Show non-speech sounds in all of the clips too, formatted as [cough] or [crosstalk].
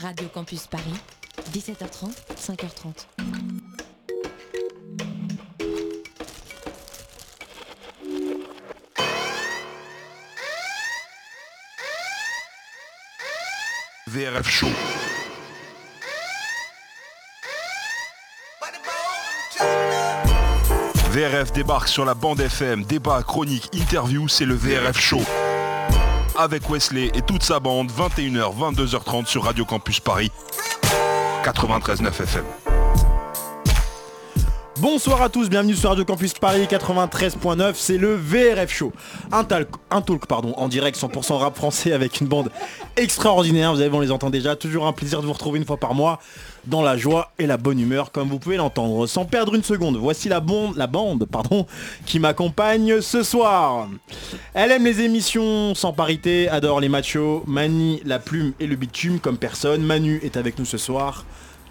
Radio Campus Paris, 17h30, 5h30. VRF Show. VRF débarque sur la bande FM, débat, chronique, interview, c'est le VRF Show. Avec Wesley et toute sa bande, 21h, 22h30 sur Radio Campus Paris, 93.9 FM. Bonsoir à tous, bienvenue sur Radio Campus Paris 93.9, c'est le VRF Show. Un talk, un talk pardon, en direct 100% rap français avec une bande extraordinaire, vous avez, on les entend déjà, toujours un plaisir de vous retrouver une fois par mois dans la joie et la bonne humeur comme vous pouvez l'entendre. Sans perdre une seconde, voici la, bon- la bande pardon, qui m'accompagne ce soir. Elle aime les émissions sans parité, adore les machos, manie la plume et le bitume comme personne. Manu est avec nous ce soir.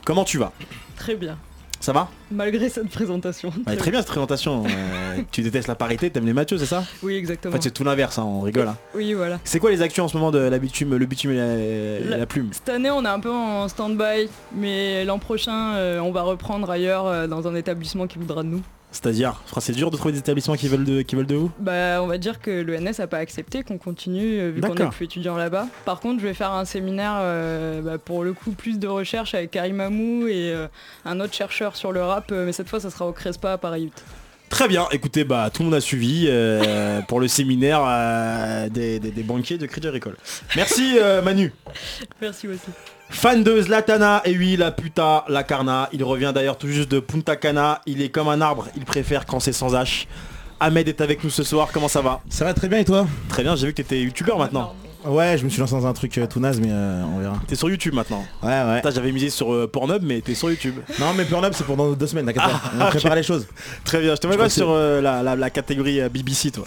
Comment tu vas Très bien, Ça va malgré cette présentation. Ouais, très bien cette présentation. Euh, tu détestes la parité, t'aimes les Mathieu, c'est ça Oui, En exactement. fait, c'est tout l'inverse, hein, on rigole. hein. Oui, voilà. C'est quoi les actions en ce moment de la bitume, le bitume et la, et La- la plume Cette année, on est un peu en stand-by, mais l'an prochain, euh, on va reprendre ailleurs euh, dans un établissement qui voudra de nous. C'est-à-dire, je crois que c'est dur de trouver des établissements qui veulent de, qui veulent de vous Bah, on va dire que l'ENS n'a pas accepté qu'on continue euh, vu qu'on est D'accord. plus étudiant là-bas. Par contre, je vais faire un séminaire euh, bah, pour le coup plus de recherche avec Karim Amou et euh, un autre chercheur sur le rap, euh, mais cette fois, ça sera au Crespa à Paris. Très bien, écoutez, bah tout le monde a suivi euh, pour le séminaire euh, des, des- des banquiers de Crédit Agricole. Merci euh, Manu. [laughs] Merci aussi. Fan de Zlatana, et oui, la puta, la carna. Il revient d'ailleurs tout juste de Punta Cana. Il est comme un arbre, il préfère quand c'est sans H. Ahmed est avec nous ce soir, comment ça va Ça va très bien et toi Très bien, j'ai vu que t'étais youtubeur maintenant. Ouais, je me suis lancé dans un truc euh, tout naze, mais euh, on verra. T'es sur YouTube maintenant. Ouais, ouais. Putain, J'avais misé sur euh, Pornhub, mais t'es sur YouTube. [laughs] Ah, Non, mais Pornhub, c'est pendant deux semaines, t'inquiète pas. On ok. prépare les choses. Très bien, je te vois Je pas pensais- sur euh, la, la- la catégorie euh, BBC, toi.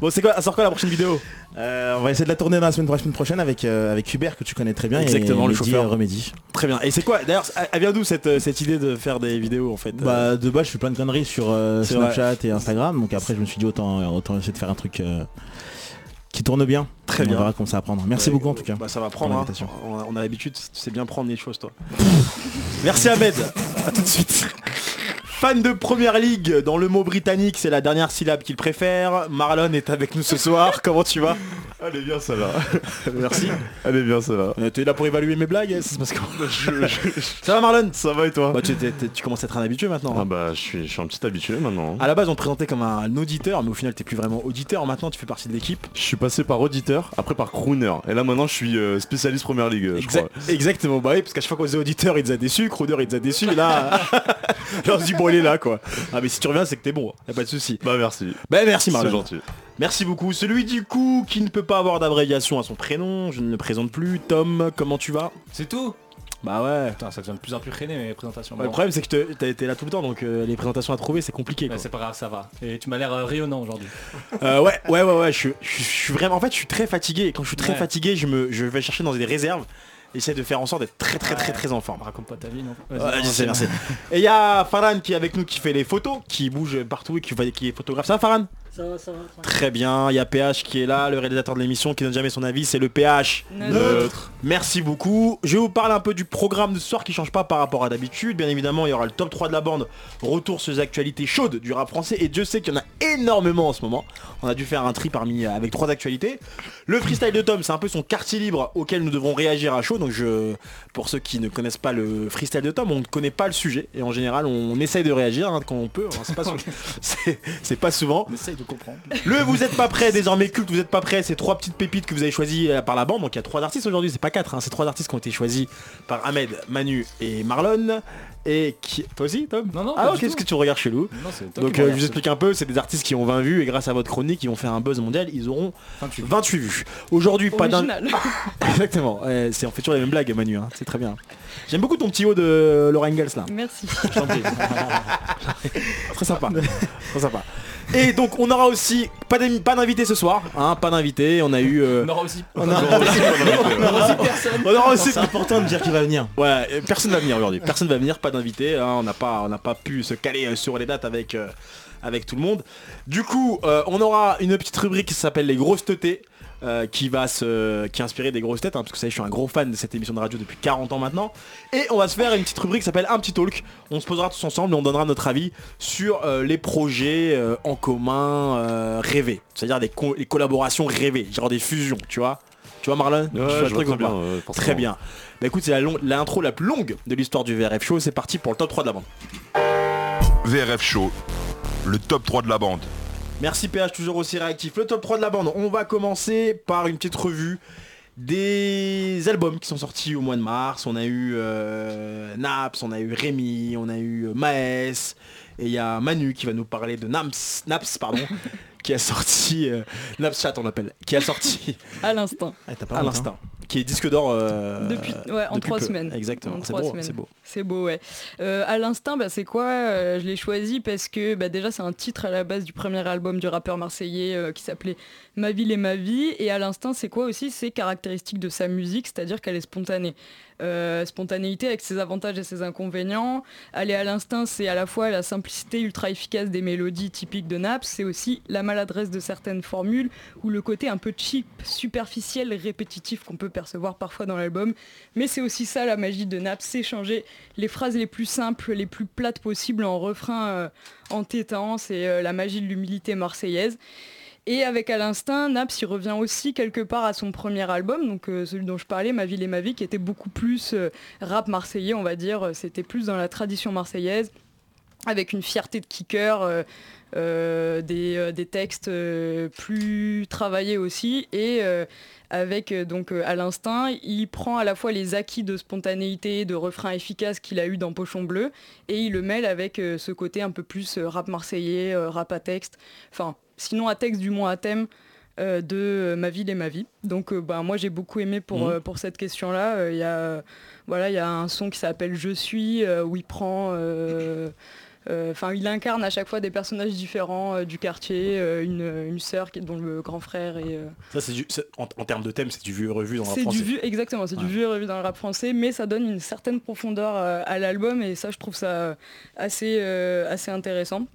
bon, c'est quoi, ça sort quoi la prochaine vidéo Euh, on va essayer de la tourner dans la semaine, la semaine prochaine avec, euh, avec Hubert, que tu connais très [laughs] bien. Exactement, le et Mehdi, chauffeur. euh, Remedy. Très bien. Et c'est quoi D'ailleurs, elle- elle vient d'où cette, euh, cette idée de faire des vidéos en fait Euh, Bah, de base, je fais plein de conneries sur euh, C'est vrai. Snapchat et Instagram, donc après, je me suis dit autant, autant essayer de faire un truc euh, qui tourne bien. Très Et bien. On verra comment ça va prendre. Merci euh, beaucoup en tout cas. Bah, ça va prendre. Pour hein. l'invitation. On a, on a l'habitude, tu sais bien prendre les choses, toi. [laughs] Merci Ahmed. À tout de suite. Fan de première ligue, dans le mot britannique, c'est la dernière syllabe qu'il préfère. Marlon est avec nous ce [laughs] soir. Comment tu vas Allez bien ça va, Merci. allez bien ça va. Euh, T'es là pour évaluer [laughs] mes blagues ça se passe comment Ça va Marlon Ça va et toi Bah, tu, t'es- t'es- tu commences à être un habitué maintenant. hein. Ah. Ah bah je suis, je suis un petit habitué maintenant. hein. À la base, on te présentait comme un auditeur, mais au final, t'es plus vraiment auditeur. Maintenant, tu fais partie de l'équipe. Je suis passé par auditeur, après par crooner. Et là maintenant je suis euh, spécialiste première ligue, euh, je Exact- crois. Exactement, bah oui, parce qu'à chaque fois qu'on disait auditeur, il nous a déçus, crooner, il nous a déçus, et là, [laughs] là, on se dit, bon, il est là, quoi. Ah, mais si tu reviens, c'est que t'es bon, y a pas de souci. Bah merci. Bah, merci, C'est Marlon. gentil. Merci beaucoup. Celui du coup qui ne peut pas avoir d'abréviation à son prénom, je ne le présente plus. Tom, comment tu vas C'est tout Bah ouais. Putain, ça devient de plus en plus traîné mes présentations. Bah, le Bon. problème, c'est que te- t'as été là tout le temps, donc euh, les présentations à trouver, c'est compliqué, quoi. Bah, c'est pas grave, ça va. Et tu m'as l'air euh, rayonnant [laughs] aujourd'hui. Euh, ouais, ouais, ouais, ouais, je, suis- je suis- je suis vraiment. En fait, je suis très fatigué. Et quand je suis très Ouais. fatigué, je, me, je vais chercher dans des réserves. Essayer de faire en sorte d'être très, très, très, très en forme. Bah, Raconte pas ta vie, non Vas-y, Ouais, je sais, enchaîne. merci. Et il y a Farhan qui est avec nous qui fait les photos, qui bouge partout et qui, va- qui est photographe. Ça va Farhan Ça va, ça va. Très bien, il y a PH qui est là, le réalisateur de l'émission qui donne jamais son avis, c'est le PH. Merci beaucoup. Je vais vous parler un peu du programme de ce soir qui change pas par rapport à d'habitude. Bien évidemment, il y aura le top 3 de la bande, retour sur les actualités chaudes du rap français. Et Dieu sait qu'il y en a énormément en ce moment. On a dû faire un tri parmi euh, avec trois actualités. Le freestyle de Tom, c'est un peu son quartier libre auquel nous devons réagir à chaud. Donc je, pour ceux qui ne connaissent pas le freestyle de Tom, on ne connaît pas le sujet. Et en général, on essaye de réagir hein, quand on peut. Hein, [laughs] c'est pas sou- [laughs] c'est- c'est pas souvent. On essaye de comprendre. Le vous êtes pas prêt désormais culte, vous êtes pas prêt, c'est trois petites pépites que vous avez choisies euh, par la bande. Donc il y a trois artistes aujourd'hui, c'est pas quatre, hein, c'est trois artistes qui ont été choisis par Ahmed, Manu et Marlon. Et qui. Toi aussi Tom Non, non, pas Ah du ok, qu'est-ce tout. que tu regardes chelou Non, c'est toi Donc qui me euh, je regardes, vous explique un peu, c'est des artistes qui ont 20 vues et grâce à votre chronique ils vont faire un buzz mondial, ils auront Enfin, tu- 28 vuvues. Aujourd'hui pas d'un. Original. [laughs] Exactement, ouais, c'est on fait toujours les mêmes blagues Manu, hein, c'est très bien. J'aime beaucoup ton petit haut de Laura Ingalls là. Merci. Je t'en prie. Très sympa. Très sympa. Et donc on aura aussi pas d'ami- pas d'invité ce soir, hein, pas d'invité, on a eu euh, On aura aussi. on, aura... personne. on aura aussi C'est important de dire qu'il va venir. Ouais, euh, personne va venir aujourd'hui. Personne va venir, pas d'invité, hein, on n'a pas on n'a pas pu se caler euh, sur les dates avec euh, avec tout le monde. Du coup, euh, on aura une petite rubrique qui s'appelle les grosses teutés. euh, qui va se, qui est inspiré des grosses têtes, hein, parce que vous savez, je suis un gros fan de cette émission de radio depuis 40 ans maintenant. Et on va se faire une petite rubrique qui s'appelle Un petit talk. On se posera tous ensemble et on donnera notre avis sur euh, les projets euh, en commun euh, rêvés, c'est-à-dire des co- les collaborations rêvées, genre des fusions, tu vois. Tu vois Marlon Tu vois le truc ou pas Très bien. Bah écoute, c'est la long- l'intro la, plus longue de l'histoire du VRF Show. C'est parti pour le top 3 de la bande. VRF Show, le top 3 de la bande. Merci PH, toujours aussi réactif. Le top 3 de la bande, on va commencer par une petite revue des albums qui sont sortis au mois de mars. On a eu euh, Naps, on a eu Rémi, on a eu euh, Maes, et il y a Manu qui va nous parler de Naps, Naps pardon, [laughs] qui a sorti euh, Naps Chat on l'appelle, qui a sorti à l'instant. à l'instant, qui est disque d'or euh, Depuis- ouais, en depuis trois peu. semaines. Exactement, En c'est trois beau, semaines. c'est beau. C'est beau, ouais. Euh, à l'instinct, bah, c'est quoi Euh, Je l'ai choisi parce que bah, déjà c'est un titre à la base du premier album du rappeur marseillais euh, qui s'appelait Ma ville et ma vie. Et à l'instinct, c'est quoi aussi C'est caractéristique de sa musique, c'est-à-dire qu'elle est spontanée. Euh, spontanéité avec ses avantages et ses inconvénients. Aller à l'instinct, c'est à la fois la simplicité ultra efficace des mélodies typiques de Naps, c'est aussi la maladresse de certaines formules ou le côté un peu cheap, superficiel, répétitif qu'on peut percevoir parfois dans l'album. Mais c'est aussi ça la magie de Naps, c'est changer les phrases les plus simples, les plus plates possibles en refrain euh, entêtant, c'est euh, la magie de l'humilité marseillaise. Et avec à l'instinct, Naps il revient aussi quelque part à son premier album, donc euh, celui dont je parlais, Ma ville et ma vie, qui était beaucoup plus euh, rap marseillais, on va dire, c'était plus dans la tradition marseillaise, avec une fierté de kicker, euh, euh, des, euh, des textes euh, plus travaillés aussi, et euh, avec euh, donc euh, à l'instinct, il prend à la fois les acquis de spontanéité, de refrain efficace qu'il a eu dans Pochon Bleu, et il le mêle avec euh, ce côté un peu plus euh, rap marseillais, euh, rap à texte, enfin sinon à texte du moins à thème euh, de euh, ma ville et ma vie. Donc euh, bah, moi j'ai beaucoup aimé pour, Mhm. euh, pour cette question-là. Euh, Il y a euh, voilà il y a un son qui s'appelle Je suis euh, où il prend euh, euh, Enfin, il incarne à chaque fois des personnages différents euh, du quartier, euh, une, une sœur qui- dont le grand frère est, euh, Ça c'est du- c'est- en, en termes de thème, c'est du vu et revu dans la c'est France. du vu, exactement, c'est Ouais. du vu et revu dans le rap français, mais ça donne une certaine profondeur euh, à l'album et ça je trouve ça euh, assez, euh, assez intéressant.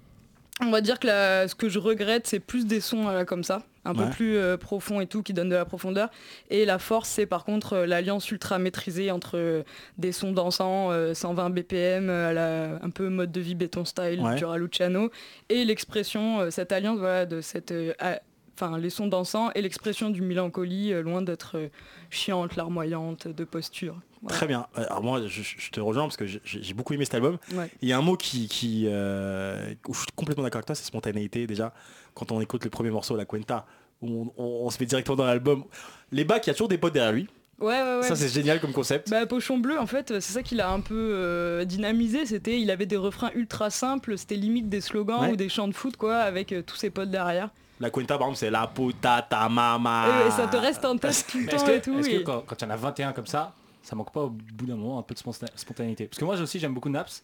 On va dire que la- ce que je regrette c'est plus des sons euh, comme ça, un Ouais. peu plus euh, profonds et tout, qui donnent de la profondeur. Et la force c'est par contre euh, l'alliance ultra maîtrisée entre euh, des sons dansants, euh, 120 BPM, euh, à la- un peu mode de vie béton style Ouais. du Raluciano, et l'expression, euh, cette alliance voilà, de cette... euh, a- Enfin, les sons dansants et l'expression du mélancolie, euh, loin d'être euh, chiante, larmoyante, de posture. Voilà. Très bien. Euh, Alors moi, je, je te rejoins parce que j'ai j'ai beaucoup aimé cet album. Ouais. Il y a un mot qui, qui euh, où je suis complètement d'accord avec toi, c'est spontanéité déjà. Quand on écoute le premier morceau, La Cuenta, où on, on- on se met directement dans l'album. Les bacs, il y a toujours des potes derrière lui. Ouais, ouais, ouais. Ça, c'est génial comme concept. Bah, Pochon Bleu, en fait, c'est ça qu'il a un peu euh, dynamisé. C'était, il avait des refrains ultra simples, c'était limite des slogans Ouais. ou des chants de foot, quoi, avec euh, tous ses potes derrière. La Cuenta, par exemple, c'est La puta ta mama. [laughs] Et, ouais, ça te reste en tête tout le Mais Est-ce temps que, et tout. est-ce que et- quand, quand il y en a 21 comme ça, ça manque pas au bout d'un moment un peu de sponta- spontanéité Parce que moi aussi j'aime beaucoup Naps,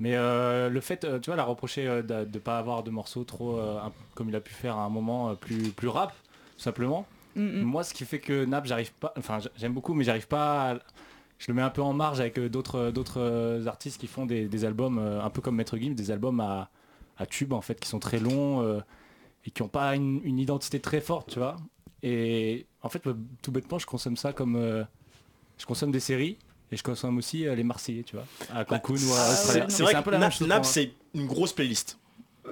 mais euh, le fait, euh, tu vois, la reprocher euh, de ne pas avoir de morceaux trop, euh, un- comme il a pu faire à un moment, euh, plus, plus rap, tout simplement. Mm, mm. Moi ce qui fait que Naps, j'arrive pas, enfin j- j'aime beaucoup, mais j'arrive pas, à- je le mets un peu en marge avec euh, d'autres euh, d'autres euh, artistes qui font des, des albums, euh, un peu comme Maître Gims, des albums à, à tube en fait, qui sont très longs. euh, et qui n'ont pas une, une identité très forte, tu vois. Et en fait, le- tout bêtement, je consomme ça comme... euh, je consomme des séries et je consomme aussi euh, les Marseillais, tu vois. À Bah, Cancun Ah, ou à C'est Australia. c'est Et vrai que Nap, chose pour Nap, moi. hein. c'est une grosse playlist.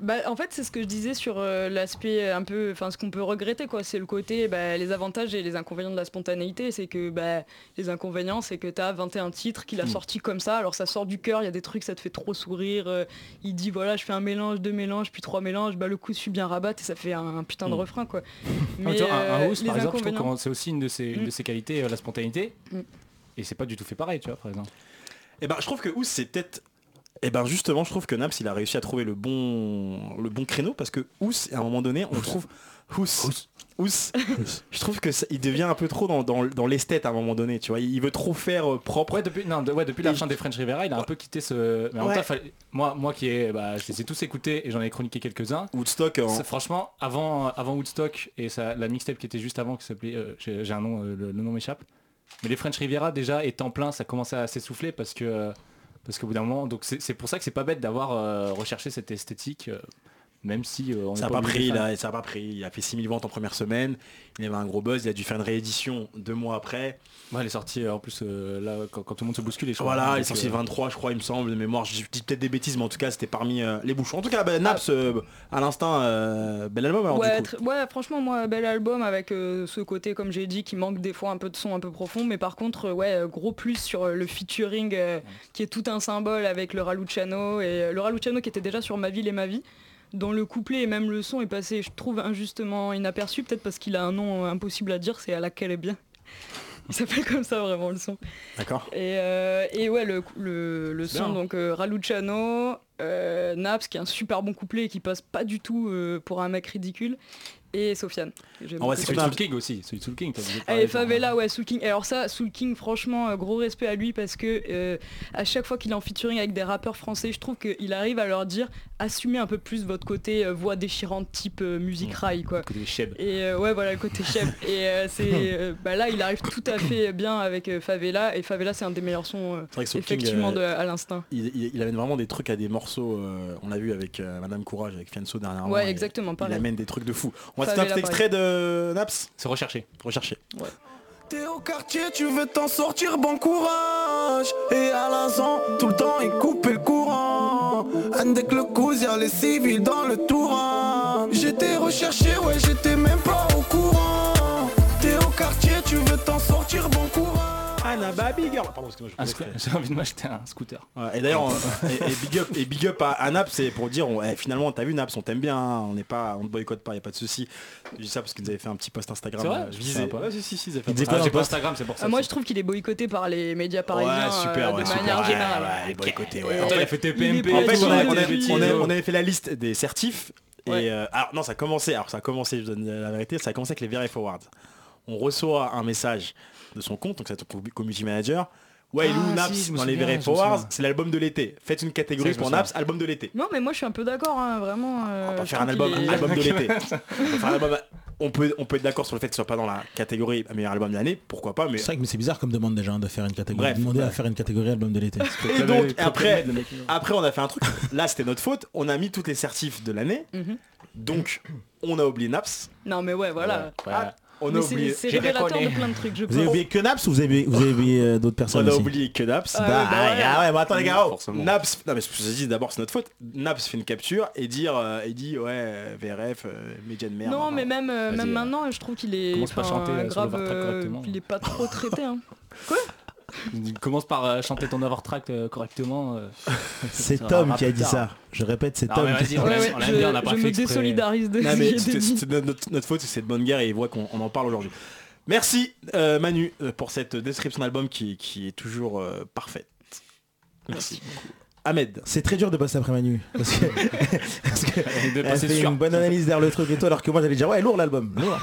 Bah, en fait, c'est ce que je disais sur euh, l'aspect un peu, enfin ce qu'on peut regretter quoi, c'est le côté, bah, les avantages et les inconvénients de la spontanéité, c'est que bah, les inconvénients, c'est que t'as 21 titres Mm. qu'il a sortis comme ça, alors ça sort du cœur, il y a des trucs, ça te fait trop sourire, euh, il dit voilà, je fais un mélange, deux mélanges, puis trois mélanges, bah le coup je suis bien rabat et ça fait un, un putain de Mm. refrain quoi. Ah, mais tu vois, un, un euh, house, les par exemple, je trouve inconvénients- que c'est aussi une de ses, une Mm. de ses qualités, euh, la spontanéité. Mm. Et c'est pas du tout fait pareil, tu vois, par exemple. Et ben, je trouve que Ous, c'est peut-être... Et ben justement, je trouve que Naps, il a réussi à trouver le bon, le bon créneau parce que Ous, à un moment donné, on trouve... Ous. Ous. Je trouve que ça- il devient un peu trop dans, dans- dans l'esthète à un moment donné, tu vois. Il veut trop faire euh, propre. Ouais, depuis, non, de- ouais, depuis Et la je- fin des French Rivera, il a un peu quitté ce... Mais en Ouais. même temps, fallait- moi, moi qui ai... Bah, je les ai tous écoutés et j'en ai chroniqué quelques-uns. Woodstock hein. en- Ça, franchement, avant, avant Woodstock et ça, la mixtape qui était juste avant, qui s'appelait, euh, j'ai j'ai un nom, euh, le, le nom m'échappe. Mais les French Riviera déjà étant plein, ça commençait à s'essouffler parce que euh, parce qu'au bout d'un moment, donc c'est c'est pour ça que c'est pas bête d'avoir euh, recherché cette esthétique. euh, Même si euh, on Ça est n'a pas obligé pris, de il faire- a, ça a pas pris. Il a fait 6000 ventes en première semaine. Il avait un gros buzz. Il a dû faire une réédition deux mois après. Ouais, elle est sortie euh, en plus euh, là quand, quand tout le monde se bouscule et je crois. Voilà, il est Donc, sorti euh, le 23, je crois, il me semble, de mémoire. Je dis peut-être des bêtises, mais en tout cas, c'était parmi euh, les bouchons. En tout cas, bah, Naps, euh, à l'instant, euh, bel album. Alors, Ah. ouais, du coup. tr- ouais, franchement, moi, bel album avec euh, ce côté, comme j'ai dit, qui manque des fois un peu de son un peu profond, mais par contre, euh, ouais, euh, gros plus sur euh, le featuring euh, qui est tout un symbole avec le Raluciano et euh, le Raluciano qui était déjà sur Ma ville et ma vie dont le couplet et même le son est passé, je trouve, injustement inaperçu, peut-être parce qu'il a un nom euh, impossible à dire, c'est à laquelle est bien. Il s'appelle comme ça vraiment le son. D'accord. Et, euh, et ouais, le, le, le C'est son, bien. donc euh, Raluciano, euh, Naps, qui est un super bon couplet et qui passe pas du tout euh, pour un mec ridicule, et Sofiane. que j'aime Ah ouais, beaucoup. c'est Celui qu'on de a- Soul King aussi, celui de Soul King. t'as oublié de Allez, parler, genre, Favela, ouais, Soul King. Alors ça, Soul King, franchement, euh, gros respect à lui parce que euh, à chaque fois qu'il est en featuring avec des rappeurs français, je trouve qu'il arrive à leur dire assumez un peu plus votre côté euh, voix déchirante type euh, musique rail, quoi. côté Cheb. Et euh, ouais, voilà le côté chef. Et euh, [laughs] c'est euh, bah là, il arrive tout à fait bien avec euh, Favela. Et Favela, c'est un des meilleurs sons euh, C'est vrai que Soul King, effectivement euh, de, à l'instinct. il, il- il amène vraiment des trucs à des morceaux. euh, on l'a vu avec euh, Madame Courage, avec Fianso dernièrement. Ouais, et exactement, Il pareil. amène des trucs de fou. On va Ça citer un avait petit la extrait de Naps. C'est recherché. Recherchez. T'es au quartier, tu veux t'en sortir, bon courage Et à l'instant, tout le temps, ils coupent le courant Andek le cous, y'a les civils dans le tourin J'étais recherché, ouais, j'étais même pas au courant T'es au quartier, tu veux t'en sortir, bon courage Anna Baby Girl. Pardon, excuse-moi, je Un vous scoot- laisse. [laughs] J'ai envie de m'acheter un scooter. Ouais, et d'ailleurs, on- et, et big up, et big up à, à Naps, c'est pour dire, on- eh, finalement, t'as vu Naps, on t'aime bien, hein, on n'est pas, on te boycotte pas, y a pas de souci. Je dis ça parce qu'ils avaient fait un petit post Instagram C'est vrai euh, visé. Sympa. Ouais, si, si, si, ils avaient fait un Ils disaient post- quoi Ah, j'ai dans le pas poste Instagram, c'est pour ça. Ah, moi, je trouve qu'il est boycotté par les médias parisiens Ouais, super, euh, ouais, de super, manière ouais, générale. ouais, les boycottés, ouais. Et- En Putain, il fait, a fait il TPMP. est en fait, Pédalo, on, a- de on, a- bêtises. on a- on avait fait la liste des certifs. Ouais. Et euh, alors non, ça a commencé. Alors ça a commencé, je vous donne la vérité, ça a commencé avec les Verify Awards. On reçoit un message de son compte, donc c'est ton com- community manager. Ouais, il Ah, loue si, Naps je me dans les souviens, Verify je me Awards, souviens. c'est l'album de l'été. Faites une Ça, catégorie je me pour souviens. Naps, album de l'été. Non, mais moi, je suis un peu d'accord, hein, vraiment. euh, On va je faire un trouve album, qu'il est- album de l'été. On va faire un album- On peut, on peut être d'accord sur le fait que ce soit pas dans la catégorie meilleur album de l'année, pourquoi pas, mais... C'est vrai que mais c'est bizarre comme demande déjà hein, de faire une catégorie. Bref, demander à ouais. faire une catégorie album de l'été. [laughs] Et donc, après, après, on a fait un truc, là c'était notre faute, on a mis toutes les certifs de l'année, Mhm. donc on a oublié Naps, [laughs] Non, mais ouais, voilà. Ah, Voilà. on a Mais c'est- oublié... C'est J'ai révélateur de déconné. plein de trucs, je Vous avez pense. oublié que Naps ou vous avez, vous avez oublié euh, d'autres personnes On a aussi oublié que Naps. Ah ouais, Bah, bah ouais. ah ouais, mais attends les gars, oh. forcément. Naps, non mais ce que je dis d'abord c'est notre faute, Naps fait une capture et dire, euh, et dit ouais euh, VRF, euh, média de merde. Non, mais même, euh, Vas-y, même euh, maintenant, je trouve qu'il est commence par enfin, chanter, euh, sur grave, l'overtrack euh, correctement. il est pas trop traité. [laughs] hein. Commence par euh, chanter ton overtrack euh, correctement. [laughs] euh. C'est Ça Tom Ah, reviendra qui a plus dit tard. ça. Je répète, c'est Non, Tom. mais qui- vas-y, on Ouais, l'a- ouais, on l'a je bien, on l'a pas je fait me exprès. désolidarise de Non ce mais qui c'est était dit. c'est notre, notre faute, c'est de bonne guerre et il voit qu'on on en parle aujourd'hui. Merci euh, Manu euh, pour cette description d'album qui, qui est toujours euh, parfaite. Merci. Ahmed. C'est très dur de passer après Manu. Parce [laughs] que, parce que De elle passer fait sur. une bonne analyse derrière le truc et tout, alors que moi j'allais dire ouais lourd l'album. [laughs] Lourd.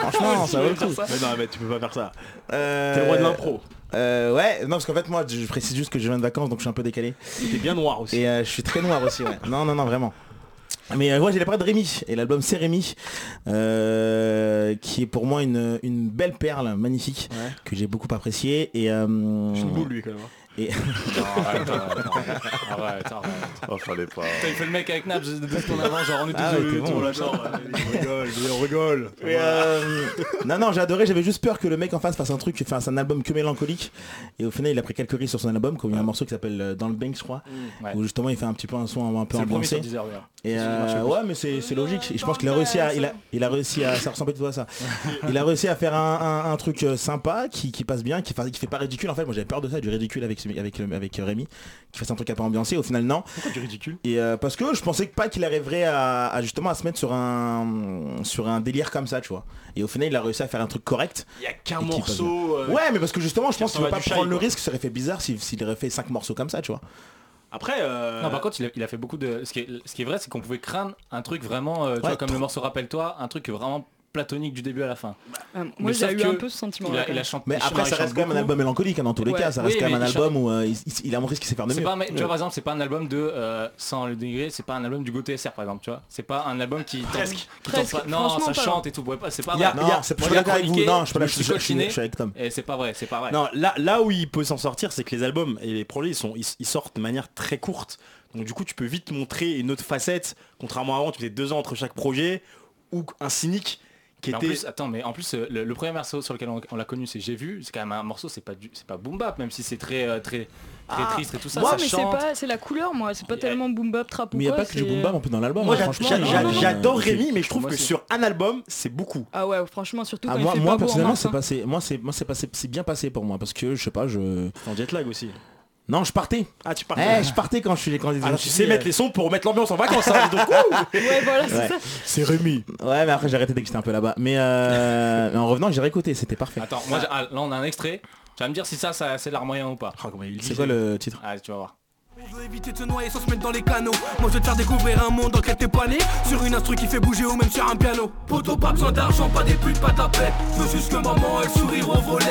Franchement, ça vaut le coup. Mais non Ahmed, tu Ah, peux pas faire ça. Euh, T'es le roi de l'impro. euh, ouais, non parce qu'en fait moi je précise juste que je viens de vacances donc je suis un peu décalé. T'es bien noir aussi. Et euh, je suis très noir aussi, ouais. Non, non, non, vraiment. Mais euh, moi j'ai la paire de Rémi et l'album C'est Rémi euh, qui est pour moi une, une belle perle magnifique Ouais. que j'ai beaucoup appréciée et euh, Je suis une boule lui quand même. hein. [laughs] Non, arrête, arrête, arrête, arrête, arrête. Oh, fallait pas. Putain, Il fait le mec avec Naps de de ton avant, genre on est Ah ouais, désolé, t'es tout, bon. là, genre, On rigole, mais [laughs] on rigole. et, euh, non non j'ai adoré j'avais juste peur que le mec en face fasse un truc fasse un album que mélancolique et au final il a pris quelques risques sur son album comme il y a un morceau qui s'appelle euh, Dans le Bank je crois Ouais. où justement il fait un petit peu un son un peu C'est le premier ambiancé sur Deezer, regarde. Et euh, ouais mais c'est c'est logique Et je pense qu'il a réussi à il a, il a réussi à ça ressemble un peu à ça il a réussi à faire un, un- un truc euh, sympa qui, qui passe bien qui, fa- qui fait pas ridicule en fait moi j'avais peur de ça du ridicule avec ce- avec euh, avec euh, Rémi qui fasse un truc un peu ambiancé au final non Pourquoi tu ridicule et euh, parce que je pensais que pas qu'il arriverait à, à justement à se mettre sur un sur un délire comme ça tu vois et au final il a réussi à faire un truc correct Il y a qu'un Et qui passe morceau. euh, ouais mais parce que justement je pense qu'il ressemble veut à pas du Shai, prendre le quoi. risque ça aurait fait bizarre s'il s'il aurait fait 5 morceaux comme ça tu vois Après. euh, Non, par contre, il a, il a fait beaucoup de. Ce qui est, ce qui est vrai, c'est qu'on pouvait craindre un truc vraiment, euh, tu vois, comme le morceau Rappelle-toi, un truc vraiment platonique du début à la fin. Ah, moi Mais j'ai sauf eu que un peu ce sentiment. Il a, il a chanté. Mais après, ça reste quand même un album mélancolique, hein, dans tous les Ouais. cas. Ça Oui, reste quand mais même un il album où euh, il, il- il a montré ce qu'il sait faire de C'est mieux. pas, un- tu vois Ouais. par exemple c'est pas un album de euh, sans le degré c'est pas un album du Goto SR par exemple tu vois c'est pas un album qui tente- Presque. qui tente Presque. pas- non Franchement, ça pas. chante et tout ouais, pas- c'est pas Il y a- vrai Non, il y a- c'est pas- moi, je suis je d'accord avec vous. chroniquais, Non, je suis pas là, je me je suis suis je suis- coquiné. je suis avec Tom. et c'est pas vrai c'est pas vrai Non, là, là où il peut s'en sortir, c'est que les albums et les projets, ils, sont, ils, ils sortent de manière très courte. Donc du coup, tu peux vite montrer une autre facette, contrairement à avant, tu faisais deux ans entre chaque projet, ou un cynique qui Mais en était... plus, attends, mais en plus, euh, le, le premier morceau sur lequel on, on l'a connu, c'est J'ai vu. C'est quand même un morceau, c'est pas du, c'est pas boom bap, même si c'est très, euh, très, très triste et tout ça. Ah. moi, ça mais c'est chante. pas, c'est la couleur, moi. C'est pas Il y a- tellement boom bap trap ou Mais il n'y a quoi, pas que du c'est- boom bap en plus dans l'album. Moi, hein, j'a- franchement, j'a- euh, j'a- euh, j'adore Rémi, mais je trouve Moi que aussi. sur un album, c'est beaucoup. Ah ouais, franchement, surtout quand Ah, il moi, fait moi pas beau en personnellement mars, c'est hein. passé moi c'est moi c'est passé c'est bien passé pour moi parce que je sais pas je En jet lag aussi. non je partais Ah, tu eh parles. je partais quand je suis quand Alors tu sais mettre les sons pour mettre l'ambiance en vacances, hein, dis donc. Ouh [laughs] Ouais, voilà, c'est Ouais. ça. [laughs] c'est Rémi ouais mais après j'ai arrêté dès que j'étais un peu là-bas mais euh, mais en revenant j'ai réécouté c'était parfait Attends, moi, j'ai- ah, là, on a un extrait. Tu vas me dire si ça, ça c'est l'art moyen ou Oh, pas. c'est quoi le titre Ah, tu vas voir. On veut éviter de se noyer sans se mettre dans les canaux. Moi je vais te faire découvrir un monde dans lequel t'es pas né. Sur une instru qui fait bouger ou même sur un piano. Poto, pas besoin d'argent, pas des putes, pas d'appel. Je veux juste que maman elle sourire au volet.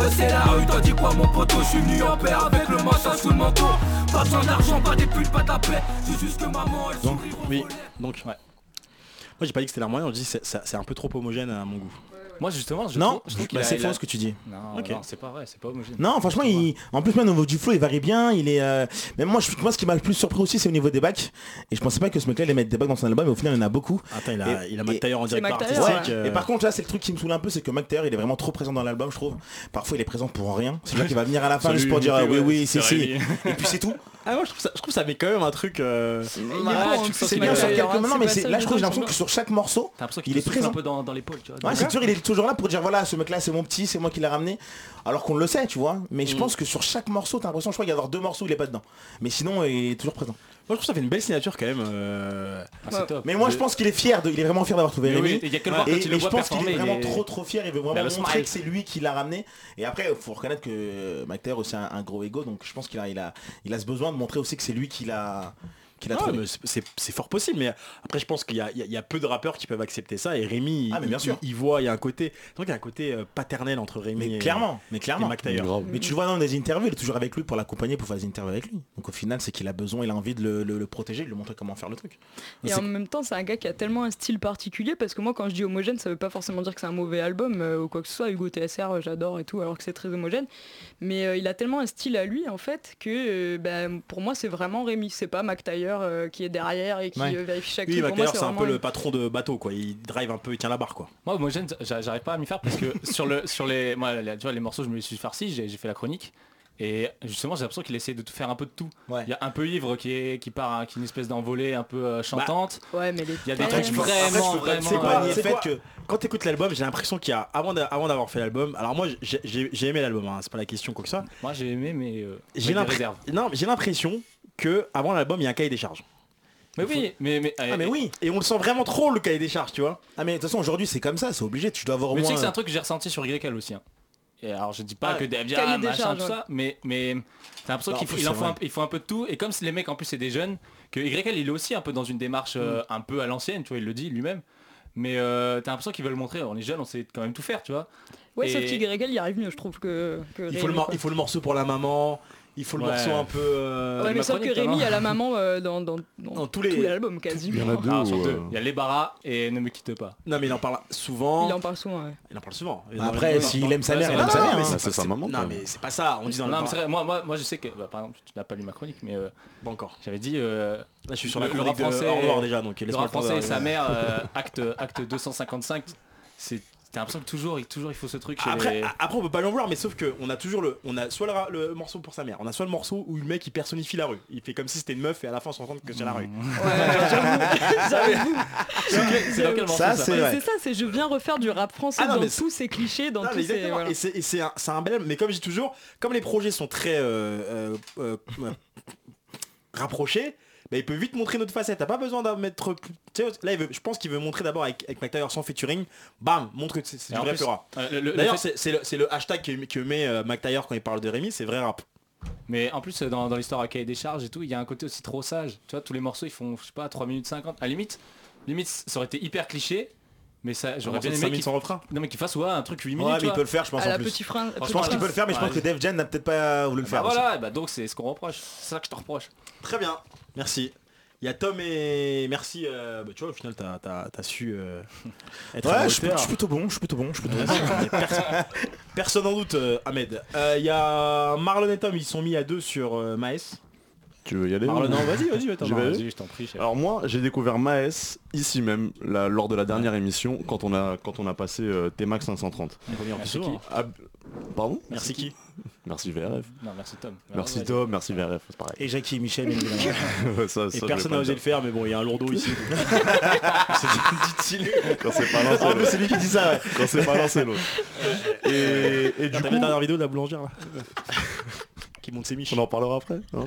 Ouais, c'est la rue, t'as dit quoi mon poteau Je suis venu en paix avec le machin sous le manteau. Pas besoin d'argent, pas des putes, pas d'appel. Je veux juste que maman elle Donc, sourire au oui. volet. Donc, ouais. Moi, j'ai pas dit que c'était l'art moyen, je dis c'est ça- c'est un peu trop homogène à mon goût. Moi, justement, je non trouve- je trouve qu'il Bah, a- c'est il a- faux ce que tu dis Non, Ok. non, c'est pas vrai, c'est pas homogène. non franchement il... en plus même au niveau du flow il varie bien il est euh, même moi je- moi ce qui m'a le plus surpris aussi c'est au niveau des bacs et je pensais pas que ce mec là allait mettre des bacs dans son album mais au final il y en a beaucoup Attends, il a, Et- il a Mac et- Taylor en direct Mac par Taylor, artistique. Ouais. euh, Et par contre là c'est le truc qui me saoule un peu c'est que Mac Taylor il est vraiment trop présent dans l'album je trouve. Parfois il est présent pour rien. C'est là qu'il va venir à la fin Salut, juste pour dire Moutet, euh, oui ouais, oui si c'est si. Rémi. [laughs] Et puis c'est tout. Ah moi je trouve ça, je trouve ça met quand même un truc. euh, Il est Ouais, beau, tu hein, sens c'est qu'il a- C'est bien Mac sûr qu'il y a Taylor, quand même- hein, non, mais c'est c'est- pas là seul, je trouve j'ai il est l'impression présent. que sur chaque morceau T'as l'impression il qu'il est est un présent. peu dans, dans les pôles, tu vois. Ouais, c'est sûr, il est toujours là pour dire voilà, ce mec-là c'est mon petit, c'est moi qui l'ai ramené. Alors qu'on le sait, tu vois. Mais Mm. je pense que sur chaque morceau, t'as l'impression, je crois qu'il y a avoir deux morceaux où il est pas dedans. Mais sinon, euh, il est toujours présent. Moi je trouve que ça fait une belle signature quand même. euh, Ah, c'est top. Mais moi, je pense qu'il est fier, de, il est vraiment fier d'avoir trouvé Mais Rémi. oui, il y a que le voir quand et tu le mais je vois pense qu'il performer, est il vraiment est- trop trop fier, il Il veut a vraiment le montrer smile. que c'est lui qui l'a ramené. Et après, il faut reconnaître que Mac Taylor aussi a un gros ego, donc je pense qu'il a, il a, il a ce besoin de montrer aussi que c'est lui qui l'a qui l'a ouais, trouvé. mais c'est- c'est c'est fort possible, mais après je pense qu'il y, a- il y a- il y a peu de rappeurs qui peuvent accepter ça et Rémi, Ah, mais bien il, sûr. il, il voit, il y a un côté, donc il y a un côté euh, paternel entre Rémi Mais, et clairement, mais et clairement. Mac Taylor. Ah Mais tu le vois dans des interviews, il est toujours avec lui pour l'accompagner, pour faire des interviews avec lui. Donc au final, c'est qu'il a besoin, il a envie de le, le- le protéger, de lui montrer comment faire le truc. Et C'est- en même temps, c'est un gars qui a tellement un style particulier parce que moi, quand je dis homogène, ça veut pas forcément dire que c'est un mauvais album euh, ou quoi que ce soit. Hugo TSR, euh, j'adore et tout, alors que c'est très homogène. Mais euh, il a tellement un style à lui en fait que euh, ben, pour moi, c'est vraiment Rémi. C'est pas Mac Taylor euh, qui est derrière et qui Ouais. euh, vérifie chaque Oui, truc. Mac Pour moi, Taylor c'est un vraiment peu le lui. patron de bateau quoi, il drive un peu, il tient la barre quoi. Moi, homogène, j'a- j'arrive pas à m'y faire parce que [laughs] sur le sur les moi, la- tu vois, les morceaux, je me les suis farci, j'ai j'ai fait la chronique et justement, j'ai l'impression qu'il essaie de tout- faire un peu de tout. Il Ouais. y a un peu ivre qui est qui part hein, qui est une espèce d'envolée un Bah, peu euh, chantante. Ouais, mais les Il y Ah a des thèmes, trucs vraiment vraiment C'est quoi, euh, c'est fait quoi que- Quand t'écoutes l'album, j'ai l'impression qu'il y a, avant d'a- avant d'avoir fait l'album, alors moi j'ai j'ai- j'ai aimé l'album, hein, c'est pas la question quoi que ça, Moi j'ai aimé mais euh, avec des j'ai l'impr- réserves. non, mais j'ai l'impression que avant l'album il y a un cahier des charges. Mais oui, mais mais, Ah mais oui Et on le sent vraiment trop le cahier des charges, tu vois. Ah mais de toute façon aujourd'hui c'est comme ça, c'est obligé, tu dois avoir au Mais tu moins... euh, sais que c'est un truc que j'ai ressenti sur Grecal aussi. hein. Et alors je dis pas Ah, que des cahier ah, des machin, charges, tout ouais. ça, mais mais t'as l'impression Bah, en qu'il plus, faut, il en c'est faut un, vrai. il faut un peu de tout. Et comme c'est les mecs en plus c'est des jeunes, que YL il est aussi un peu dans une démarche euh, un peu à l'ancienne, tu vois, il le dit lui-même. Mais euh, t'as l'impression qu'ils veulent montrer, on est jeunes, on sait quand même tout faire, tu vois. Ouais, sauf Et- qu'Y il y arrive mieux, je trouve que. que Il Rémi, faut, le mor- quoi. il faut le morceau pour euh, la maman, il faut le Ouais. morceau un peu... euh, Ouais, ma mais sauf que chronique, Rémi, il hein. y a la maman euh, dans, dans, dans Dans tout tous les- l'album Il y quasiment. en a deux. Ah, sur ou, deux. euh, Il y a les Bara et Ne me quitte pas. Non mais il en parle souvent. Il en parle souvent, ouais. Il en parle souvent. Bah, Après Dans- s'il dans- aime sa Ouais, mère, c'est il vrai. aime sa Non, mère. mais hein. Ah, ça, c'est un moment, quand Non même. mais c'est pas ça, on dit dans Non, le mais Bah, c'est vrai, moi, moi, moi je sais que, bah, par exemple, tu n'as pas lu ma chronique, mais euh, pas encore. j'avais dit euh, Là je suis sur la Le- le chronique de rap français- Au revoir déjà donc le laisse-moi rap temps français et sa d'arriver. mère, [laughs] euh, acte, acte 255, c'est t'as l'impression que toujours, il- toujours il faut ce truc chez Après, les... a- après on peut pas l'en vouloir mais sauf que on a toujours le on a soit le, ra- le morceau pour sa mère, on a soit le morceau où le mec il personnifie la rue, il fait comme si c'était une meuf et à la fin on se rend compte que c'est la rue. [laughs] C'est dans quel morceau Ça, ça c'est- Mais vrai. c'est ça, c'est je viens refaire du rap français Ah non, dans mais c'est- tous ces clichés, dans Non, mais tous ces... exactement. voilà. Et c'est- et c'est un, c'est un bel album. Mais comme je dis toujours, comme les projets sont très euh, euh, euh, [laughs] euh, rapprochés, bah, il peut vite montrer notre facette. T'as pas besoin d'en mettre. plus- tu sais, Là, il veut- je pense qu'il veut montrer d'abord avec, avec Mac Taylor sans featuring. Bam, montre que c'est c'est Et du en vrai plus, pur rap. euh, le- le- le D'ailleurs, fait- c'est c'est le, c'est le hashtag que, que met euh, Mac Taylor quand il parle de Rémi, c'est vrai rap. Mais en plus, euh, dans, dans l'histoire à cahier des charges et tout, il y a un côté aussi trop sage. Tu vois, tous les morceaux, ils font, je sais pas, 3 minutes 50. À la limite, limite, ça aurait été hyper cliché. Mais ça, Un j'aurais morceau bien de aimé 5000 qu'il sans refrain. non, mais qu'il fasse ouais, un truc 8 minutes. tu Ouais, mais il vois. peut le faire, je pense à en la plus. petite fringue. Je pense qu'il peut le faire, mais je pense Ouais. que Def Jam n'a peut-être pas voulu le Bah faire. voilà, bah donc c'est ce qu'on reproche. C'est ça que je te reproche. Très bien. Merci. Il y a Tom et merci. euh, bah, tu vois, au final, t'as t'as- t'as su euh, être à la Ouais, je suis hauteur. je suis plutôt bon, je suis plutôt bon, je suis plutôt bon. [laughs] Personne- [laughs] Personne en doute, euh, Ahmed. Euh, Il y a Marlon et Tom, ils sont mis à deux sur euh, Maes. Tu veux y aller Marlon, ou- non, vas-y, vas-y, attends. J'y vais. Vas-y, je t'en prie. chef. Alors moi, j'ai découvert Maes ici même, là, lors de la dernière émission, quand on a, quand on a passé euh, T-Max 530. Merci qui Ah, Pardon Merci qui Merci VRF. Non, merci Tom. Merci Vas-y. Tom, merci VRF, c'est pareil. Et Jackie et Michel, bien [laughs] Ça, évidemment. ça, je Et vais personne pas n'a le osé le dire. faire, mais bon, il y a un lourdeau ici. Dit-il. Quand c'est pas l'un, c'est En plus, l'autre. c'est lui qui dit ça, ouais. Quand c'est pas l'un, [laughs] c'est l'autre. Et, et du T'as vu coup, la dernière vidéo de la boulangère là Qui monte ses miches. on en parlera après. hein.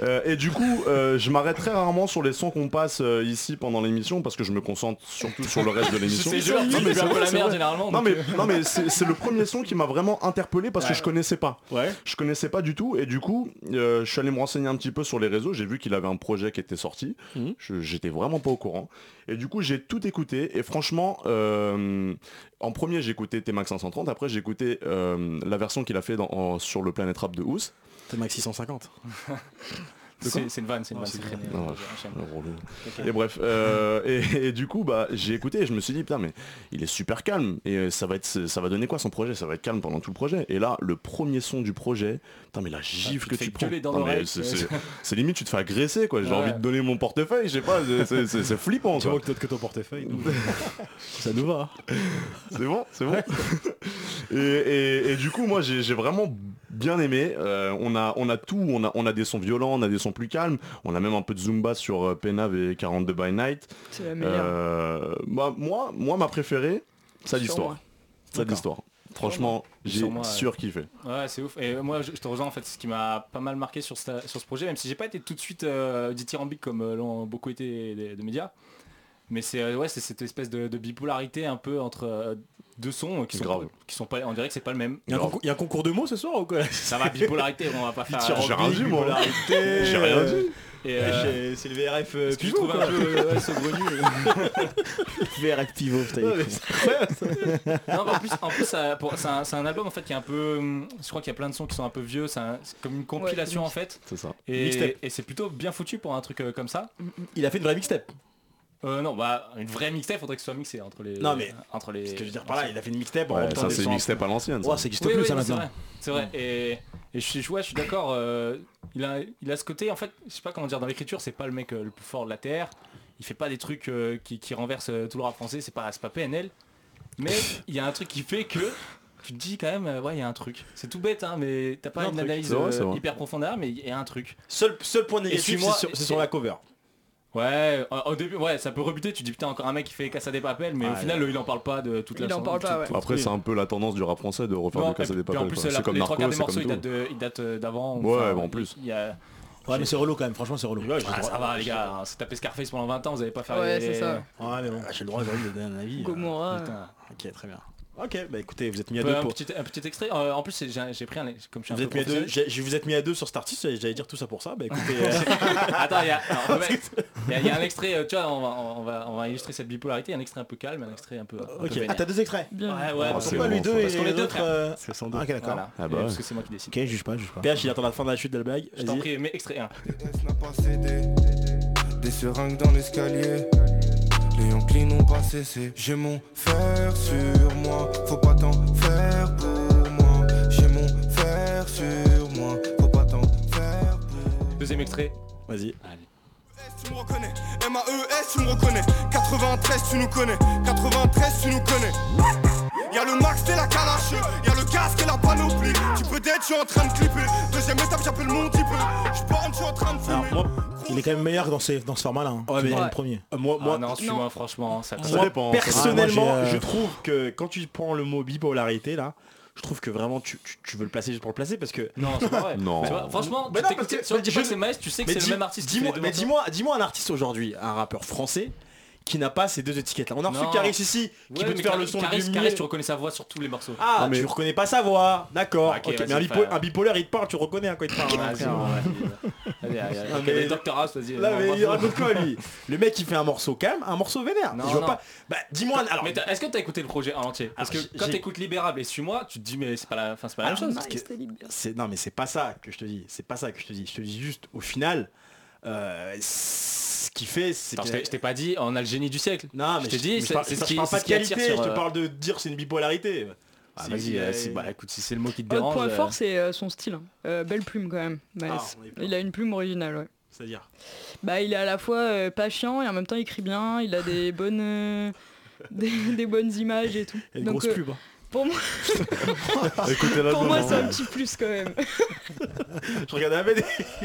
Euh, et du coup, euh, je m'arrête très rarement sur les sons qu'on passe euh, ici pendant l'émission parce que je me concentre surtout sur le [laughs] reste de Je l'émission. sais, je je mais fais c'est un peu vrai, la c'est merde vrai. généralement. Non donc, mais, euh, non mais c'est c'est le premier son qui m'a vraiment interpellé parce que je connaissais pas. Ouais. Je connaissais pas du tout et du coup euh, je suis allé me renseigner un petit peu sur les réseaux, j'ai vu qu'il avait un projet qui était sorti, Mhm. Je- j'étais vraiment pas au courant. Et du coup j'ai tout écouté et franchement euh, en premier j'ai écouté T-Max 530, après j'ai écouté euh, la version qu'il a fait dans- en- sur le Planet Rap de Ous. T'es max 650. [laughs] C'est c'est une vanne, Ah, c'est une vanne. c'est créné, une vanne. euh, j'enchaîne. Oh, relou. Et bref, euh, et, et du coup, bah, j'ai écouté et je me suis dit, putain, mais il est super calme. Et euh, ça va, être, ça va donner quoi son projet Ça va être calme pendant tout le projet. Et là, le premier son du projet, putain, mais la gifle tu Ah, te que fais tu prends. gueuler dans Non, mais l'oreille, c'est- ouais. c'est c'est limite, tu te fais agresser, quoi. J'ai Ouais. envie de donner mon portefeuille, je sais pas, c'est- c'est- c'est c'est flippant. [laughs] Tu quoi. vois que t'as que ton portefeuille. nous. ça nous va. [laughs] C'est bon, c'est bon. [laughs] et, et- et du coup, moi, j'ai j'ai vraiment bien aimé. Euh, on, a, on a tout, on a, on a des sons violents, on a des sons plus calmes, on a même un peu de Zumba sur euh, Penav et 42 by Night. C'est la meilleure. Euh, bah, moi, moi, ma préférée, ça Sur l'histoire. moi. Ça l'histoire. Franchement, j'ai Sur moi, ouais. surkiffé. Ouais, c'est ouf. Et moi, je, je te rejoins en fait, c'est ce qui m'a pas mal marqué sur, ce- sur ce projet, même si j'ai pas été tout de suite euh, dithyrambique comme euh, l'ont beaucoup été les- de médias. Mais c'est euh, ouais, c'est cette espèce de, de bipolarité un peu entre euh, deux sons euh, qui sont Grave. qui sont pas. On dirait que c'est pas le même. Il y, a un concours- il y a un concours de mots ce soir ou quoi [laughs] Ça va bipolarité, on va pas faire. Dithyrambique, J'ai rien dit, moi. [laughs] bipolarité, J'ai rien euh, Et, hein. ouais, euh, j'ai- C'est le VRF euh, parce que je pivot trouve quoi. un peu euh, ouais, saugrenu. [laughs] VRF pivot, putain. Ouais, mais Non, mais en plus, en plus ça- pour- c'est un, c'est un album en fait qui est un peu. hum, Je crois qu'il y a plein de sons qui sont un peu vieux. C'est un- c'est comme une compilation en fait. C'est ça. Et, Mixtape. et c'est plutôt bien foutu pour un truc euh, comme ça. Il a fait une vraie mixtape. Euh, non, bah une vraie mixtape, faudrait que ce soit mixé entre les. Non, mais entre les. Ce que je veux dire par là, il a fait une mixtape en Ouais, même temps ça, des c'est sons. mixtape à l'ancienne. ça. Ouah, ça existe Oui, plus oui, ça non, c'est maintenant. vrai. C'est vrai. Et, et je suis, ouais, je suis d'accord. euh, il a, il a ce côté. En fait, je sais pas comment dire. Dans l'écriture, c'est pas le mec euh, le plus fort de la terre. Il fait pas des trucs euh, qui, qui renversent euh, tout le rap français. C'est pas, c'est pas PNL. Mais il y a un truc qui fait que tu te dis quand même, euh, ouais, il y a un truc. C'est tout bête, hein, mais t'as pas Il y a un une truc. analyse C'est vrai, euh, c'est vrai. hyper profonde derrière, mais il y a un truc. Seul, seul point négatif, suis-moi, c'est sur, c'est et- sur la cover. Ouais, euh, au début, ouais, ça peut rebuter. Tu te dis putain, encore un mec qui fait casse à des papels, mais Ah, au final, euh, il en parle pas de toute la Il en chanson, parle tout- pas, ouais. Après, Oui. c'est un peu la tendance du rap français de refaire Non, des casses à et des puis papels. en plus, quoi. la- C'est comme les trois Narco, quarts des c'est morceaux, ils comme datent tout. de- ils datent euh, d'avant. Ouais, enfin, bah, en plus. il y a- Ouais, mais c'est relou quand même, franchement, c'est relou. Ouais, j'ai le Ah, droit. ça va, les gars. hein, C'est tapé Scarface pendant 20 ans, vous avez pas fait Ouais, les- c'est ça. Ouais, Ah, mais bon, j'ai le droit aujourd'hui de donner un avis. Gomorrah. euh, Putain. euh, Ok, très bien. Ok, bah écoutez, vous êtes mis à Un, deux un pour... petit, un petit extrait. Euh, en plus, c'est- j'ai j'ai pris un. Comme je suis un Vous peu êtes, mis à deux, professionnel. j'ai- j'ai- vous êtes mis à deux sur cet artiste, j'allais dire tout ça pour ça, bah [laughs] écoutez... euh, Attends, il y a- alors, on va- il y, a- il y a un extrait. euh, Tu vois, on va, on va, on va illustrer cette bipolarité. Il y a Un extrait un peu calme, un extrait un peu. un peu Ok. vénère. Ah, t'as deux extraits Bien. Ouais, ouais. Ah, parce c'est que- Pourquoi bon, ça lui deux va. et Parce qu'on est les deux, autres frère. euh, c'est sans doute. Ah, ok, d'accord. Voilà. Ah bah Et- ouais. Parce que c'est moi qui décide. Ok, je juge pas, je juge pas. PH, il attend la fin de la chute de la blague. Je t'en Vas-y. prie, mais extrait 1. TS n'a pas cédé Des seringues dans l'escalier Les Yankees n'ont pas cessé J'ai mon fer sur moi Faut pas t'en faire pour moi J'ai mon fer sur moi Faut pas t'en faire pour Deuxième extrait. Vas-y. S, tu me reconnais, M-A-E-S, E tu me reconnais 93, tu nous connais 93, tu nous connais Y'a le max et la calache, y'a le casque et la panoplie Tu peux d'être, je suis en train de clipper Deuxième étape, j'appelle mon type Je porte, je suis en train de fumer Alors, moi, Il est quand même meilleur dans ce, dans ce format-là. hein, Ouais, que mais- dans Ouais. le premier. euh, moi, Moi, Ah, moi, non, suis-moi, franchement. Ça moi, dépend, ça personnellement, Ah, moi, j'ai, euh, je trouve que quand tu prends le mot bipolarité, là, je trouve que vraiment, tu, tu- tu veux le placer juste pour le placer, parce que... Non, c'est pas vrai. Non. Tu vois, franchement, Mais tu non, t'écoutes- parce que- si on te dit je- pas que c'est Maes, tu sais que c'est dis- le même artiste. qui fait dis-moi- les deux mais morceaux. dis-moi dis-moi un artiste aujourd'hui, un rappeur français, qui n'a pas ces deux étiquettes-là. On a reçu Non. Caris ici, qui Ouais, peut te mais faire Car- le son Caris, du Caris, mieux. tu reconnais sa voix sur tous les morceaux. Ah, Non, [laughs] mais- tu reconnais pas sa voix, d'accord. Ah, ok, Ok, vas-y, mais un, fais- bipo- un bipolaire il te parle, tu reconnais hein, quand il te parle. hein, Vas-y, frère. vas-y. Allez, allez, allez. Non, Ok, mais- le Dr House, vas-y. Là, on mais va- il raconte quoi [laughs] lui Le mec il fait un morceau quand même, un morceau vénère. Non, Je vois non. pas. Bah dis-moi alors. Mais t'as- est-ce que t'as écouté le projet en entier Parce Alors, que quand j'ai- t'écoutes Libérable et Suis-moi, tu te dis mais c'est pas la, enfin, c'est pas la même Ah, chose. non, parce que- C'est non mais c'est pas ça que je te dis. C'est pas ça que je te dis. Je te dis juste au final, euh, ce qu'il fait, c'est Attends, je que- t'ai- je t'ai pas dit on a le génie du siècle. Non mais je t'ai dit, mais c'est- parle- c'est ce je qui- parle c'est pas de ce qui attire qualité. Je sur, te euh, parle de dire c'est une bipolarité. Ah, Si, vas-y, il a- euh, si, bah écoute, si c'est le mot qui te Autre dérange. point euh, fort, c'est euh, son style. hein. Euh, belle plume quand même. Mais Ah, c'est- on est pas- il a une plume originale, ouais. C'est-à-dire. Bah, il est à la fois euh, pas chiant et en même temps il écrit bien, il a des bonnes euh, [laughs] des, des bonnes images et tout. Il y a une Donc, grosse euh, pub. hein. pour [laughs] moi, Écoutez la pour hein. moi c'est un petit plus quand même. Je regardais la BD. [laughs]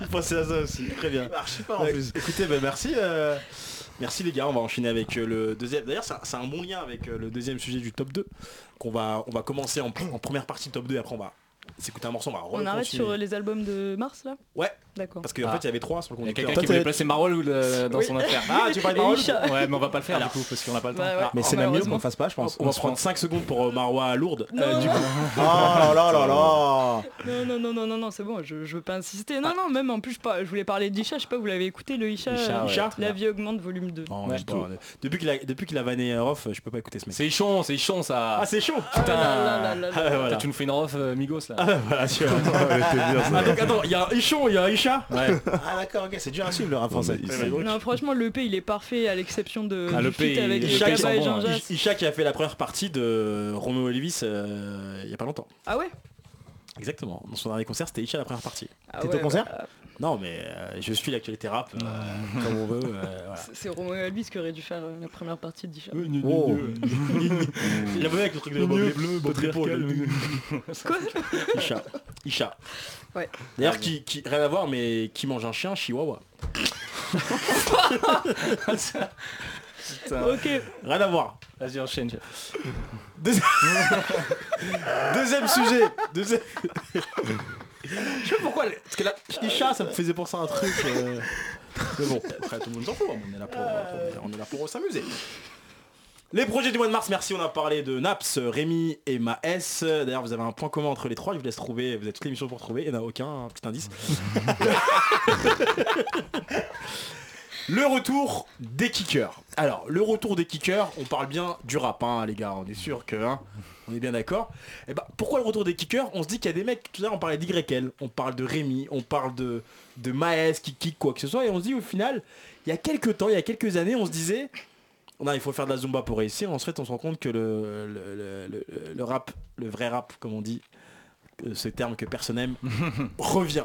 Il pensait à ça aussi. Très bien. Ouais, Écoutez, bah, merci. euh, Merci les gars, on va enchaîner avec euh, le deuxième. D'ailleurs, ça- c'est un bon lien avec euh, le deuxième sujet du top 2. Qu'on va, on va commencer en, en première partie top 2 et après on va s'écouter un morceau, on va On arrête recontinuer. sur euh, les albums de Mars là Ouais. D'accord. Parce qu'en Ah. fait il y avait trois sur le Il y a conducteur. quelqu'un qui Toi, voulait t'es- placer Marol ou le- euh, dans son affaire. Ah tu parles de Et Marwan Isha. [laughs] Ouais, mais on va pas le faire Alors. du coup parce qu'on a pas le temps. Bah ouais. Ah, Mais c'est même mieux qu'on Malheureusement. le fasse pas, je pense. On va prendre 5 secondes pour euh, Marwa à Lourdes. Non, Euh, du [laughs] coup. Oh là là là [laughs] là Non non non non non non c'est bon je, je veux pas insister non non même en plus je, par- je voulais parler d'Isha je sais pas vous l'avez écouté le Isha, Isha, euh, ouais, Isha, très La bien. vie augmente volume 2 Non, Ouais. je sais pas, euh, depuis qu'il a, depuis qu'il a vanné euh, Rof, euh, je peux pas écouter ce mec. C'est Ichon, c'est Ichon ça. Ah c'est chaud. Putain. [laughs] là là là là. Ah, ouais, voilà. Putain, Tu nous fais une rof euh, Migos là. Ah, voilà, [laughs] tu vois. Ah, donc, attends, il y a un Ichon, il y a un Isha. Ouais. Ah d'accord, ok, c'est dur à suivre le rap français. Non franchement l'EP il est parfait à l'exception de Ah, du le feat EP, avec il- Isha, le EP, Gabba ils sont et bons, Jean hein. Jass. Isha qui a fait la première partie de Romeo Elvis euh, il y a pas longtemps. Ah ouais Exactement. Dans son dernier concert, c'était Isha la première partie. Ah T'étais ouais, au concert bah, Non mais euh, je suis l'actualité rap euh, comme on veut. euh, voilà. c'est- C'est Romeo Elvis qui aurait dû faire euh, la première partie d'Isha Wow. Il a volé avec le truc de Bob Bleu, Bob [laughs] Quoi Isha. Isha. Ouais. D'ailleurs, qui, qui, rien à voir, mais qui mange un chien, [laughs] chihuahua. Ok Rien à voir. Vas-y enchaîne. [laughs] Deuxième sujet. Deuxième... Je sais pas pourquoi. Parce que là, Isha, ça me faisait penser à un truc. euh, Mais bon, après tout le monde s'en fout. hein, On est là pour, on est là pour s'amuser. Les projets du mois de mars, merci, on a parlé de Naps, Rémi et Maes. D'ailleurs, vous avez un point commun entre les trois, je vous laisse trouver, vous avez toute l'émission pour trouver, il n'y en a aucun, un petit indice. le retour des kickers. Alors, le retour des kickers, on parle bien du rap, hein, les gars, on est sûr que... hein, on est bien d'accord. Et bah pourquoi le retour des kickers On se dit qu'il y a des mecs, tout à l'heure on parlait d'YL, on parle de Rémi, on parle de, de Maes qui kick quoi que ce soit, et on se dit au final, il y a quelques temps, il y a quelques années, on se disait, non, il faut faire de la Zumba pour réussir, ensuite on se rend compte que le, le, le- le- le rap, le vrai rap, comme on dit, euh, ce terme que personne [laughs] n'aime, revient.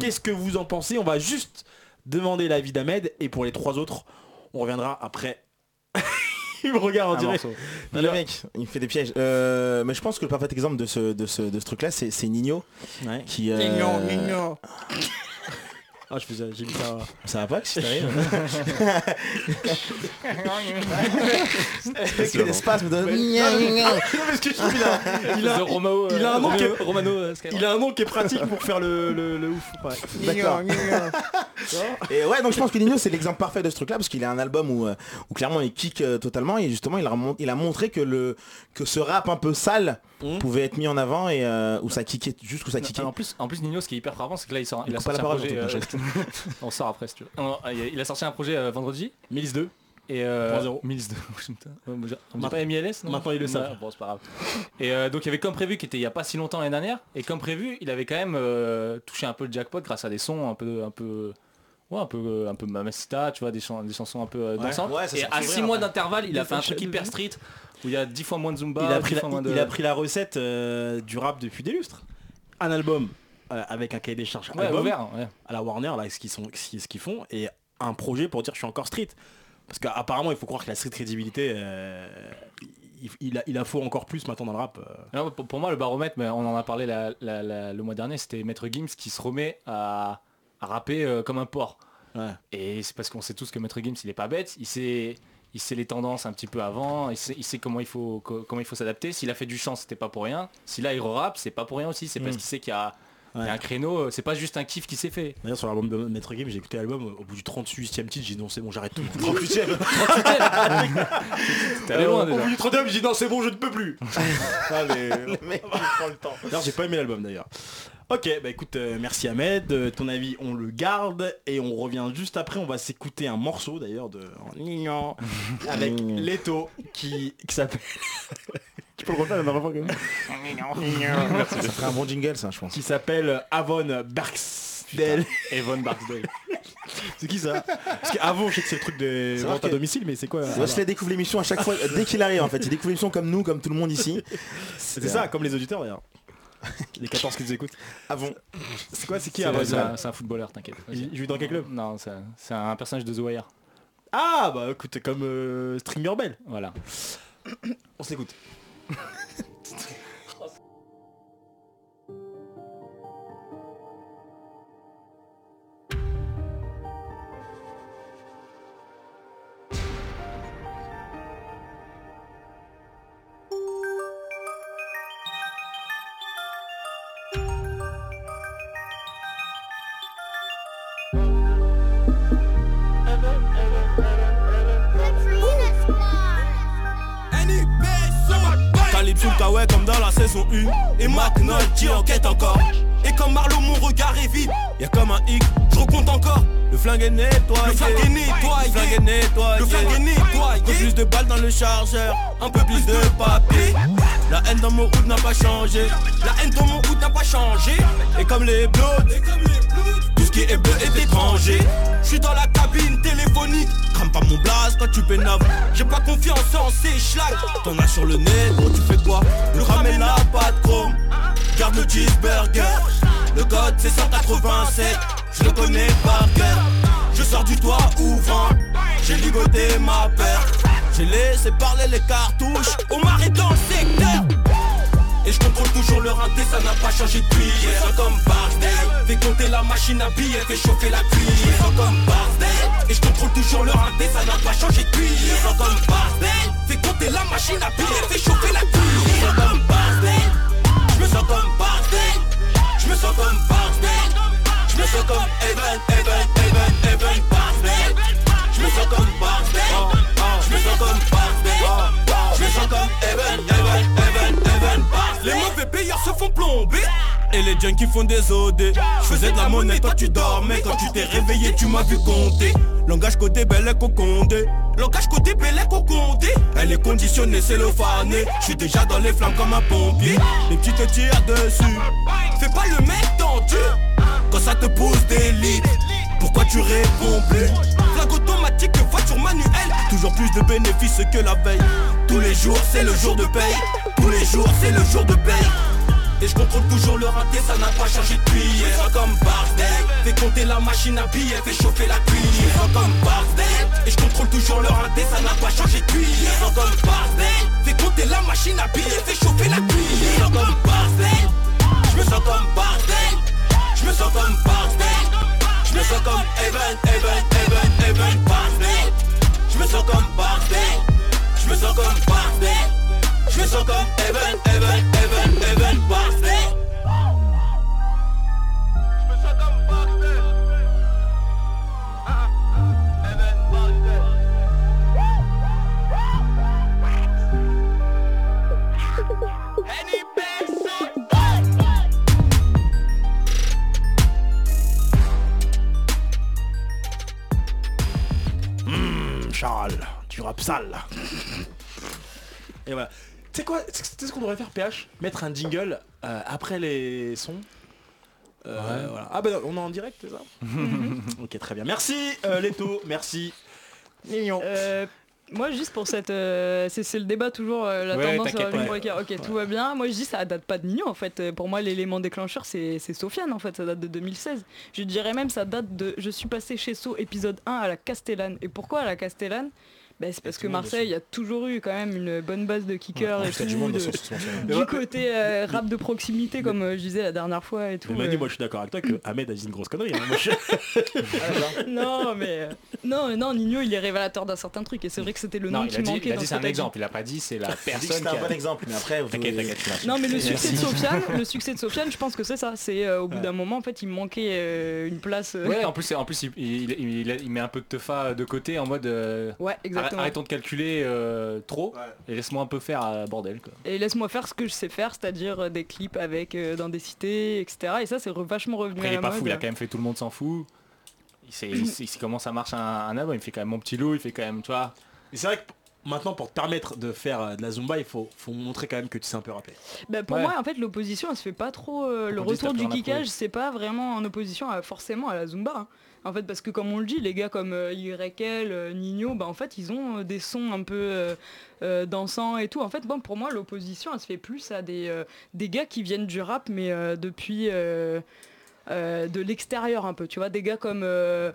Qu'est-ce que vous en pensez On va juste demander l'avis d'Ahmed, et pour les trois autres, on reviendra après. [laughs] il me regarde en direct. Non, le mec, il me fait des pièges. Euh, mais je pense que le parfait exemple de ce, de ce, de ce truc-là, c'est c'est Nino. Ouais. Qui, euh, [laughs] [laughs] Ah, je faisais, j'ai mis ça. Ça va pas que si t'arrives [laughs] Avec sûr, l'espace me donne... Non, mais ce que je trouve, il a- [laughs] il a- The Romeo, il a un euh, nom qui est- Romeo- Romano euh, Skyrock. Il a un nom qui est pratique pour faire le, le, le ouf. Ouais. D'accord. Et ouais, donc je pense que Nino c'est l'exemple parfait de ce truc-là parce qu'il a un album où, euh, où clairement il kick euh, totalement et justement il a, remon- il a montré que le que ce rap un peu sale Mhm. pouvait être mis en avant et euh, où ça kickait jusqu'où ça kickait. Non, en plus, en plus, Nino, ce qui est hyper frappant, c'est que là, il sort, il a coupe pas sorti la un parole, projet. [laughs] euh, [laughs] on sort après, si tu veux. Non, non, il a- il a sorti un projet euh, vendredi. Milis 2. Et euh, 3-0. Mills de Washington. Ouais, moi, j'ai- on dit Maintenant- pas MLS non maintenant, ils le Ouais, savent. Bon, c'est pas grave. Et euh, donc il y avait comme prévu qui était il y a pas si longtemps l'année dernière. Et comme prévu, il avait quand même euh, touché un peu le jackpot grâce à des sons un peu un peu ouais, un peu un peu mamacita, tu vois, des, chans- des chansons un peu euh, dansantes. Ouais, ça et sort à sur 6 vrai, mois après. d'intervalle, il a fait un truc hyper street où il y a 10 fois moins de zumba, il, a 10 pris Bah, la, fois moins de il a pris la recette euh, du rap depuis des lustres. Un album euh, avec un cahier des charges ouais, album, ouvert, ouais. à la Warner, là, ce qu'ils sont- ce qu'ils font, et un projet pour dire je suis encore street. Parce qu'apparemment, il faut croire que la street crédibilité, euh, il, il a, il a faux encore plus maintenant dans le rap. euh. Non, pour, pour moi, le baromètre, mais on en a parlé la- la- la- le mois dernier, c'était Maître Gims qui se remet à, à rapper euh, comme un porc. Ouais. Et c'est parce qu'on sait tous que Maître Gims, il est pas bête. Il sait, il sait les tendances un petit peu avant. Il sait, il sait comment il Mm. faut co- comment il faut s'adapter. S'il a fait du chant, c'était pas pour rien. Si là il rappe, c'est pas pour rien aussi. C'est parce qu'il sait qu'il y a Il y a un créneau, euh, c'est pas juste un kiff qui s'est fait. D'ailleurs sur l'album de Maître Game j'ai écouté l'album au bout du 38ème titre j'ai dit non c'est [laughs] bon j'arrête tout. 38ème T'es allé loin Euh, Au déjà. bout du 38ème j'ai dit non c'est bon je ne [laughs] peux plus. ah, mais... le temps. D'ailleurs j'ai pas aimé l'album d'ailleurs. Ok bah écoute euh, merci Ahmed, Euh, ton avis on le garde et on revient juste après, on va s'écouter un morceau d'ailleurs de en [laughs] ignorant, avec Leto qui, qui s'appelle Tu peux le refaire la dernière fois quand même [laughs] [laughs] Ça ferait un bon jingle ça je pense. euh, qui s'appelle Avon Barksdale. Evan Barksdale. [laughs] C'est qui ça Parce qu'avant je sais que c'est le truc des C'est ventes à marqué. domicile mais c'est quoi euh, Wesley découvre l'émission à chaque fois, euh, dès qu'il arrive en fait. Il découvre l'émission comme nous, comme tout le monde ici. C'est ça, comme les auditeurs d'ailleurs. Les 14 qui nous écoutent. Avant. C'est quoi, c'est qui C'est Avon c'est un, c'est un footballeur, t'inquiète. Il joue dans quel club Non, c'est un- c'est un personnage de The Wire. Ah bah écoute, comme euh, Stringer Bell. Voilà. [laughs] On s'écoute. Euh. Calibre sous le kawaii comme dans la saison 1 Et McNulty enquête encore Et comme Marlowe mon regard est vide Y'a comme un hic, je recompte encore Le flingue est nettoyé Le flingue est nettoyé Le flingue est nettoyé Le flingue est nettoyé Un peu plus de balles dans le chargeur Un peu plus de papier La haine dans mon hood n'a pas changé La haine dans mon hood n'a pas changé Et comme les bloods Tout ce qui est bleu est étranger Je suis dans la cabine téléphonique Crame pas mon blase quand tu pénaves J'ai pas confiance en ces schlags T'en as sur le nez, gros, tu fais quoi Le ramène n'a pas de chrome Garde le cheeseburger Le code c'est 187 Je le connais par cœur Je sors du toit ouvrant J'ai ligoté ma peur J'ai laissé parler les cartouches On m'arrête dans le secteur et je contrôle toujours leur inté, ça n'a pas changé depuis hier Je me sens comme Barsdale Fais compter la machine à billets, fais chauffer la cuillère Je me sens comme Barsdale Et je contrôle toujours leur inté, ça n'a pas changé depuis hier Je me sens comme Barsdale Fais compter la machine à billets, fais chauffer la cuillère Je me sens comme Barsdale Je me sens comme Barsdale Je me sens comme Barsdale Je me sens comme Evan, Evan, Evan, Evan Barsdale Je me sens comme Barsdale Je me sens comme Barsdale Je me sens comme Evan, Evan, Evan, Evan Barsdale Les mauvais payeurs se font plomber et les junkies font des OD Je faisais de la monnaie, toi tu dormais Quand tu t'es réveillé, tu m'as vu compter Langage côté belle et cocondé Langage côté belle et cocondé Elle est conditionnée, c'est le fané Je suis déjà dans les flammes comme un pompier Les petits te tirent dessus Fais pas le mec tendu Quand ça te pousse des lits Pourquoi tu réponds plus Flag automatique, voiture manuelle Toujours plus de bénéfices que la veille Tous les jours, c'est le jour de paye Tous les jours, c'est le jour de paye et je contrôle toujours le raté, ça n'a pas changé depuis hier Je me sens comme Barsdale Fais compter la machine à billets, fais chauffer la cuillère Je me sens comme Barsdale Et je contrôle toujours le raté, ça n'a pas changé depuis hier Je me sens comme Barsdale Fais compter la machine à billets, fais chauffer la cuillère Je me sens comme Barsdale Je me sens comme Barsdale Je me sens comme Barsdale Je me sens comme Evan, Evan, Evan, Evan Barsdale Je me sens comme Barsdale Je me sens comme Barsdale Je me sens comme Evan, Evan, Evan, Evan Barsdale Hum, Charles, du rap sale. Et voilà. Tu sais quoi, tu sais ce qu'on devrait faire PH Mettre un jingle euh, après les sons. Euh, voilà. Ah bah on est en direct, c'est ça Ok très bien. Merci euh, Leto, merci. Mignon. Euh, moi, juste pour cette. euh, c'est c'est le débat toujours, euh, la Ouais, tendance t'inquiète, à vivre ouais. avec- Ok, tout va bien. Moi, je dis ça date pas de Nino en fait. Euh, Pour moi, l'élément déclencheur, c'est c'est Sofiane en fait. Ça date de 2016. Je dirais même, ça date de. Je suis passé chez So épisode 1 à la Castellane. Et pourquoi à la Castellane Bah, c'est parce tout que le monde Marseille, il y a toujours eu quand même une bonne base de kickers et Il y a tout, du monde de- dans ce- ce morceau-là. du côté euh, rap de proximité, comme euh, je disais la dernière fois et tout. Mais Manu, euh. moi je suis d'accord avec toi que Ahmed a dit une grosse connerie. hein. Moi, [laughs] je- non, mais euh, non, non, Nino, il est révélateur d'un certain truc et c'est vrai que c'était le nom Non, il qui a dit, manquait il a dans dit ce c'est un que t'as dit. exemple, il a pas dit c'est la Dis que personne C'est qui un a... bon exemple, mais après, vous- T'inquiète, t'inquiète, tu l'as. Non mais le succès de Sofiane, [laughs] le succès de Sofiane, je pense que c'est ça. C'est euh, au bout d'un moment en fait il manquait euh, une place. euh, Ouais, en plus, c'est- en plus il, il- il- il- il met un peu de teufa de côté en mode euh, ouais, arrête- exactement. arrêtons de calculer euh, trop et laisse-moi un peu faire euh, bordel quoi. Et laisse-moi faire ce que je sais faire, c'est-à-dire euh, des clips avec euh, dans des cités, etc. Et ça c'est re- vachement revenu Après à il la est pas mode. fou, il a quand même fait tout le monde s'en fout. Il sait, il sait- il sait comment ça marche un, un album, il fait quand même mon petit loup, il fait quand même, tu vois. Mais c'est vrai que p- maintenant pour te permettre de faire euh, de la Zumba, il faut, faut montrer quand même que tu sais un peu rapper. Bah, pour Ouais. moi en fait l'opposition elle se fait pas trop. euh, le Comme dit, retour du t'as plus rien à geekage prouver. c'est pas vraiment en opposition à, forcément à la Zumba. hein. En fait parce que comme on le dit les gars comme euh, YL, euh, Nino, bah en fait ils ont euh, des sons un peu euh, euh, dansants et tout. En fait bon pour moi l'opposition elle se fait plus à des, euh, des gars qui viennent du rap mais euh, depuis euh, euh, de l'extérieur un peu. Tu vois des gars comme... euh,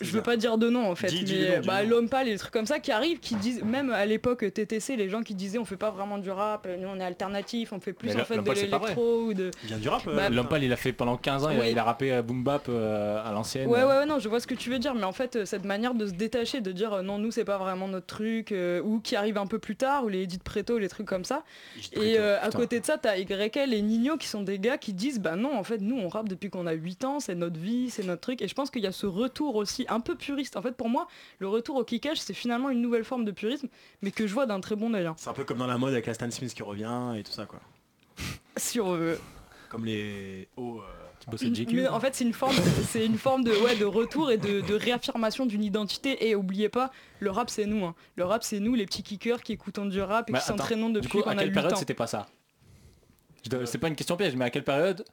je veux pas dire de nom en fait, Dis- dis les mais noms, dis bah, les l'homme pâle et des trucs comme ça qui arrivent, qui disent, même à l'époque TTC, les gens qui disaient on fait pas vraiment du rap, nous on est alternatif, on fait plus Mais en le- fait l'homme de pâle, c'est pas vrai. l'électro ou de. Il vient du rap. euh, Bah, putain. Lampal il a fait pendant 15 ans, il, a, Oui. il a rappé euh, Boom Bap euh, à l'ancienne. Ouais, ouais, ouais, non, je vois ce que tu veux dire, mais en fait, euh, cette manière de se détacher, de dire euh, non, nous c'est pas vraiment notre truc, euh, ou qui arrive un peu plus tard, ou les Edith Preto, les trucs comme ça. Et euh, à côté de ça, t'as YL et Nino qui sont des gars qui disent bah non, en fait, nous on rappe depuis qu'on a 8 ans, c'est notre vie, c'est notre truc. Et je pense qu'il y a ce retour aussi un peu puriste. En fait, pour moi, le retour au kickage, c'est finalement une nouvelle forme de purisme, mais que je vois d'un très bon œil. hein. C'est un peu comme dans la mode avec la Stan Smith qui revient et tout ça quoi. [laughs] Si on veut. Comme les hauts. euh, Mais en fait, c'est une forme, c'est une forme de, ouais, de retour et de, de réaffirmation d'une identité. Et oubliez pas, le rap c'est nous. hein. Le rap c'est nous, les petits kickers qui écoutons du rap et Bah, qui attends, s'entraînons Du depuis coup, qu'on à a quelle 8 période ans. c'était pas ça Je dois- C'est pas une question piège, mais à quelle période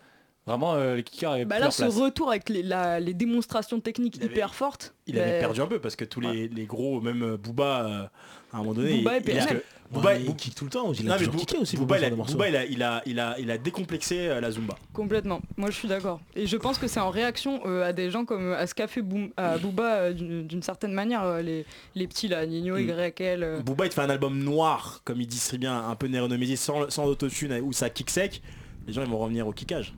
vraiment euh, les kickers avaient Bah plus là, leur ce place retour avec les, la- les démonstrations techniques Il avait- hyper fortes. Il avait bah, perdu un peu parce que tous les, les gros, même euh, Booba, euh, à un moment donné, Booba et il, il a- PNL. Booba, Ouais, mais Boo- il kick tout le temps, il Non, a mais toujours Boo- kické aussi Booba, il a, dans des morceaux. Booba, il a- il a- il a- il a décomplexé euh, la Zumba. Complètement, moi je suis d'accord. Et je pense que c'est en réaction euh, à des gens comme euh, à ce qu'a fait Boom- à Booba euh, d'une d'une certaine manière, euh, les, les petits là, Nino, Mm. YL. euh. Booba il te fait un album noir comme il dit si bien un peu néronomisé sans, sans autotune où ça kick sec les gens ils vont revenir au kickage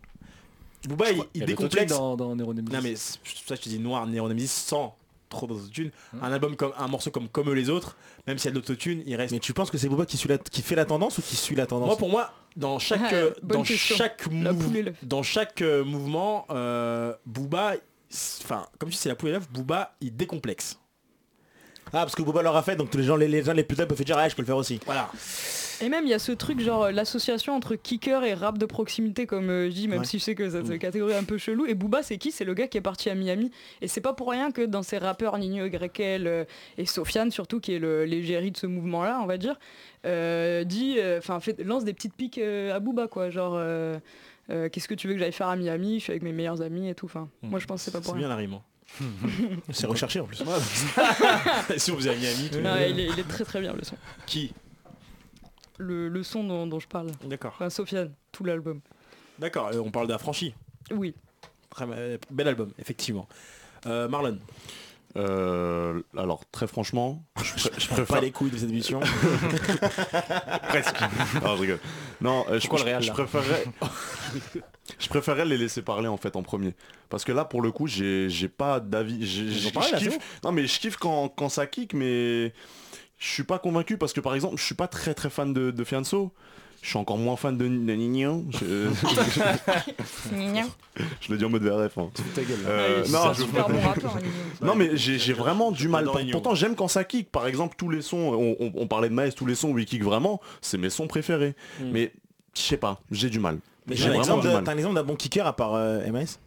Booba il, il y a le décomplexe autotune dans, dans Neuronemesis. non mais c'est- ça je te dis noir néronomisé sans trop d'autotune Hein un album comme un morceau comme comme les autres même s'il y a de l'autotune il reste Mais tu penses que c'est Booba qui, suit la- qui fait la tendance ou qui suit la tendance moi pour moi dans chaque Ah, euh, bonne dans question. chaque La mou- poule et l'œuf. dans chaque euh, mouvement euh, Booba c'est- enfin comme si c'est la poule et l'œuf Booba il décomplexe Ah parce que Booba l'aura fait donc tous les gens les, les gens les plus tard peuvent se dire ah je peux le faire aussi. voilà Et même il y a ce truc genre euh, l'association entre kicker et rap de proximité comme euh, je dis, même Ouais. si je sais que c'est Mm. une catégorie un peu chelou. Et Booba c'est qui C'est le gars qui est parti à Miami. Et c'est pas pour rien que dans ces rappeurs Nino, YL euh, et Sofiane surtout, qui est le- l'égérie de ce mouvement là, on va dire, euh, dit, enfin lance des petites piques euh, à Booba quoi, genre. euh, euh, Qu'est-ce que tu veux que j'aille faire à Miami Je suis avec mes meilleurs amis et tout. Enfin, Mm. moi je pense que c'est pas c'est pour rien. bien la rime hein. [laughs] C'est recherché en plus. [laughs] si on vous a mis à mi tous les Non, deux. il, est, il est très très bien le son. qui Le, le son dont, dont je parle. d'accord Enfin, Sofiane, tout l'album. D'accord, euh, on parle d'affranchi. Oui. Très, euh, bel album, effectivement. Euh, Marlon, Euh, alors très franchement, je, [laughs] pr- je Pas préfère les couilles de cette émission. [laughs] presque. Non, je rigole. Non, euh, je, quoi le je- Real, je là [laughs] préférerais je préférerais les laisser parler en fait en premier parce que là pour le coup, j'ai j'ai pas d'avis, j'ai- Ils j'ai- ont parlé, je là, c'est kiffe. Non mais je kiffe quand quand ça kick mais je suis pas convaincu parce que par exemple, je suis pas très très fan de, de Fianso. Je suis encore moins fan de, de Nino. [laughs] Je, [laughs] je le dis en mode VRF. hein. Ta gueule. Euh, Ouais, c'est non, un je- super bon hein, rappeur, Nino. Non mais j'ai j'ai vraiment du mal. J'adore Pour- Nino. Pourtant j'aime quand ça kick. Par exemple tous les sons, on, on- on parlait de Maes, tous les sons où il kick vraiment, c'est mes sons préférés. Mm. Mais je sais pas, j'ai du mal. Hmm. Mais J'ai t'as un vraiment exemple du d'un- mal. t'as un exemple d'un bon kicker à part euh, MS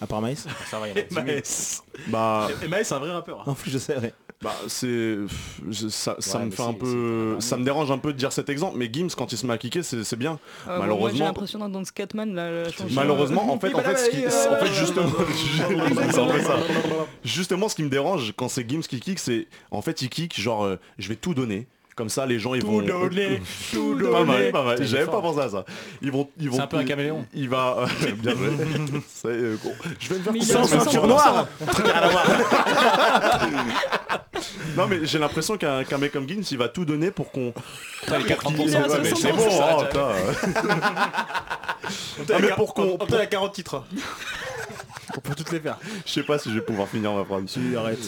À part Maïs Ça va, il y en a 10 000. Bah, Maïs, Ah. c'est un vrai rappeur. En plus je sais. ouais. bah c'est pff, je- ça, ça Ouais, me mais fait un si, peu c'est- ça me dérange un peu de dire cet exemple mais Gims quand il se met à kicker c'est c'est bien Ah, bon, Malheureusement- moi, J'ai l'impression d'un Dance Catman là. la chanson, malheureusement en fait bah en fait ce qui- euh, en [laughs] fait justement [laughs] c'est un peu ça. justement ce qui me dérange quand c'est Gims qui kick c'est en fait il kick genre euh, je vais tout donner comme ça les gens ils vont [laughs] pas mal, pas Putain, mal. il est J'avais pas fort. pensé à ça. Ils vont, ils vont. C'est un peu un caméléon. Il va. [laughs] Bien joué. [laughs] Ça y est, euh, gros. Je vais me faire Mais il couper a la un ceinture ceinture noire. [laughs] noire. Non, mais j'ai l'impression qu'un qu'un mec comme Gins, il va tout donner pour qu'on. Putain, les 40%, Ouais, ouais, mais mais c'est c'est bon, ça, oh, ça. putain. Ah, mais pour qu'on. On a 40 titres. On peut toutes les faire. Je sais pas si je vais pouvoir finir ma phrase. arrête.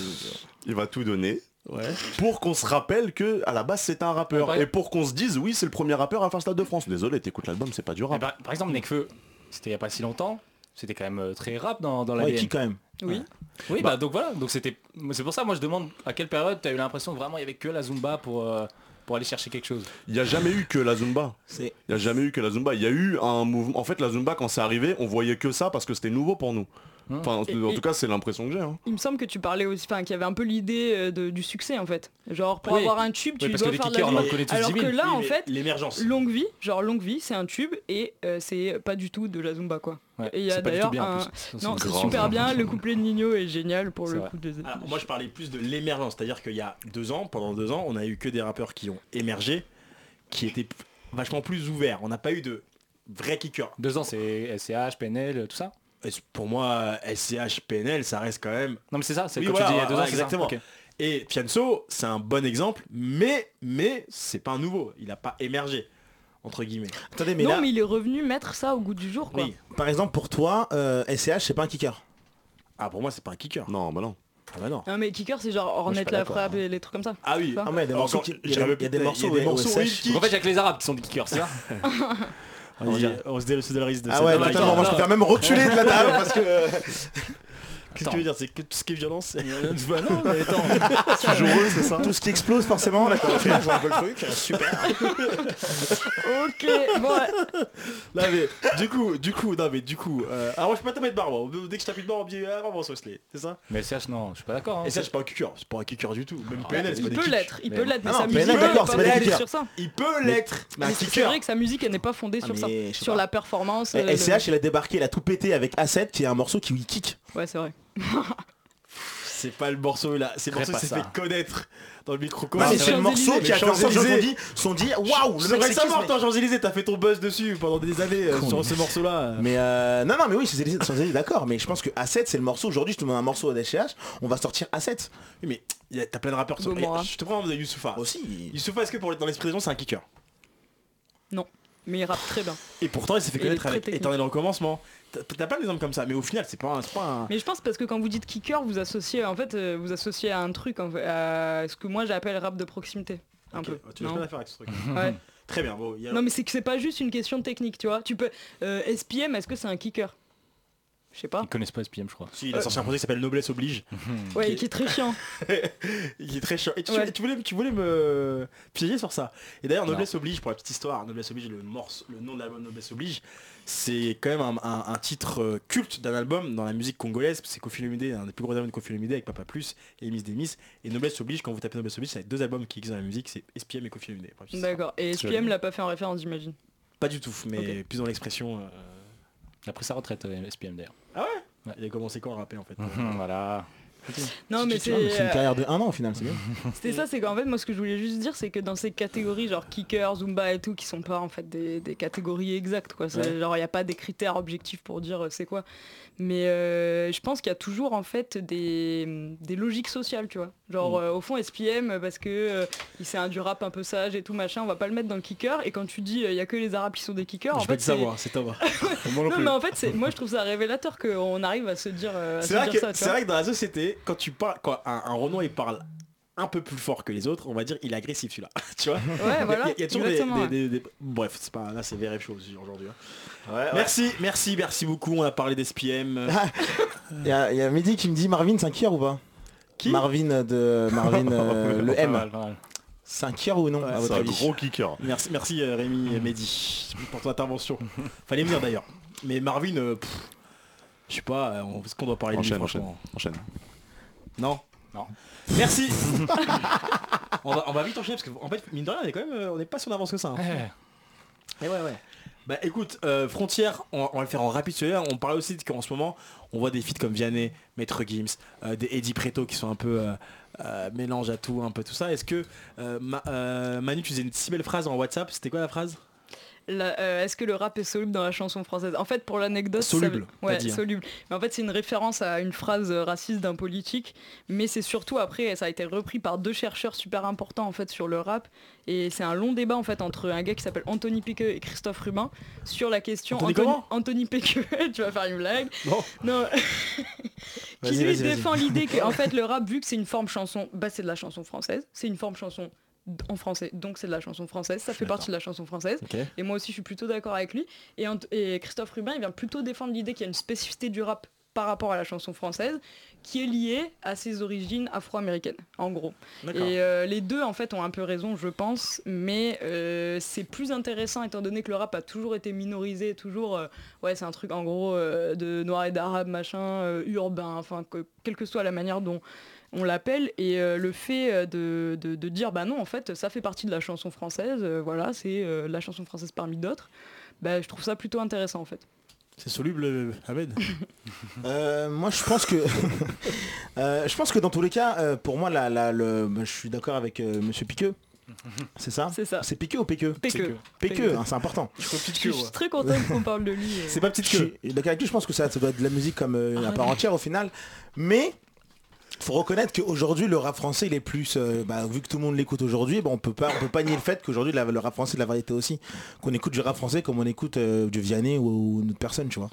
Il va tout donner Ouais. pour qu'on se rappelle que à la base c'est un rappeur Ouais. et pour qu'on se dise oui c'est le premier rappeur à faire Stade de France. Désolé, t'écoutes l'album, c'est pas du Mais rap. Par, Eh ben, par exemple, Nekfeu, c'était il y a pas si longtemps. C'était quand même euh, très rap dans, dans la Ouais, qui quand même. Oui. Oui, bah, donc voilà. Donc c'était. moi, C'est pour ça, moi, je demande à quelle période t'as eu l'impression que vraiment il y avait que la zumba pour euh, pour aller chercher quelque chose. Il y a jamais eu que la Zumba. C'est- Il y a jamais eu que la Zumba. Il y a eu un mouvement. En fait, la Zumba quand c'est arrivé, on voyait que ça parce que c'était nouveau pour nous. Hmm. Enfin, en tout en tout cas, c'est l'impression que j'ai. hein. Il me semble que tu parlais aussi, enfin qu'il y avait un peu l'idée euh, de- du succès en fait. Genre pour Oui. avoir un tube, Oui, tu parce dois que les faire de kickers, on la en vie. connaît tous Alors 10 que 000. là en fait, L'émergence. longue vie, genre longue vie, c'est un tube et euh, c'est pas du tout de la zumba quoi. Ouais, Et il y a c'est pas du d'ailleurs tout bien, en un- plus. Non, une c'est grave super bien. invention. Le couplet de Nino est génial pour C'est le vrai. coup de. Alors, Ah, moi je parlais plus de l'émergence, c'est-à-dire qu'il y a deux ans, pendant deux ans, on a eu que des rappeurs qui ont émergé, qui étaient p- vachement plus ouverts. On n'a pas eu de vrais kickers. Deux ans, c'est SCH, PNL, tout ça. Et c- Pour moi, SCH, PNL, ça reste quand même. Non, mais c'est ça. C'est Oui, quand voilà, tu dis il y a deux voilà, ans, c'est ça. exactement. Ok. Et Pianso, c'est un bon exemple, mais mais c'est pas un nouveau. Il n'a pas émergé entre guillemets. Attendez, mais non, là, mais il est revenu mettre ça au goût du jour quoi. Oui. par exemple, pour toi, euh, SCH, c'est pas un kicker. Ah pour moi, c'est pas un kicker. Non, bah non. Ah bah non. Non mais kicker c'est genre je suis ornette pas la d'accord, frappe hein. et les trucs comme ça. Ah oui. Pas. Ah mais il y a des Alors, morceaux quand- qui- il y a j'avais- des- il y a des putain, morceaux il y a des où morceaux où il SCH. Donc, en fait, il y a que les Arabes qui sont des kickers, c'est ça. On, se- on se délocalise de Ah cette ouais, blague. putain, non, moi je préfère même reculer de la table parce que. euh, [laughs] Qu'est-ce que tu veux dire C'est que tout ce qui est violence, c'est- [laughs] Bah non, mais attends. [laughs] c'est ça Tout ce qui explose forcément, là, quand tu vois un peu le [laughs] truc. Ok. Bon, Non mais du coup, du coup, non mais du coup, euh, alors moi je peux pas taper de barre moi, dès que je tape une barre on me dit ah bravo Wesley, c'est ça Mais SCH, non, je suis pas d'accord. hein. Et ça c'est pas un kicker, c'est pas un kicker du tout, même ouais, PNL c'est pas Ah, il des peut kickers. l'être, il Mais peut bon. l'être, mais Non, Ah, sa mais musique là, d'accord, peut c'est pas des basée kickers. sur ça. Il peut l'être, mais un Mais C'est kicker vrai que sa musique elle n'est pas fondée Ah, sur ça, mais je sais sur pas. la performance. euh, Et le- SCH, il a débarqué, il a tout pété avec A7 qui est un morceau qui kick. Ouais c'est vrai. c'est pas le morceau là, c'est le Crée morceau qui pas s'est ça. fait connaître dans le micro-coin. Ouais, mais Bah, c'est c'est le Champs-Élysées. morceau qui a Les fait en sorte Champs-Élysées. qu'on dit, sont dit waouh, le C'est mec c'est qui, récemment, ce mec attends Champs-Élysées, t'as fait ton buzz dessus pendant des années euh, sur ce morceau là. mais euh, non non mais oui c'est c'est- d'accord mais je pense que A7 c'est le morceau aujourd'hui je te demande un morceau à DHH on va sortir A7 Oui mais il y a- t'as plein de rappeurs sur... Gomorrah. Et Je te prends de Youssoufa. aussi Youssoufa est-ce que pour être dans l'esprit des gens c'est un kicker Mais il rappe très bien. Et pourtant il s'est fait Il est connaître très avec technique. Éternel Recommencement. T'as- T'as pas d'exemple comme ça, mais au final c'est pas un... c'est pas un- Mais je pense parce que quand vous dites kicker, vous associez en fait, euh, vous associez à un truc, en fait, à ce que moi j'appelle rap de proximité, un Ok, Ah, peu. Tu n'as non rien à faire avec ce truc. [laughs] Ouais. Très bien, bon, il y a- Non, mais c'est que c'est pas juste une question de technique, tu vois. Tu peux euh, SPM, est-ce que c'est un kicker Je sais pas. Euh, Ils connaissent pas SPM, je crois. Si, il a sorti un projet qui s'appelle Noblesse [laughs] Oblige, Ouais, ok. et qui est [laughs] très chiant. qui est très chiant. Et tu, Ouais. tu voulais, tu voulais me piéger sur ça. Et d'ailleurs, Non. Noblesse Oblige, pour la petite histoire, Noblesse Oblige, le, morce, le nom de l'album Noblesse Oblige, c'est quand même un, un- un titre euh, culte d'un album dans la musique congolaise. C'est Kofi Lumide, un des plus gros albums de Kofi Lumide avec Papa Plus et Miss Demis. Et Noblesse Oblige, quand vous tapez Noblesse Oblige, c'est deux albums qui existent dans la musique, c'est SPM et Kofi Lumide. Pour la petite histoire. D'accord. Et SPM l'a pas fait en référence, j'imagine. Pas du tout, mais Ok. plus dans l'expression. euh, Ah Il a pris sa retraite, euh, SPM d'ailleurs. il a commencé quand à rapper en Mhm. fait [laughs] Euh, Voilà. Non, mais Ah, mais c'est euh, c'est une carrière de un an au final [laughs] c'est bien c'était ça, c'est qu'en fait, moi ce que je voulais juste dire, c'est que dans ces catégories, genre kicker, zumba et tout, qui sont pas en fait des, des catégories exactes, quoi. C'est- Genre, il n'y a pas des critères objectifs pour dire euh, c'est quoi. Mais euh, je pense qu'il y a toujours en fait des, des logiques sociales, tu vois. Genre, Mm. euh, au fond, SPM, euh, parce que euh, il c'est un du rap un peu sage et tout machin, on va pas le mettre dans le kicker. Et quand tu dis, euh, il y a que les arabes qui sont des kickers, en Je vais fait, te c'est- savoir, [laughs] c'est Thomas. Moi Non, mais en fait, c'est- moi je trouve ça révélateur qu'on arrive à se dire, euh, à se C'est vrai, dire que, ça. tu c'est vois. vrai que dans la société, quand tu parles, quand un, un Renoir il parle un peu plus fort que les autres, on va dire il est agressif celui-là. [laughs] tu vois Ouais, voilà. Il y a- il y a toujours des, exactement, des- ouais. des- des- Bref, c'est pas là c'est VRF chose aujourd'hui. hein. Merci, merci, merci beaucoup. On a parlé d'SPM. euh, il y, a- il y a Mehdi qui me dit Marvin c'est un kicker ou pas Qui Marvin euh, [laughs] [laughs] de Marvin euh, le Oh, Pas M mal, pas mal. c'est un kicker ou non à C'est votre un avis gros kicker. Mm. Merci, merci euh, Rémi et Mehdi pour ton intervention. Fallait venir d'ailleurs. Mais Marvin, euh, pff, je sais pas, euh, on- est-ce qu'on doit Ah, parler de lui Enchaîne, franchement Enchaîne. Non. Non. [laughs] Merci on, va, on va vite enchaîner parce qu'en fait, mine de rien, on est quand même. euh, On n'est pas si en avance que ça. hein. Ouais. Et ouais, ouais. Bah écoute, euh, Frontière, on, on va le faire en rapide celui-là. On parlait aussi de- qu'en ce moment, on voit des feats comme Vianney, Maître Gims, euh, des Eddie Preto qui sont un peu euh, euh, mélange à tout, un peu tout ça. Est-ce que euh, Ma- euh, Manu, tu faisais une si belle phrase en WhatsApp C'était quoi la phrase la- euh, est-ce que le rap est soluble dans la chanson française En fait, pour l'anecdote, ça- Soluble, t'as ouais, dit, hein. soluble. Mais en fait, c'est une référence à une phrase euh, raciste d'un politique, mais c'est surtout après, ça a été repris par deux chercheurs super importants en fait sur le rap, et c'est un long débat en fait entre un gars qui s'appelle Anthony Piqueux et Christophe Rubin sur la question. Anthony comment Anthony Piqueux, [laughs] tu vas faire une blague Non. Non. qui Vas-y, lui vas-y, vas-y. défend l'idée que en [laughs] fait le rap vu que c'est une forme chanson bah c'est de la chanson française c'est une forme chanson d- en français donc c'est de la chanson française ça fait partie de la chanson française Ok. et moi aussi je suis plutôt d'accord avec lui et, Ant- et Christophe Rubin il vient plutôt défendre l'idée qu'il y a une spécificité du rap par rapport à la chanson française qui est liée à ses origines afro-américaines en gros et euh, les deux, en fait, ont un peu raison, je pense, mais euh, c'est plus intéressant étant donné que le rap a toujours été minorisé, toujours, euh, ouais, c'est un truc en gros euh, de noir et d'arabe, machin, euh, urbain, enfin, que- quelle que soit la manière dont on l'appelle, et euh, le fait euh, de, de- de dire, bah non, en fait, ça fait partie de la chanson française, euh, voilà, c'est euh, la chanson française parmi d'autres, bah, je trouve ça plutôt intéressant, en fait. C'est soluble, euh, Ahmed [laughs] Euh, moi je pense que [laughs] euh, je pense que dans tous les cas euh, pour moi la, la- le- bah, je suis d'accord avec euh, monsieur Piqueux c'est ça C'est ça. c'est Piqueux ou Piqueux Péqueux. Piqueux hein, c'est important Je suis très contente qu'on parle de lui. euh. c'est pas petite queue d'accord avec lui je pense que ça, ça doit être de la musique comme euh, à part entière au final mais faut reconnaître qu'aujourd'hui le rap français il est plus euh, bah, vu que tout le monde l'écoute aujourd'hui bah, on peut pas on peut pas nier le fait qu'aujourd'hui la- le rap français de la variété aussi qu'on écoute du rap français comme on écoute euh, du Vianney ou, ou une autre personne tu vois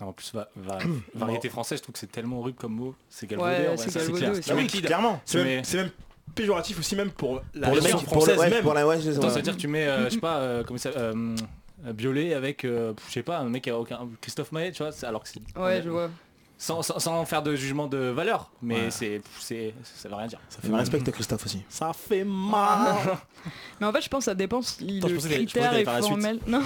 Non, en plus, bah, va- va- variété française, je trouve que c'est tellement rude comme mot. C'est galvaudé. Ouais, en vrai, c'est ça, galvaudé clair. aussi. Tu Ah oui, mets qui dans- clairement C'est même, Mais- c'est même péjoratif aussi même pour la Pour le mec chanson qui- pour le- française ouais, même. pour la- ouais, je- Attends, ouais. ça veut dire que tu mets, euh, je sais pas, euh, comment ça, euh, euh, Biolay avec, euh, je sais pas, un mec qui a aucun, Christophe Maé, tu vois, c'est- alors que c'est, Ouais, je vois. sans, sans, sans faire de jugement de valeur, mais c'est, c'est, ça veut rien dire. ça fait mal respect Christophe aussi Ça fait mal [laughs] Mais en fait, je pense que ça dépend si Attends, je le pensais que- je critère pensais est que t'allais faire la formel. [laughs] Non,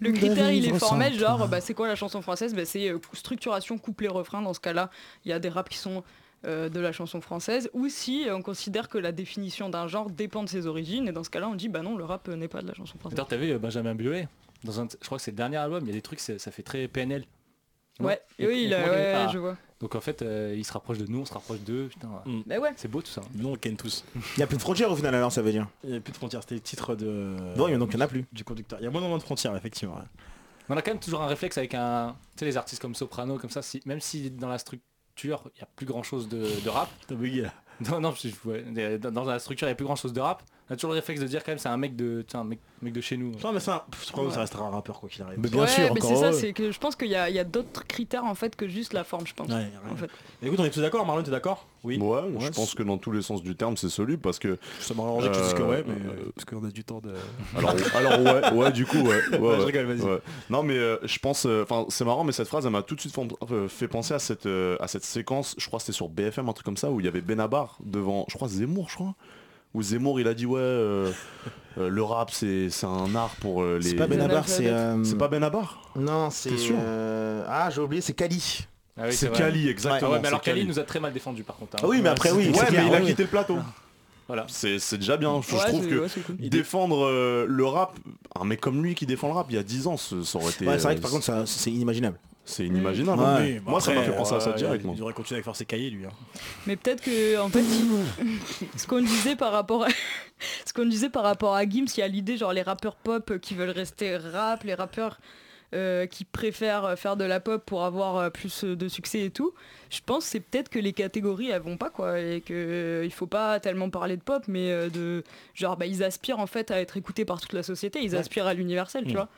le critère il est formel, genre bah, c'est quoi la chanson française bah, C'est euh, structuration, couplet, refrain. Dans ce cas-là, il y a des raps qui sont euh, de la chanson française. Ou si euh, on considère que la définition d'un genre dépend de ses origines, et dans ce cas-là, on dit bah non, le rap euh, n'est pas de la chanson française. D'ailleurs, t'as vu euh, Benjamin Biolay dans un, je crois que c'est le dernier album, il y a des trucs, c'est- ça fait très PNL. Non Ouais, Et- oui, et il a- comment il- ouais, ah. je vois. Donc en fait, euh, il se rapproche de nous, on se rapproche d'eux, putain. Mm. Bah ouais. C'est beau tout ça. Nous on ken [laughs] tous. Il n'y a plus de frontières au final alors ça veut dire. Il n'y a plus de frontières, c'était le titre de... Non, mais donc il n'y en a plus. du conducteur. Il y a moins en moins de frontières effectivement. Mais on a quand même toujours un réflexe avec un, tu sais, les artistes comme Soprano, comme ça, si, même si dans la structure, il n'y a plus grand chose de, de rap, T'as bugué là. Non, non, parce que je pouvais- dans dans la structure, il n'y a plus grand chose de rap. On a toujours le réflexe de dire quand même c'est un mec de, tiens, un mec, mec de chez nous. Non mais ça, je crois que ça restera un rappeur quoi qu'il arrive. Mais bien ouais, sûr, mais encore c'est ça, heureux. c'est que je pense qu'il y a, il y a d'autres critères en fait que juste la forme, je pense. Ouais, ouais. En fait. Écoute, on est tous d'accord, Marlon, t'es d'accord Oui. Ouais, Ouais, je pense que dans tous les sens du terme, c'est soluble parce que. Ça m'a arrangé que tu dises que ouais, mais... Euh, Parce qu'on a du temps de... [laughs] Alors, alors ouais, ouais, du coup, ouais. ouais, Ouais, ouais. [laughs] je rigole, vas-y. Ouais. Non mais euh, je pense, enfin c'est marrant mais cette phrase elle m'a tout de suite fon- euh, fait penser à cette, euh, à cette séquence, je crois que c'était sur BFM un truc comme ça où il y avait Benabar devant, je crois Zemmour je crois, où Zemmour il a dit ouais euh, euh, le rap c'est c'est un art pour euh, les... C'est pas Benabar, c'est... euh, C'est pas Ben Benabar Non, c'est... T'es sûr euh, Ah, j'ai oublié, c'est Kali. Ah oui, C'est vrai. Kali Ah exactement. ouais, mais alors c'est Kali. Kali nous a très mal défendu par contre. hein. Ah oui, mais après, oui. Ouais c'est mais clair, il a oui, oui. quitté le plateau. Voilà. C'est c'est déjà bien, je, je Ouais, trouve c'est- que ouais, c'est cool. défendre euh, le rap, un mec comme lui qui défend le rap il y a 10 ans, ce- ça aurait été... Ouais, c'est vrai que euh, par contre, ça- [laughs] c'est inimaginable. C'est inimaginable. Ouais. Oui, moi, ça m'a fait penser à ça direct. directement. moi. Il aurait continué avec faire ses cahiers lui. Hein. Mais peut-être que en fait, il- ce qu'on disait par rapport à ce qu'on disait par rapport à Gims, il y a l'idée genre les rappeurs pop euh, qui veulent rester rap, les rappeurs euh, qui préfèrent euh, faire de la pop pour avoir euh, plus euh, de succès et tout. Je pense que c'est peut-être que les catégories elles vont pas quoi et que euh, il faut pas tellement parler de pop, mais euh, de genre bah, ils aspirent en fait à être écoutés par toute la société, ils aspirent à l'universel, tu Mm. Mmh. vois.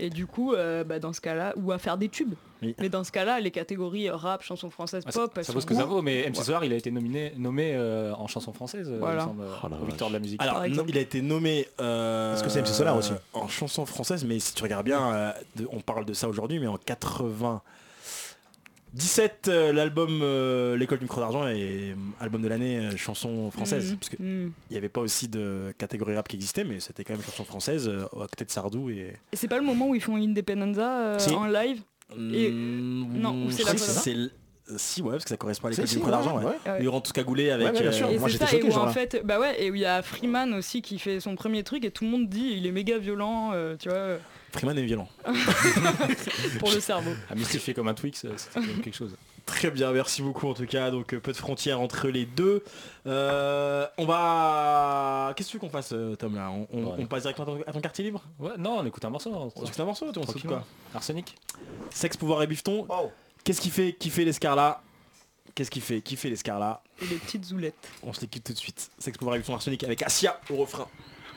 Et du coup, euh, bah, dans ce cas-là, ou à faire des tubes. Oui. Mais dans ce cas-là, les catégories euh, rap, chanson française, Ah, ça- pop, ça, elles vaut ce sont que ça où vaut, mais MC Solar il a été nominé, nommé euh, en chanson française, euh, Voilà. il me semble, Oh la aux victoires de la musique. Alors, Par non, exemple. il a été nommé. euh, Parce que c'est MC Solar aussi. En chanson française, mais si tu regardes bien, euh, de- on parle de ça aujourd'hui, mais en 97, euh, l'album euh, L'école du micro d'argent est euh, album de l'année euh, chanson française. Mmh. Parce qu'il Mmh. n'y avait pas aussi de catégorie rap qui existait, mais c'était quand même chanson française euh, à côté de Sardou et. Et C'est pas le moment où ils font Independenza euh, Si. en live Et- non, ou c'est la si, fois c'est l- Si, ouais, parce que ça correspond à C'est l'école du micro d'argent. ouais. Ouais. Ils rentrent tous cagoulés avec. euh, Ouais, ouais, bien sûr. Et Moi, c'est j'étais ça, choqué, et où genre, en là. fait, bah ouais, et où il y a Freeman aussi qui fait son premier truc et tout le monde dit il est méga violent, euh, tu vois, [laughs] euh, Freeman est violent. pour le cerveau. À mystifier comme un Twix, euh, c'était quand même quelque chose. Très bien, merci beaucoup en tout cas. Donc euh, peu de frontières entre les deux. Euh, on va. Qu'est-ce que tu veux qu'on fasse, euh, Tom là on, on- Ouais. on passe directement à ton, à ton quartier libre Ouais, non, on écoute un morceau. on- On écoute un morceau toi, on s'écoute Tranquillement. quoi Arsenic Sexe, pouvoir et bifton. Qu'est-ce qui fait qui fait l'escarlat Qu'est-ce qui fait qui fait l'escarlat Et les petites zoulettes. On se l'écoute tout de suite. Sexe, pouvoir et bifton arsenic avec Asia au refrain.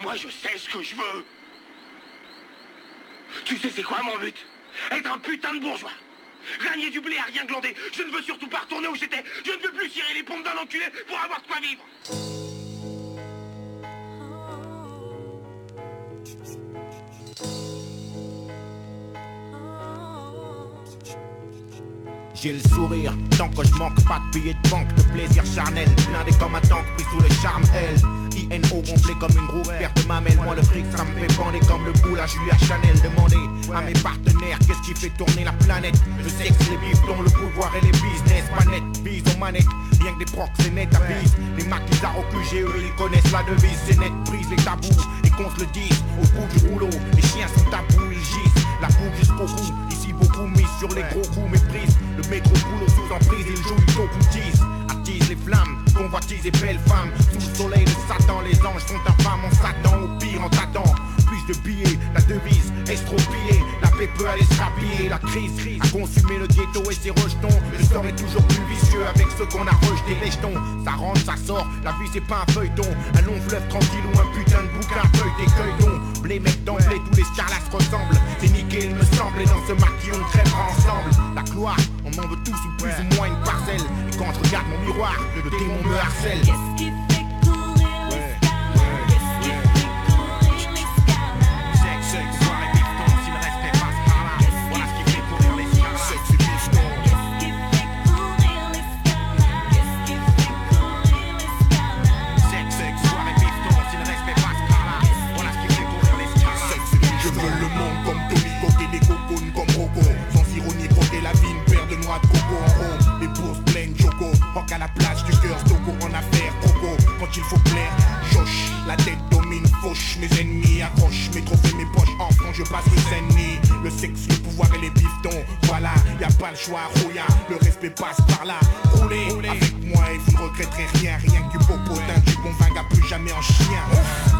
Moi, je sais ce que je veux. Tu sais, c'est quoi mon but Être un putain de bourgeois. Gagner du blé à rien glander. Je ne veux surtout pas retourner où j'étais. Je ne veux plus cirer les pompes d'un enculé pour avoir de quoi vivre. [laughs] J'ai le sourire, tant que je manque pas de billets de banque, de plaisir charnel, blindé comme un tank, pris sous le charme L. INO gonflé comme une grosse perte de mamelle, moi le fric ça me fait bander comme le boule à Julia Chanel. Demandez à mes partenaires qu'est-ce qui fait tourner la planète. Le sexe, les bifs, dont le pouvoir et les business, pas net, bise aux manettes, rien que des proxénètes avisent. Les maquisards au QG, eux ils connaissent la devise, c'est net, prise les tabous, et qu'on se le dise, au bout du rouleau, les chiens sont tabous, ils gisent, la boue jusqu'au cou, ici beaucoup mis sur les gros coups méprise Le métro boulot sous emprise, il joue le coutise Attise les flammes, convoitise les belles femmes Sous le soleil de Satan, les anges sont infâmes En Satan, au pire en t'attend Plus de billets, la devise estropiée La paix peut aller se rhabiller, la crise a consumé le ghetto et ses rejetons Le sort est toujours plus vicieux avec ceux qu'on a rejetés Les jetons, ça rentre, ça sort, la vie c'est pas un feuilleton Un long fleuve tranquille ou un putain de bouquin feuille des cueillons Blé mec d'emblée, tous les charlas se ressemblent C'est niqué il me semble et dans ce maquis on crèvera ensemble La gloire, on m'en veut tous ou plus ou moins une parcelle Et quand je regarde mon miroir, le démon me harcèle Je veux le monde comme Tommy Coquet, des cocones comme Rocco Sans ironie, côté la vie, une paire de noix de coco en rond Les bourses pleines, Choco Rock à la plage du cœur, Stoko en affaire, Coco Quand il faut plaire, Josh La tête domine, fauche, mes ennemis accrochent Mes trophées, mes poches, enfant, je passe les ennemis Le sexe, le pouvoir et les bifetons Voilà, y a pas le choix, Rouya Le respect passe par là, roulez, Avec moi et vous ne regretterez rien Rien que du beau potin, du bon vainga, plus jamais en chien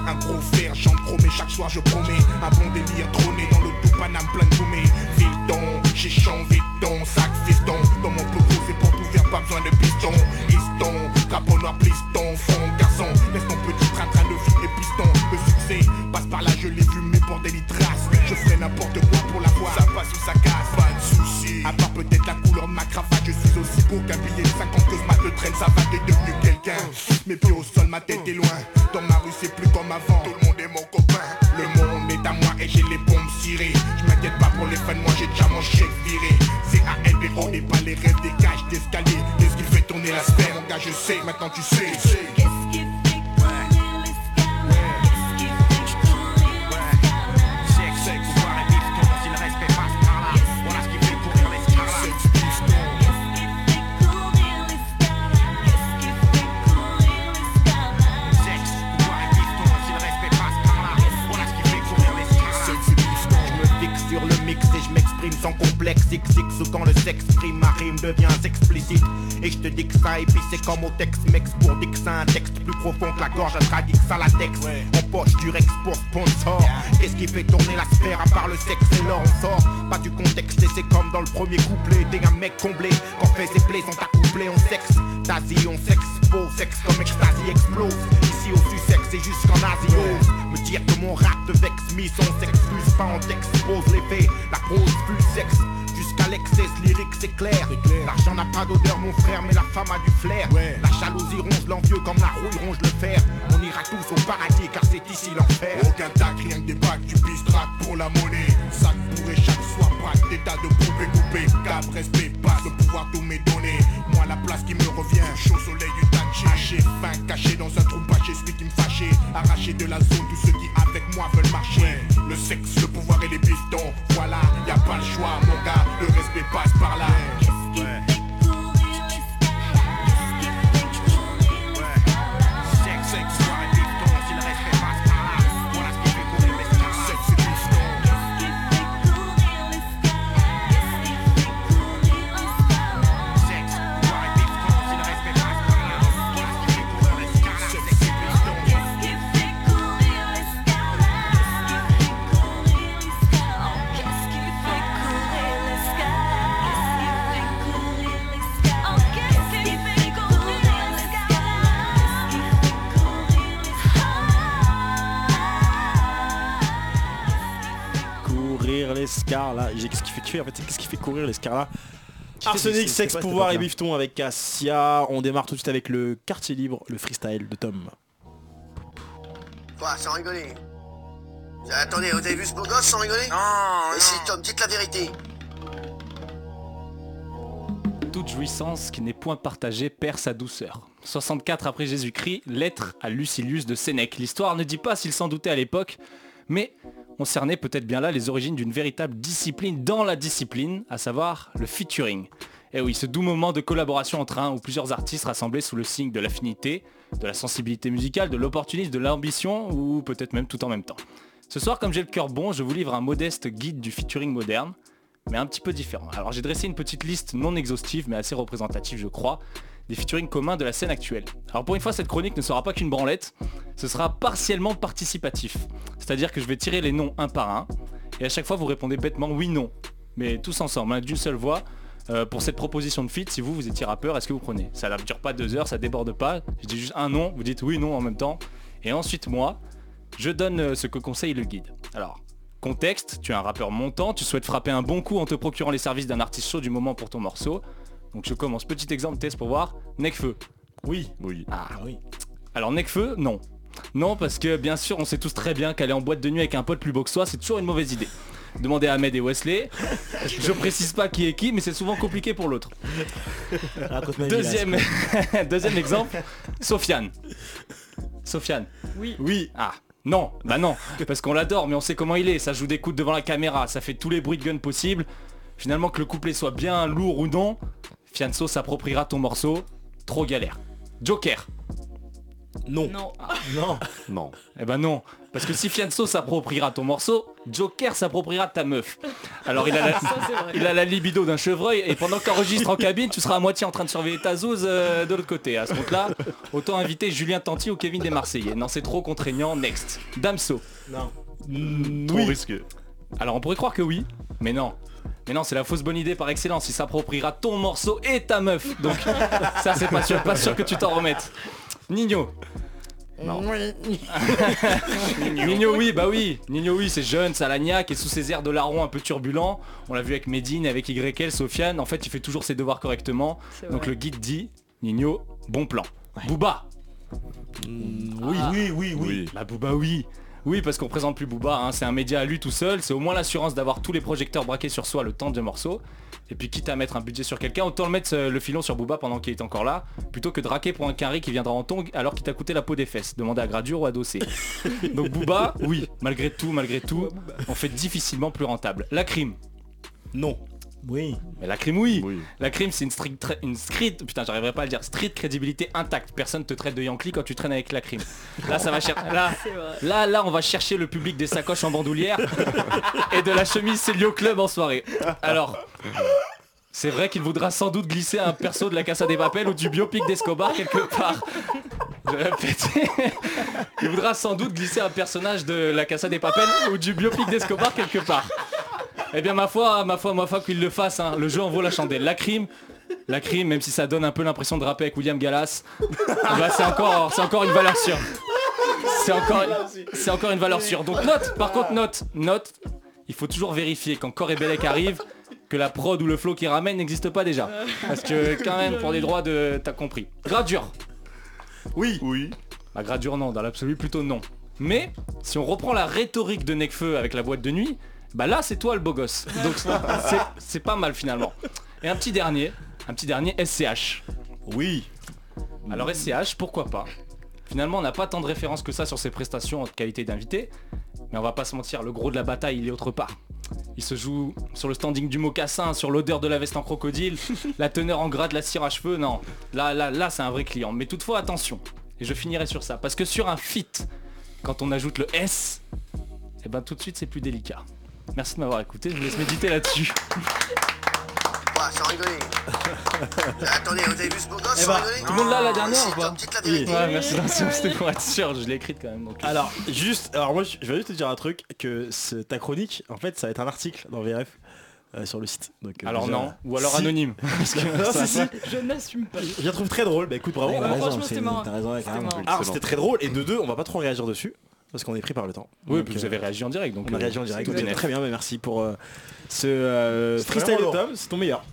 Un gros fer, j'en promets, chaque soir je promets Un bon délire trôné dans le tout Paname plein de gourmets Vilton, chichon, viton, sac, fiston Dans mon poteau c'est pour tout faire, pas besoin de piston Piston, capot noir, piston, fond, garçon Laisse ton petit train-train de vie et piston Le succès passe par là, je l'ai vu mais pour des litras Je ferai n'importe quoi pour l'avoir, ça passe ou ça casse Pas de soucis, à part peut-être la couleur de ma cravate Je suis aussi beau qu'un billet de 50 que ce mat le traîne Ça va, t'es devenu quelqu'un Mes pieds au sol, ma tête est loin Dans ma rue c'est plus comme avant, tout le monde est mon copain Le monde est à moi et j'ai les bombes cirées Je m'inquiète pas pour les fans, moi j'ai déjà mon chèque viré C'est a l on n'est pas les rêves des cages d'escalier Qu'est-ce qui fait tourner la sphère Mon gars je sais, maintenant tu sais Je me fixe sur le mix et je m'exprime sans complexe XX quand le s'exprime ma rime devient explicite Et je te dis que ça puis c'est comme au texte mex pour dix un texte plus profond que la gorge à tradix à la texte En poche du rex pour sponsor Qu'est-ce qui fait tourner la sphère à part le sexe et l'or on sort Pas du contexte et c'est comme dans le premier couplet T'es un mec comblé Quand fait ses plaies sont accouplés on sexe Tasie on s'expose Sexe comme extasie explose Ici au Sussex c'est jusqu'en Asie ose Me dire que mon rap te vexe Mis on s'excuse pas on t'expose les faits La prose plus sexe Jusqu'à l'excès, ce lyrique c'est clair. L'argent n'a pas d'odeur mon frère mais la femme a du flair La jalousie ronge l'envieux comme la rouille ronge le fer On ira tous au paradis car c'est ici l'enfer Aucun tac, rien que des bacs, tu pistrates pour la monnaie. Sac bourré chaque soir, braque des tas de poupées coupées. Cap, respect, passe, pouvoir tout m'est donné. Moi, la place qui me revient, chaud soleil du taché. Haché, fin, caché dans un trou bâché, celui qui me fâchait. Arraché de la zone, tous ceux qui avec moi veulent marcher. Le sexe, le pouvoir et les pistons, voilà, y a pas le choix, mon gars, le respect passe par là. Sexe Scar là. J'ai qu'est-ce qui fait tuer en fait, c'est qu'est-ce qui fait courir les Scar là. Qui fait Arsenic, des- Ah, c'est sexe, quoi cette pouvoir et époque-là bifton avec Cassia. On démarre tout de suite avec le quartier libre, le freestyle de Tom. Quoi, sans rigoler Attendez, vous avez vu ce beau gosse sans rigoler Non, Et si, Tom, dites la vérité. Toute jouissance qui n'est point partagée perd sa douceur. 64 après Jésus-Christ, lettre à Lucilius de Sénèque. L'histoire ne dit pas s'il s'en doutait à l'époque, mais on cernait peut-être bien là les origines d'une véritable discipline dans la discipline, à savoir le featuring. Et oui, ce doux moment de collaboration entre un ou plusieurs artistes rassemblés sous le signe de l'affinité, de la sensibilité musicale, de l'opportunisme, de l'ambition, ou peut-être même tout en même temps. Ce soir, comme j'ai le cœur bon, je vous livre un modeste guide du featuring moderne, mais un petit peu différent. Alors j'ai dressé une petite liste non exhaustive, mais assez représentative je crois, des featuring communs de la scène actuelle. Alors pour une fois, cette chronique ne sera pas qu'une branlette, ce sera partiellement participatif. C'est-à-dire que je vais tirer les noms un par un, et à chaque fois vous répondez bêtement oui, non, mais tous ensemble, hein, d'une seule voix. Euh, pour cette proposition de feat, si vous, vous étiez rappeur, est-ce que vous prenez Ça ne dure pas deux heures, ça déborde pas. Je dis juste un nom, vous dites oui, non en même temps. Et ensuite, moi, je donne euh, ce que conseille le guide. Alors, contexte, tu es un rappeur montant, tu souhaites frapper un bon coup en te procurant les services d'un artiste chaud du moment pour ton morceau. Donc je commence, petit exemple test pour voir. Necfeu. Oui. Oui. Ah oui. Alors Necfeu, non. Non parce que bien sûr on sait tous très bien qu'aller en boîte de nuit avec un pote plus beau que soi c'est toujours une mauvaise idée. Demandez à Ahmed et [laughs] Wesley. Je précise pas qui est qui mais c'est souvent compliqué pour l'autre. ma vie, là, Deuxième, deuxième [laughs] exemple, Sofiane. Sofiane. Oui. Oui. Ah. Non, bah non, parce qu'on l'adore, mais on sait comment il est, ça joue des coudes devant la caméra, ça fait tous les bruits de gun possibles. Finalement, que le couplet soit bien lourd ou non, Fianso s'appropriera ton morceau, trop galère. Joker. Non. Non. Ah, non. [laughs] Non. Eh ben non, parce que si Fianso s'appropriera ton morceau, Joker s'appropriera ta meuf. Alors il a la, [laughs] Ça, c'est vrai. il a la libido d'un chevreuil et pendant que t'enregistres en cabine, tu seras à moitié en train de surveiller ta zouze euh, de l'autre côté. À ce compte-là, autant inviter Julien Tanti ou Kevin des Marseillais. Non, c'est trop contraignant. Next. Damso. Non. Mm, Trop [laughs] risqué. Alors on pourrait croire que oui, mais non. Mais non, c'est la fausse bonne idée par excellence. Il s'appropriera ton morceau et ta meuf. Donc ça, c'est pas sûr, pas sûr que tu t'en remettes. Nino. Non. [laughs] [laughs] Nino oui bah oui Nino oui c'est jeune Salagnac et sous ses airs de larron un peu turbulent On l'a vu avec Medine avec YL Sofiane En fait il fait toujours ses devoirs correctement C'est Donc vrai. le guide dit Nino bon plan Booba oui. oui oui oui Bah Booba oui oui parce qu'on présente plus Booba hein. C'est un média à lui tout seul C'est au moins l'assurance d'avoir tous les projecteurs braqués sur soi le temps de morceau et puis quitte à mettre un budget sur quelqu'un, autant le mettre euh, le filon sur Booba pendant qu'il est encore là, plutôt que de raquer pour un carré qui viendra en tong alors qu'il t'a coûté la peau des fesses. Demandez à Gradure ou à Dossé. Donc Booba, oui, malgré tout, malgré tout, on fait difficilement plus rentable. La crime. Non. Oui. Mais la crime oui. La crime c'est une street une street putain j'arriverai pas à le dire street crédibilité intacte. Personne te traite de Yankee quand tu traînes avec la crime. Là ça va chercher là Ah, C'est vrai. là là on va chercher le public des sacoches en bandoulière [laughs] et de la chemise Célio Club en soirée. Alors c'est vrai qu'il voudra sans doute glisser un perso de la Casa des Papel ou du biopic d'Escobar quelque part. Je répète. Il voudra sans doute glisser un personnage de la Casa des Papel ou du biopic d'Escobar quelque part. Eh bien ma foi, ma foi, ma foi qu'il le fasse, hein. le jeu en vaut la chandelle. La crime, la crime, même si ça donne un peu l'impression de rapper avec William Gallas, bah, c'est encore, c'est encore une valeur sûre. C'est encore, c'est encore une valeur sûre. Donc note, par contre note, note, il faut toujours vérifier quand Corey Bellec arrive que la prod ou le flow qui ramène n'existe pas déjà. Parce que quand même pour les droits de. t'as compris. Gradure Oui Oui Bah gradure non, dans l'absolu plutôt non. Mais si on reprend la rhétorique de Necfeu avec la boîte de nuit, bah là c'est toi le beau gosse. Donc [laughs] c'est- c'est pas mal finalement. Et un petit dernier, un petit dernier SCH. Oui alors SCH, pourquoi pas Finalement, on n'a pas tant de références que ça sur ses prestations en qualité d'invité, mais on va pas se mentir, le gros de la bataille, il est autre part. Il se joue sur le standing du mocassin, sur l'odeur de la veste en crocodile, la teneur en gras de la cire à cheveux, non. Là, là, là, c'est un vrai client. Mais toutefois, attention, et je finirai sur ça, parce que sur un fit, quand on ajoute le S, eh ben tout de suite, c'est plus délicat. Merci de m'avoir écouté, je vous laisse méditer là-dessus. Quoi, sans rigoler [laughs] Attendez, vous avez vu ce beau gosse Eh sans ben, rigoler tout le monde l'a, la Non, dernière, et si, ou pas Tom, dites la vérité. Ouais, merci d'inscrire, c'était [laughs] pour être sûr, je l'ai écrite quand même. donc. euh. Alors juste, alors moi je je vais juste te dire un truc, que ce- ta chronique, en fait ça va être un article dans VRF euh, sur le site. Donc, euh, Alors déjà- non, ou alors Si. [laughs] anonyme. Parce que Non, ça- si, si. Je n'assume pas. Je la trouve très drôle, bah écoute bravo. Ouais, franchement, c'était marrant. raison, C'était marrant. Ah, c'était très drôle et de deux, on va pas trop réagir dessus. parce qu'on est pris par le temps. Oui, Donc, puis vous avez réagi en direct, donc, on a euh, réagi en direct. tout bénef. Très bien, mais merci pour euh, ce euh, C'était freestyle de vraiment lourd. Tom, c'est ton meilleur.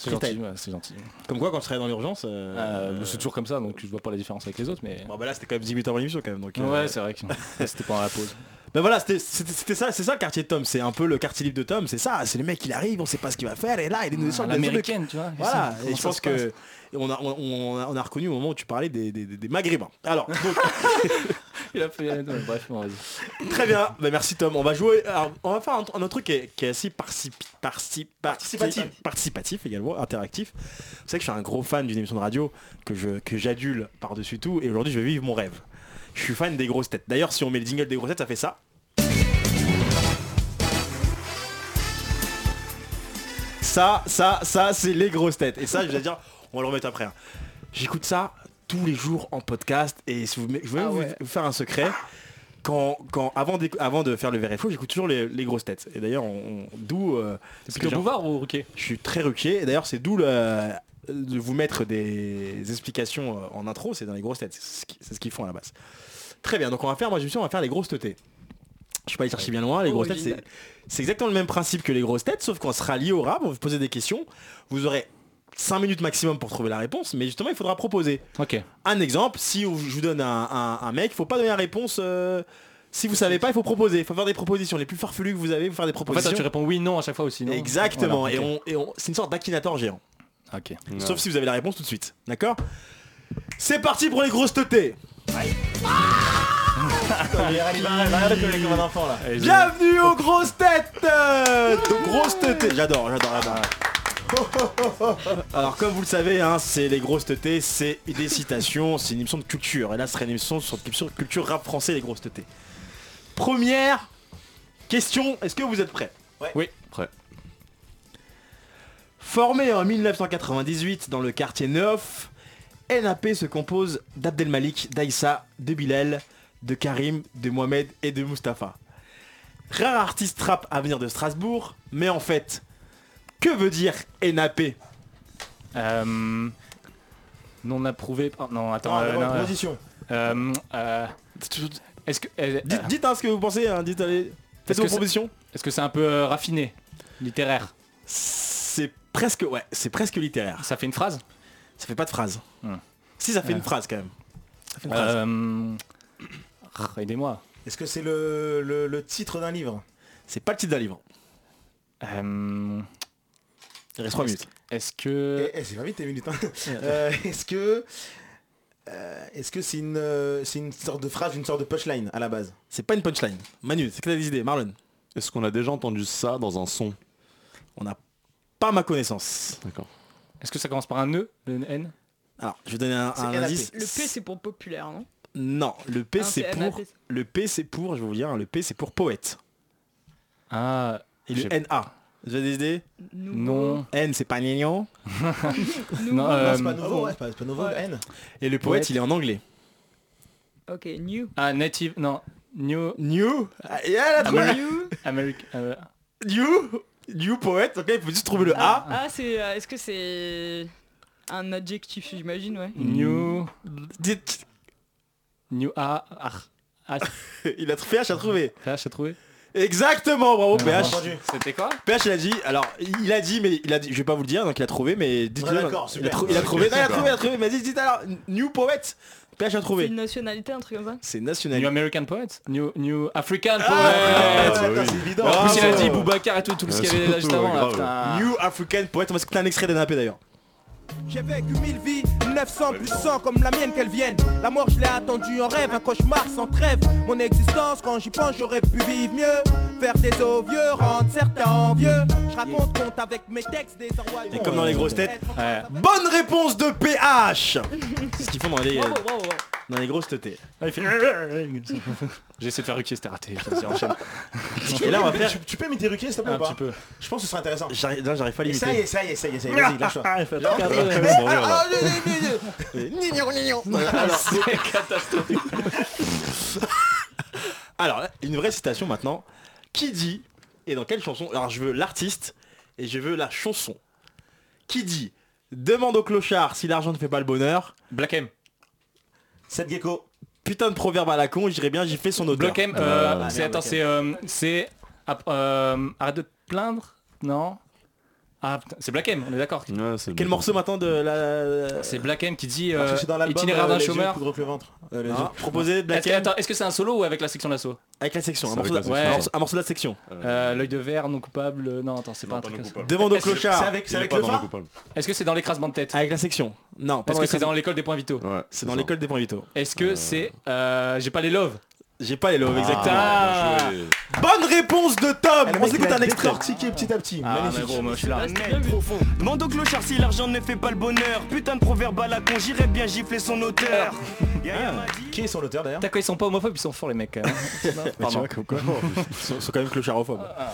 C'est Freestyle. gentil, ouais, c'est gentil. Comme quoi, quand je travaille dans l'urgence, euh, Ah, c'est toujours comme ça, donc je vois pas la différence avec les autres, mais. Bon bah là c'était quand même 10 minutes avant l'émission quand même, donc. Ouais, c'est vrai que [laughs] c'était pendant la pause. Ben voilà, c'était- c'était c'était ça, c'est ça le quartier de Tom, c'est un peu le quartier libre de Tom, c'est ça, c'est le mec il arrive, on sait pas ce qu'il va faire, et là il est nous Ah, sort des l'américaine, trucs. tu vois, il Voilà, sait et comment je ça pense se que on a, on, on a, on a reconnu au moment où tu parlais des, des, des- des maghrébins. [laughs] Alors, donc, Il a fait. non, bref, bon, vas-y. très bien, ben merci Tom, on va jouer, alors, on va faire un, un autre truc qui est, qui est assez parci- parci- participatif. participatif également, interactif. Vous savez que je suis un gros fan d'une émission de radio que je- que j'adule par-dessus tout, et aujourd'hui je vais vivre mon rêve. Je suis fan des grosses têtes. D'ailleurs, si on met le jingle des grosses têtes, ça fait ça. Ça, ça, ça, c'est les grosses têtes. Et ça, je vais dire, on va le remettre après. hein. J'écoute ça tous les jours en podcast. Et si vous, je vais vous, vous faire un secret. Quand, quand, avant, d'éc- avant de faire le verre et faux, j'écoute toujours les, les grosses têtes. Et d'ailleurs, on, on- d'où... euh, ce que plutôt j'ai- Bouvard ou Ruquier Je suis très Ruquier. Et d'ailleurs, c'est d'où le- de vous mettre des explications euh, en intro. C'est dans les grosses têtes. C'est ce qui- c'est ce qu'ils font à la base. Très bien. Donc on va faire, moi je me suis dit, on va faire les grosses têtes. Je suis pas allé chercher bien loin, les grosses têtes, c'est, Original. c'est exactement le même principe que les grosses têtes, sauf qu'on sera lié au rap, on va vous poser des questions, vous aurez 5 minutes maximum pour trouver la réponse, mais justement il faudra proposer. Ok. Un exemple, si on- je vous donne un, un- un mec, il faut pas donner la réponse. euh, si vous savez pas, il faut proposer, il faut faire des propositions. Les plus farfelus que vous avez, vous faire des En fait, propositions. toi, tu réponds oui, non à chaque fois aussi. non Exactement, Voilà, et, ok. on, et on- c'est une sorte d'akinator géant. Ok. Sauf si vous avez la réponse tout de suite, d'accord C'est parti pour les grosses têtés Bienvenue aux grosses têtes Donc, Grosses têtes J'adore, j'adore, j'adore. Alors comme vous le savez, hein, c'est les grosses têtes, c'est des citations, c'est une émission de culture. Et là, ce serait une émission sur culture, culture rap français, les grosses têtes. Première question, est-ce que vous êtes prêts Oui. Prêt. Formée en 1998 dans le quartier Neuf, NAP se compose d'Abdelmalik, d'Aïssa, de Bilal, de Karim, de Mohamed et de Mustapha. Rare artiste rap à venir de Strasbourg, mais en fait, que veut dire NAP Euh, Non approuvé. par- non, attends. Non, euh, mais non, euh, proposition. euh, euh, Est-ce que. euh, Dites, dites, hein, ce que vous pensez, hein, dites allez. Faites Est-ce vos que c'est- propositions. Est-ce que c'est un peu euh, raffiné Littéraire C'est presque, ouais, c'est presque littéraire. Ça fait une phrase Hum. Ah. Ça fait pas de phrase. Si, ça fait une phrase quand même. Ça fait une Euh, phrase. Aidez-moi. Est-ce que c'est le, le- le titre d'un livre C'est pas le titre d'un livre. Il reste 3 Est-ce- minutes. Euh, Est-ce que... Eh, eh, c'est pas vite [laughs] tes minutes. hein. Euh, est-ce que... euh, Est-ce que c'est une, euh, c'est une sorte de phrase, une sorte de punchline à la base C'est pas une punchline. Manu, c'est que t'as des idées, Marlon Est-ce qu'on a déjà entendu ça dans un son On n'a pas ma connaissance. D'accord. Est-ce que ça commence par un nœud Le N Alors, je vais donner un, un indice. Le P c'est pour populaire, non Non, le P Ah, c'est c'est pour. NAP. Le P c'est pour, je vais vous dire, hein, le P c'est pour poète. Ah. Et le j'ai- NA. Vous avez des idées Non. N c'est [laughs] pas Nignon. Non, euh, c'est pas Ah nouveau, ouais, c'est pas, c'est pas nouveau, le [laughs] N. Et le poète, il est en anglais. Ok, new. Ah, native... Non. New... New Ah, et elle a trouvé Ameri- Ameri- euh, New New poète, donc là il faut juste trouver le A. Ah, c'est. euh, Est-ce que c'est un adjectif, j'imagine, ouais. New... Dites- New... Ah... Ah... [laughs] Il a trouvé, PH a trouvé. Ah, j'ai trouvé Exactement, bravo Ah, PH. entendu. C'était quoi PH il a dit, alors il a dit mais il a dit, je vais pas vous le dire donc il a trouvé mais dites-le. Ouais, d'accord, il, a super. trou- il a trouvé, non, il a trouvé, il a trouvé, mais dites, dites alors, New poète. PH a C'est trouvé. une nationalité, un truc comme ça C'est New national. American Poet New... New African Poet Ah, Ah, bah oui. attends, c'est évident. En plus, il a bravo. dit Boubacar et tout, tout ce Ouais, qu'il y avait c'est là juste plutôt avant. là, grave. putain. New African poète, on va écouter un extrait d'NAP d'ailleurs. J'ai vécu mille vies, 900 plus 100 comme la mienne qu'elle vienne. La mort je l'ai attendue en rêve, un cauchemar sans trêve. Mon existence quand j'y pense j'aurais pu vivre mieux. Faire des os vieux, rendre certains envieux. Je raconte compte avec mes textes des enrois. Et comme dans les grosses têtes. Ouais. Bonne réponse de PH C'est ce qu'ils font dans les, Bravo, bravo, bravo. dans les grosses têtes. [laughs] J'ai essayé de faire Ruquier, c'était raté. Vas-y, enchaîne. Et là on va Tu- faire. tu, tu peux m'y s'il te plaît Un ou pas petit peu. Je pense que ce serait intéressant. J'arrive là, j'arrive pas à Et ça y l'imiter. est, ça y est, ça y est, ça y est, vas-y, lâche-toi. Ah, [laughs] Euh, Alors, [laughs] Alors, une vraie citation maintenant. Qui dit et dans quelle chanson Alors, je veux l'artiste et je veux la chanson. Qui dit Demande au clochard si l'argent ne fait pas le bonheur. Black M. Seth Gecko. putain de proverbe à la con, je dirais bien j'ai fait son auteur. Block M, euh, Euh, c'est attends, c'est euh, c'est ah, euh, arrête de te plaindre, non Ah putain, c'est Black M, on est d'accord. Quel morceau maintenant de la C'est Black M qui dit Parce euh, que c'est dans l'album, itinéraire euh, d'un Les yeux chômeur. plus gros que le ventre. Euh, les Non. yeux. Proposé Black Est-ce que- M. attends, est-ce que c'est un solo ou avec la section d'assaut Avec la section, un C'est morceau avec de- la un section. morceau- un morceau de la section. Euh, L'œil de verre, non coupable, euh, non attends, c'est pas un truc. comme ça. Demande au Est-ce que- clochard. Il est pas dans Non coupable. Est-ce que c'est dans l'écrasement de tête Avec la section. Non, Est-ce que c'est dans l'école des points vitaux C'est dans l'école des points vitaux. Est-ce que c'est euh, j'ai pas les loves J'ai pas les Ah, loves, Ah. exactement. Bonne réponse de Tom le On mec s'écoute l'a un extrait décortiqué petit à petit. Ah, mais bon, moi, je suis là. profond. Demande au clochard si l'argent ne fait pas le bonheur. Putain de proverbe à la con, j'irais bien gifler son auteur. Qui est son auteur d'ailleurs T'as quoi, ils sont pas homophobes, ils sont forts les mecs. [laughs] quand même. Pardon. ils sont, sont quand même clocharophobes. Ah,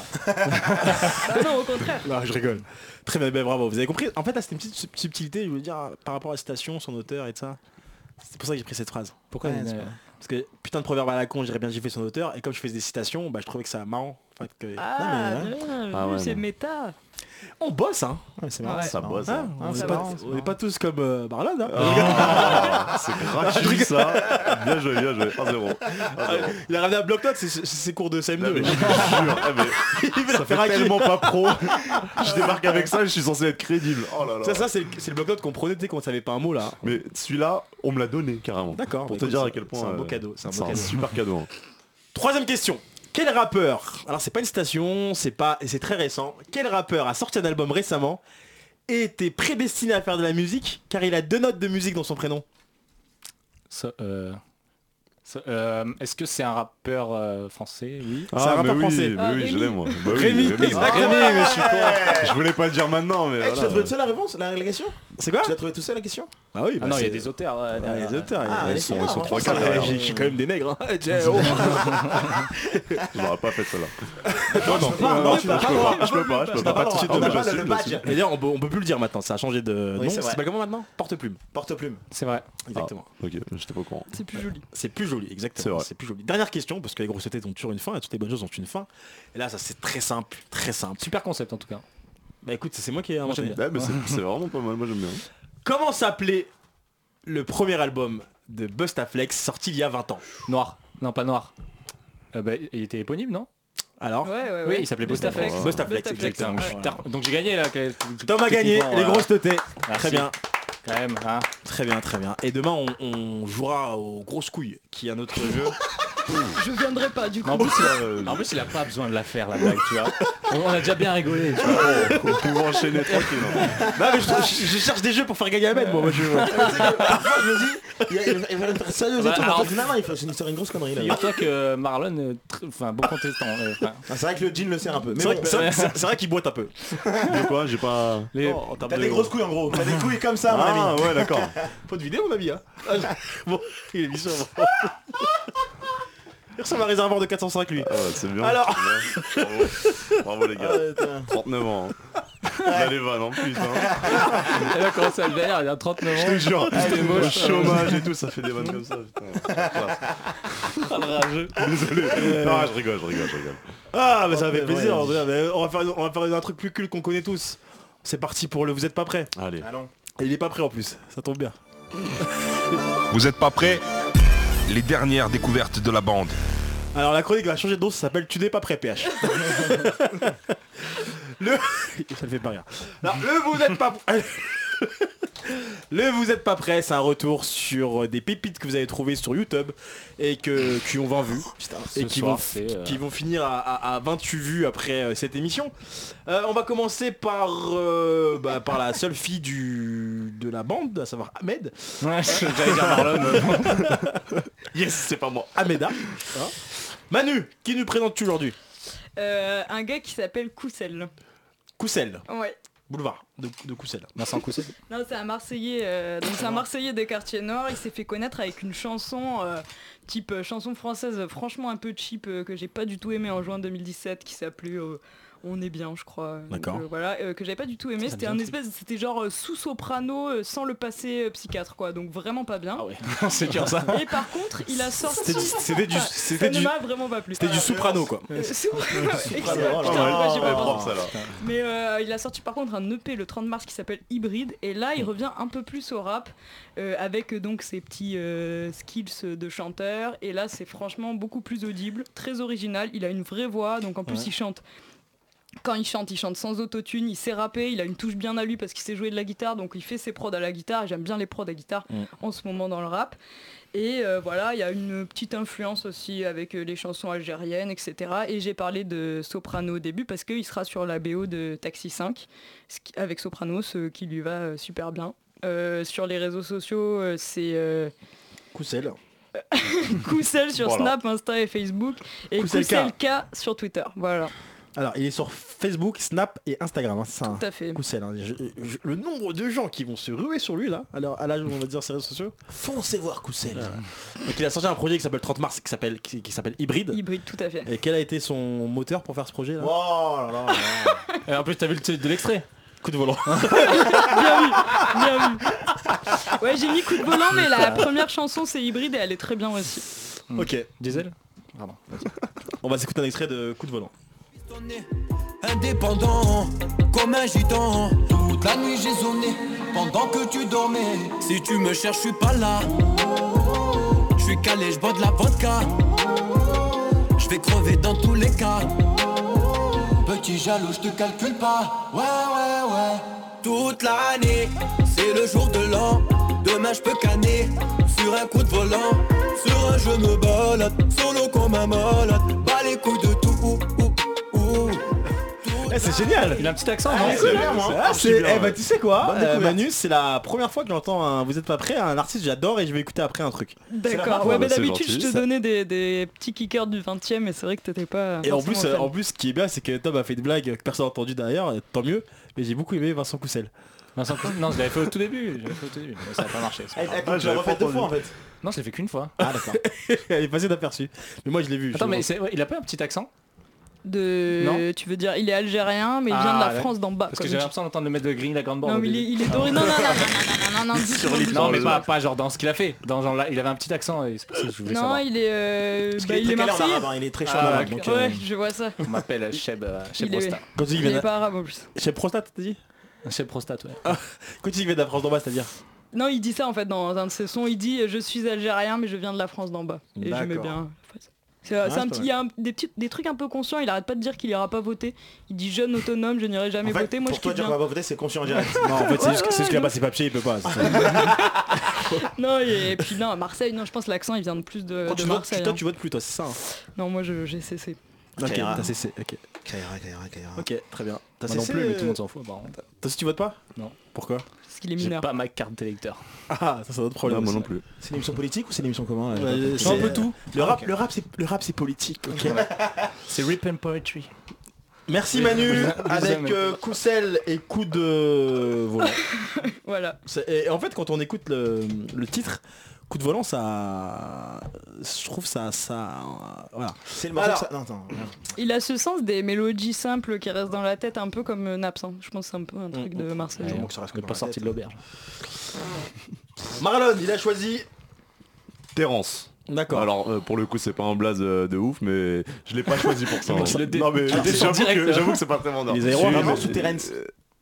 non, au contraire. [laughs] Non, je rigole. Très bien, ben, bravo, vous avez compris. En fait, là, c'était une petite sub- subtilité, je veux dire, par rapport à la citation, son auteur et tout ça. C'est pour ça que j'ai pris cette phrase. Pourquoi Ouais, une, c'est euh, pas- Parce que putain de proverbe à la con, j'irais bien gifler son auteur. Et comme je faisais des citations, bah, je trouvais que ça marrant. Enfin, que- Ah, Non, mais, ouais. bien vu, Ah ouais, c'est non. méta. On bosse, hein. c'est marrant, Ouais. c'est marrant. Hein, Ouais, on c'est n'est pas, marrant, c'est on est pas tous comme euh, Barlade. hein. Ah, [laughs] C'est gratuit ça. Bien joué, bien joué. 1-0. Il a ramené un bloc-notes, c'est- c'est ses cours de CM2. [laughs] [laughs] Il veut la Ça faire fait hacker. tellement pas pro. [laughs] Je débarque avec ça, je suis censé être crédible. Oh là là. Ça, ça, c'est c'est le bloc-notes qu'on prenait, tu sais, quand on savait pas un mot là. Mais celui-là, on me l'a donné carrément. D'accord, Pour bah te écoute, dire c'est- à quel point. c'est un beau euh, cadeau, c'est un beau C'est un cadeau. super cadeau. hein. [laughs] [laughs] Troisième question. Quel rappeur Alors c'est pas une citation, c'est pas, et c'est très récent. Quel rappeur a sorti un album récemment et était prédestiné à faire de la musique car il a deux notes de musique dans son prénom Ça, euh, ça, euh, Est-ce que c'est un rappeur euh, français Oui. Ah, mais oui, mais oui, je l'ai moi. Bah oui, Rémi, Rémi, exactement. Ah ouais. mais je suis con. Je voulais pas le dire maintenant, Euh, mais. Eh, Tu voilà. l'as trouvé tout seul la réponse, la, la question C'est quoi Tu l'as trouvé tout seul la question Ah oui, bah Ah non, il y a des auteurs. euh, Ah, derrière. les [laughs] auteurs, Ah, il y a- ils sont- ils sont Ah, trois, putain, quatre, j'ai- ouais. j'ai quand même des nègres. hein. Tiens, oh. Je l'aurais pas fait celle-là. Non, non, non, je peux pas, je peux pas, je peux pas. Tout de suite, On peut dommage, pas le j'assume, badge. j'assume. D'ailleurs, on peut- on peut plus le dire maintenant, ça a changé de Oui, nom. c'est vrai. C'est pas comment maintenant Porte-plume. Porte-plume. C'est vrai. Exactement. Ok, j'étais pas au courant. C'est plus joli. C'est plus joli, C'est exactement. vrai. C'est plus joli. Dernière question, parce que les grosses têtes ont toujours une fin, et toutes les bonnes choses ont une fin. Et là, ça c'est très simple, très simple. Super concept en tout cas. Bah écoute, c'est moi qui ai inventé. Ouais, mais c'est c'est vraiment pas mal, moi j'aime bien. Comment s'appelait le premier album de Bustaflex sorti il y a 20 ans Noir. Non, pas noir. Euh, bah, il était éponyme, non Alors Ouais, ouais, Oui, ouais. il s'appelait Bustaflex. Bustaflex. Bustaflex, Exactement. exactement. Putain, Donc j'ai gagné là. que- Tom a gagné, techniquement, les voilà. grosses têtes. Merci. Très bien, Quand même. hein. très bien, très bien. Et demain, on, on jouera aux grosses couilles, qui est un autre jeu. [laughs] Je viendrai pas du coup. Mais en, plus, [laughs] il a, en plus, il a pas besoin de la faire la blague, tu vois. On, on a déjà bien rigolé. tu vois. Oh, On pouvait enchaîner tranquille. [laughs] hein. non, mais je, je cherche des jeux pour faire gagner Ahmed, moi. moi, je... Parfois je me dis, il y a- il va- il va le faire sérieux et Bah, tout, mais en alors- fait, finalement, il fait c'est une c'est une grosse connerie là. Figure-toi que Marlon, euh, tr- enfin, bon contestant. euh, enfin, Ah, C'est vrai que le jean le sert un peu. Mais C'est vrai, bon, que- c'est vrai- c'est- c'est vrai qu'il boite un peu. De quoi [laughs] J'ai pas. les- Oh, en termes t'as de- des grosses couilles en gros. T'as des couilles comme ça, mon ami. Ah ouais, [laughs] d'accord. Pas de vidéo, mon ami. [laughs] Hein. Ah, je- bon, il est mis sur [laughs] Il ressemble à un réservoir de 405, lui. Ah ouais, c'est bien. Alors- c'est bien. [laughs] Bravo. Bravo les gars. Ah, 39 ans. Hein. Là, les vannes en plus. [laughs] Hein. Elle a commencé à ben, le derrière, il a 39 ans. Je te jure, Elle est au moche. Ah, chômage et tout, ça fait des vannes comme ça. [laughs] Putain. Désolé. Non, je rigole, je rigole, je rigole. Ah, mais ça fait mais plaisir. ouais. en vrai, mais On va faire, on va faire un truc plus cool qu'on connaît tous. C'est parti pour le vous êtes pas prêt. Allez. Et il est pas prêt en plus, ça tombe bien. Vous êtes pas prêts Les dernières découvertes de la bande. Alors la chronique va changer de nom, ça s'appelle Tu n'es pas [laughs] prêt PH. le... [laughs] Ça le fait pas rire. Non, le vous êtes pas [laughs] Le vous êtes pas prêt, c'est un retour sur euh, des pépites que vous avez trouvées sur YouTube et que qui ont 20 vues ce et qui soir, vont, c'est, euh, qui vont finir à, à- à 28 vues après euh, cette émission. Euh, on va commencer par euh, bah, par la seule fille du de la bande, à savoir Ahmed. Ouais, [laughs] j'allais dire Marlon. euh, [laughs] Yes, c'est pas moi. Ahmeda. Hein Manu, qui nous présentes-tu aujourd'hui Euh, un gars qui s'appelle Coussel. Coussel. Ouais. Boulevard de, de Coussel. Vincent [laughs] Cousset. Non, c'est un Marseillais. euh, donc c'est un Marseillais des quartiers nord. Il s'est fait connaître avec une chanson euh, type euh, chanson française, euh, franchement un peu cheap euh, que j'ai pas du tout aimé en juin 2017, qui s'appelait euh, on est bien, je crois. Donc, D'accord. euh, voilà, euh, que j'avais pas du tout aimé. Ça C'était me un dit un espèce, c'était genre euh, sous-soprano euh, sans le passé euh, psychiatre, quoi. Donc vraiment pas bien. [laughs] C'est dur [laughs] Ah ça. Et par contre, il a sorti. C'était du- c'était du- Ça c'était ne du- m'a vraiment pas plu. C'était du soprano quoi. Euh, soprano, excellent. oh là Putain, là. ouais, j'ai pas Ouais, pensé. propre, ça, là. Mais euh, il a sorti par contre un EP le 30 mars qui s'appelle Hybride et là il revient un peu plus au rap euh, avec euh, donc ses petits euh, skills de chanteur et là c'est franchement beaucoup plus audible, très original, il a une vraie voix donc en plus Ouais. il chante quand il chante, il chante sans autotune, il sait rapper, il a une touche bien à lui parce qu'il sait jouer de la guitare, donc il fait ses prods à la guitare, et j'aime bien les prods à guitare Mm. en ce moment dans le rap. Et euh, voilà, il y a une petite influence aussi avec euh, les chansons algériennes, etc. Et j'ai parlé de Soprano au début parce qu'il sera sur la BO de Taxi 5 ce qui- avec Soprano, ce qui lui va euh, super bien. Euh, sur les réseaux sociaux, euh, c'est... euh, [laughs] Coussel. Coussel sur Voilà. Snap, Insta et Facebook et Coussel K. Coussel K sur Twitter. Voilà. Alors, il est sur Facebook, Snap et Instagram. hein, c'est ça. Tout à fait. Coussel, hein. Je- je- le nombre de gens qui vont se ruer sur lui là, alors à l'âge où on va dire ses réseaux sociaux. Foncez voir Coussel. Donc il a sorti un projet qui s'appelle 30 mars, qui s'appelle qui, qui s'appelle Hybride. Hybride, tout à fait. Et quel a été son moteur pour faire ce projet là Oh là [laughs] là. En plus, t'as vu le titre de l'extrait Coup de volant. bien vu, bien vu. Ouais, j'ai mis coup de volant, mais la première chanson c'est hybride et elle est très bien aussi. [laughs] ok. Diesel Pardon. on va s'écouter un extrait de Coup de volant. Indépendant, comme un gitan. Toute la nuit j'ai zoné pendant que tu dormais. Si tu me cherches, je suis pas là. Je suis calé, je bois de la vodka. Je vais crever dans tous les cas. Petit jaloux, je te calcule pas. Ouais, ouais, ouais. Toute l'année, c'est le jour de l'an. Demain, je peux canner sur un coup de volant. Sur un je me balade, solo comme un malade. Pas les coups de tout. ouh, ouh, ouh. Eh, c'est génial Il a un petit accent, non C'est C'est bien, moi. ah, c'est- Archi bien, eh bah ouais. tu sais quoi Bonne euh, découverte. Manu, c'est la première fois que j'entends un Vous êtes pas prêt, un artiste j'adore et je vais écouter après un truc. D'accord. Ouais, mais Bah, d'habitude je te donnais des, des petits kickers du 20 e et c'est vrai que t'étais pas. Et en plus, forcément euh, en fan. plus, ce qui est bien, c'est que Tom a fait une blague que personne n'a entendu derrière, et tant mieux, mais j'ai beaucoup aimé Vincent Coussel. Vincent Coussel Non, je l'avais fait au tout début. je l'avais fait au tout début, mais Ça n'a pas marché. c'est pas Ah, grave. donc tu l'as j'avais refait pas deux fois, entendu. en fait. Non, je l'ai fait qu'une fois. [laughs] Ah d'accord. [laughs] Elle est passée d'aperçu. Mais moi je l'ai vu. Attends, mais justement. c'est- ouais, il a pas un petit accent De. Non. Tu veux dire, il est algérien, mais il vient de Ah, la ouais. France d'en bas. Parce quoi, que j'ai donc- l'impression d'entendre le maître de Green, la grande bande. non, au mais il est, début. il Ah est doré. Non, non, non, non, non, non, non, [laughs] non, non, doucement, Non, doucement. mais pas, pas genre dans ce qu'il a fait. Dans, genre, là, il avait un petit accent et c'est pour ça que je voulais Non, savoir. il est. euh, Parce qu'il bah, est il très est calé en marseillais. Ah. arabe, hein, il est très chaud en arabe, ouais, donc, euh, ouais, je vois ça. On m'appelle Cheb, euh, Cheb Il est- Prostat. Quand tu dis qu'il il vient est de- pas arabe en plus. Chez Prostate, t'as dit Ah, Chez Prostate, ouais. Quand tu dis qu'il vient de la France d'en bas, c'est-à-dire Non, il dit ça en fait dans un de ses sons. Il dit euh, Je suis algérien, mais je viens de la France d'en bas. Et D'accord. j'aimais bien. C'est euh, c'est un c'est petit, pas il y a un- des, petits, des trucs un peu conscients. Il arrête pas de dire qu'il ira pas voter. Il dit Jeune autonome, je n'irai jamais En fait, voter. Moi, pour je toi, kiffe dire qu'on bien. va pas voter, c'est conscient direct. Non, en fait, c'est juste, Ouais, c'est juste qu'il a ouais, pas ses papiers, il peut pas. c'est- Non, et, et puis non, à Marseille, non, je pense que l'accent il vient de plus de, Quand de tu votes, Marseille. toi, hein. tu votes plus, toi, c'est ça. hein. Non, moi, je- j'ai cessé. Ok, Kaira. t'as cessé, ok. Ok, très bien. T'as Moi non cessé, plus, mais tout le monde euh, s'en fout. apparemment. Toi aussi, tu votes pas Non. Bah, Pourquoi Parce qu'il est J'ai mineur. pas ma carte d'électeur. Ah, ça, c'est un autre problème. Non, moi aussi. non plus. C'est une émission politique ou c'est une émission comment là, j'ai Ouais, pas compris. c'est un peu tout. Le rap, Ok. le rap, c'est le rap, c'est politique. ok. C'est Rip and Poetry. Merci Oui. [laughs] Manu, Vous- vous avec aimez. euh, Coussel et coup de euh, [laughs] volant. Voilà. C'est- Et en fait, quand on écoute le, le titre, coup de volant, ça, je trouve ça, ça, voilà. C'est le Alors- morceau. que ça- Non, attends. Il a ce sens des mélodies simples qui restent dans la tête, un peu comme euh, Naps. hein. Je pense que c'est un Mm, peu un truc de Marseille. Ouais, on on saura ce que n'est dans pas la sorti tête. de l'auberge. hein. Marlon, il a choisi. Terence. D'accord. Alors euh, pour le coup c'est pas un blaze euh, de ouf mais je l'ai pas choisi pour ça. [laughs] Le hein. mec, il le dé- non mais il le descend j'avoue direct, que, hein. j'avoue que c'est pas vraiment Les normal. aéros, Je- Terence ou euh, Terence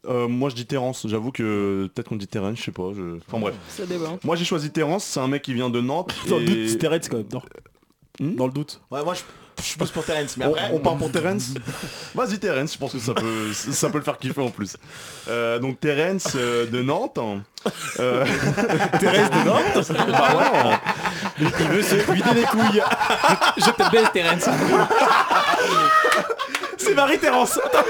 euh, Moi je dis Terence, j'avoue que peut-être qu'on dit Terence, je sais pas. je- Enfin bref. Ça [laughs] dépend. Moi j'ai choisi Terence, c'est un mec qui vient de Nantes. Dans le et- Hmm doute, c'est Terence quand même. Non. Dans le doute. Ouais, moi, je, je pose pour Terence, mais on, après. euh, on part pour Terence [laughs] Vas-y Terence, je pense que ça peut, ça peut le faire kiffer en plus. Euh, donc Terence euh, de Nantes. hein. Euh, [laughs] Terence de [laughs] Nantes Bah ouais. hein. [laughs] Il veut se vider [laughs] les couilles. Je te baise, Terence. C'est Marie-Terence. On avait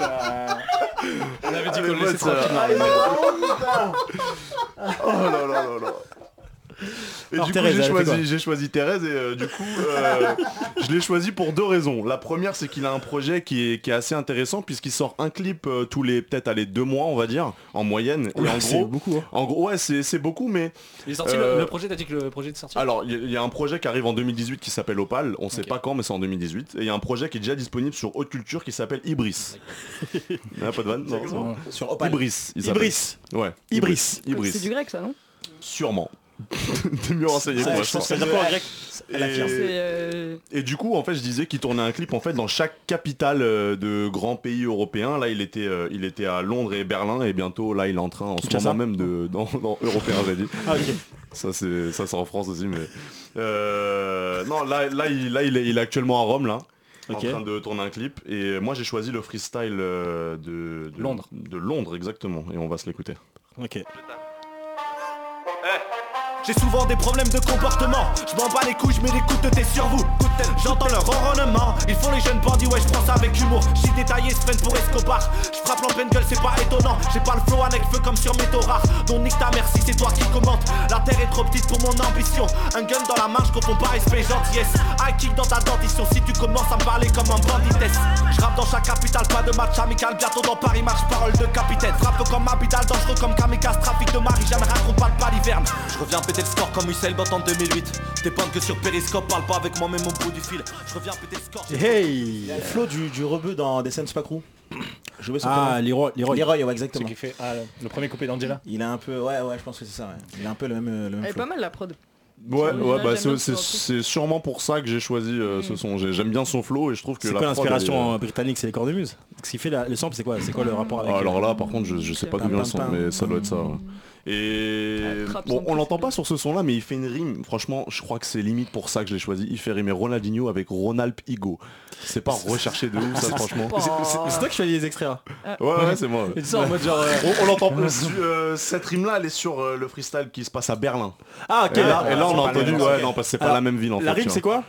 Ah, dit Allez, qu'on le laissait bosse, tranquille. là. Allez, Oh là là là là. Et Alors, du Thérèse, coup, j'ai elle a fait quoi choisi, j'ai choisi Thérèse et euh, du coup, euh, je l'ai choisi pour deux raisons. La première, c'est qu'il a un projet qui est, qui est assez intéressant puisqu'il sort un clip euh, tous les peut-être allez deux mois, on va dire, en moyenne. Et Oula, en c'est gros, hein. en gros, ouais, c'est c'est beaucoup, mais Il est sorti euh, le, le projet, t'as dit que le projet de sortie alors, il y a- il y, a un projet qui arrive en 2018 qui s'appelle Opal, on sait pas quand, mais c'est en 2018. Et il y a un projet qui est déjà disponible sur Haute Culture qui s'appelle Ibris. [laughs] Ah, pas de vanne non, Exactement. non. Sur Opal. Ibris. il Ibris. s'appelle. Ouais. Ibris. Ibris. C'est du grec ça, non Sûrement. T'es mieux renseigné que Ça, moi. je je pense pense. que c'est un grec. Et- La fiancée. C'est, euh, Et du coup, en fait, je disais qu'il tournait un clip en fait dans chaque capitale euh, de grands pays européens. Là, il était, euh, il était à Londres et Berlin, et bientôt, là, il est en train en ce Kinshasa moment même de dans, dans européen, j'ai dit. Ça, c'est ça, c'est en France aussi, mais Euh, non, là, là, il, là, il est, il est actuellement à Rome, là. Ok. En train de tourner un clip et moi j'ai choisi le freestyle euh, de, de Londres. de Londres exactement et on va se l'écouter. Ok. Eh. J'ai souvent des problèmes de comportement Je m'en bats les couilles, je mets les coups de thé sur vous Coup de tête, J'entends leur ronronnement Ils font les jeunes bandits, ouais je prends ça avec humour J'y détaillé, se prennent pour Escobar Je frappe en pleine gueule, c'est pas étonnant J'ai pas le flow avec feu comme sur mes rares Donc nique ta mère si c'est toi qui commente La terre est trop petite pour mon ambition Un gun dans la main, je confonds pas respect et gentillesse High kick dans ta dentition si tu commences à me parler comme un banditesse Je rappe dans chaque capitale, pas de match amical Bientôt dans Paris marche, parole de capitaine Frappe comme Abidal, dangereux comme Kamikaze Trafic de Marie, jamais raconte pas de paliverne Je reviens péter le score comme Usain Bolt en 2008 Dépendre que sur Periscope, parle pas avec moi même au bout du fil Je reviens péter le score Hey Il y a le flow du, du rebeu dans des scènes Spacrou. Je vais Ah, Leroy, Leroy. ouais, exactement. Celui qui fait ah, le premier coupé d'Angela. Il a un peu, ouais, ouais, je pense que c'est ça, ouais. Il a un peu le même, euh, le même Elle est flow. pas mal la prod. Ouais, J'aime ouais bien, bah j'aime c'est- bien c'est ce truc. c'est sûrement pour ça que j'ai choisi euh, ce son. J'ai- J'aime bien son flow et je trouve que Hmm. C'est la quoi prod, elle est- l'inspiration euh, britannique C'est les cornemuses. Ce qui fait la- le sample, c'est quoi C'est quoi le rapport euh, avec Ah, alors là, par contre, je, je sais pas d'où vient le son, Pam, pam, mais ça doit être ça. ouais. Hmm. Et trappe bon, sans on l'entend pas sur ce son-là, mais il fait une rime. Franchement, je crois que c'est limite pour ça que je l'ai choisi. Il fait rimer Ronaldinho avec Ronald Higo. C'est pas recherché Ah, de ouf, ça, franchement. [laughs] C'est- c'est- C'est toi qui fais les extraits là Ouais, ouais, c'est moi. ouais. Et tu sors en mode genre, euh, on, on l'entend plus. Euh, cette rime-là, elle est sur euh, le freestyle qui se passe à Berlin. Ah, ok. Et là, Ouais, et là, on c'est a pas la entendu. même Ouais, chose, ok. non, parce que c'est pas Alors, la même ville en fait. la rime, tu c'est vois. quoi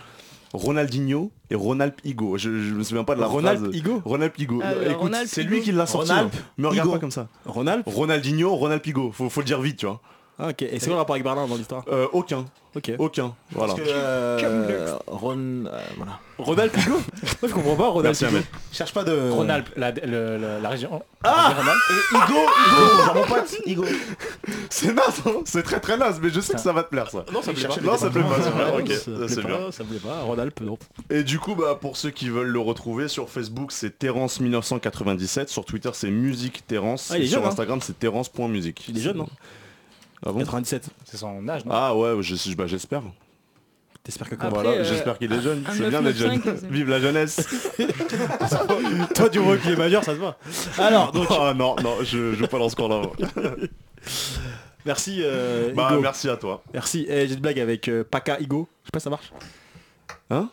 Ronaldinho et Ronald Higo. Je, je me souviens pas de la Ronald phrase. Higo Ronald Higo. Ah, Écoute, Ronald c'est Higo. lui qui l'a sorti. Ronald hein. Me regarde Higo. pas comme ça. Ronald Ronaldinho, Ronald Pigo. Faut, faut le dire vite, tu vois. Ah, ok. Et c'est quoi le rapport avec Berlin dans l'histoire Euh, Aucun. Ok. Aucun. Voilà. Parce que, euh, Comme le- Ron, euh, voilà. Ronald [laughs] Pigo Moi je comprends pas Ronald Merci, Pigo. Ahmed. Cherche pas de. Rhône-Alpes, la, le- le- la région. Ah Et Igo, Igo, genre mon pote, Igo. C'est naze, hein c'est très très naze, mais je sais que ça va te plaire ça. Non, ça me plaît pas. Non, ça te plaît pas, c'est vrai, Ouais, ok, ça me ça, plaît c'est pas, bien. Ça me plaît pas, Ronald, non. Et du coup, bah, pour ceux qui veulent le retrouver, sur Facebook c'est Terence1997, sur Twitter c'est Musique Terence, Ah, il est et sur jeune, hein. Instagram c'est Terence.musique. Il est jeune, non Ah bon 97. C'est son âge, non Ah ouais, je, je- bah, j'espère. T'espères que quoi Voilà, Après, euh, j'espère qu'il est jeune. un C'est bien d'être jeune. [laughs] 995, c'est- Vive la jeunesse. Toi du rock qui est majeur, ça se voit. Alors, donc. Ah non, non, je je joue pas dans ce corps-là. moi. Merci. euh, Bah, Igo. merci à toi. Merci. Eh, J'ai une blague avec euh, Paka Igo. Je sais pas si ça marche. Hein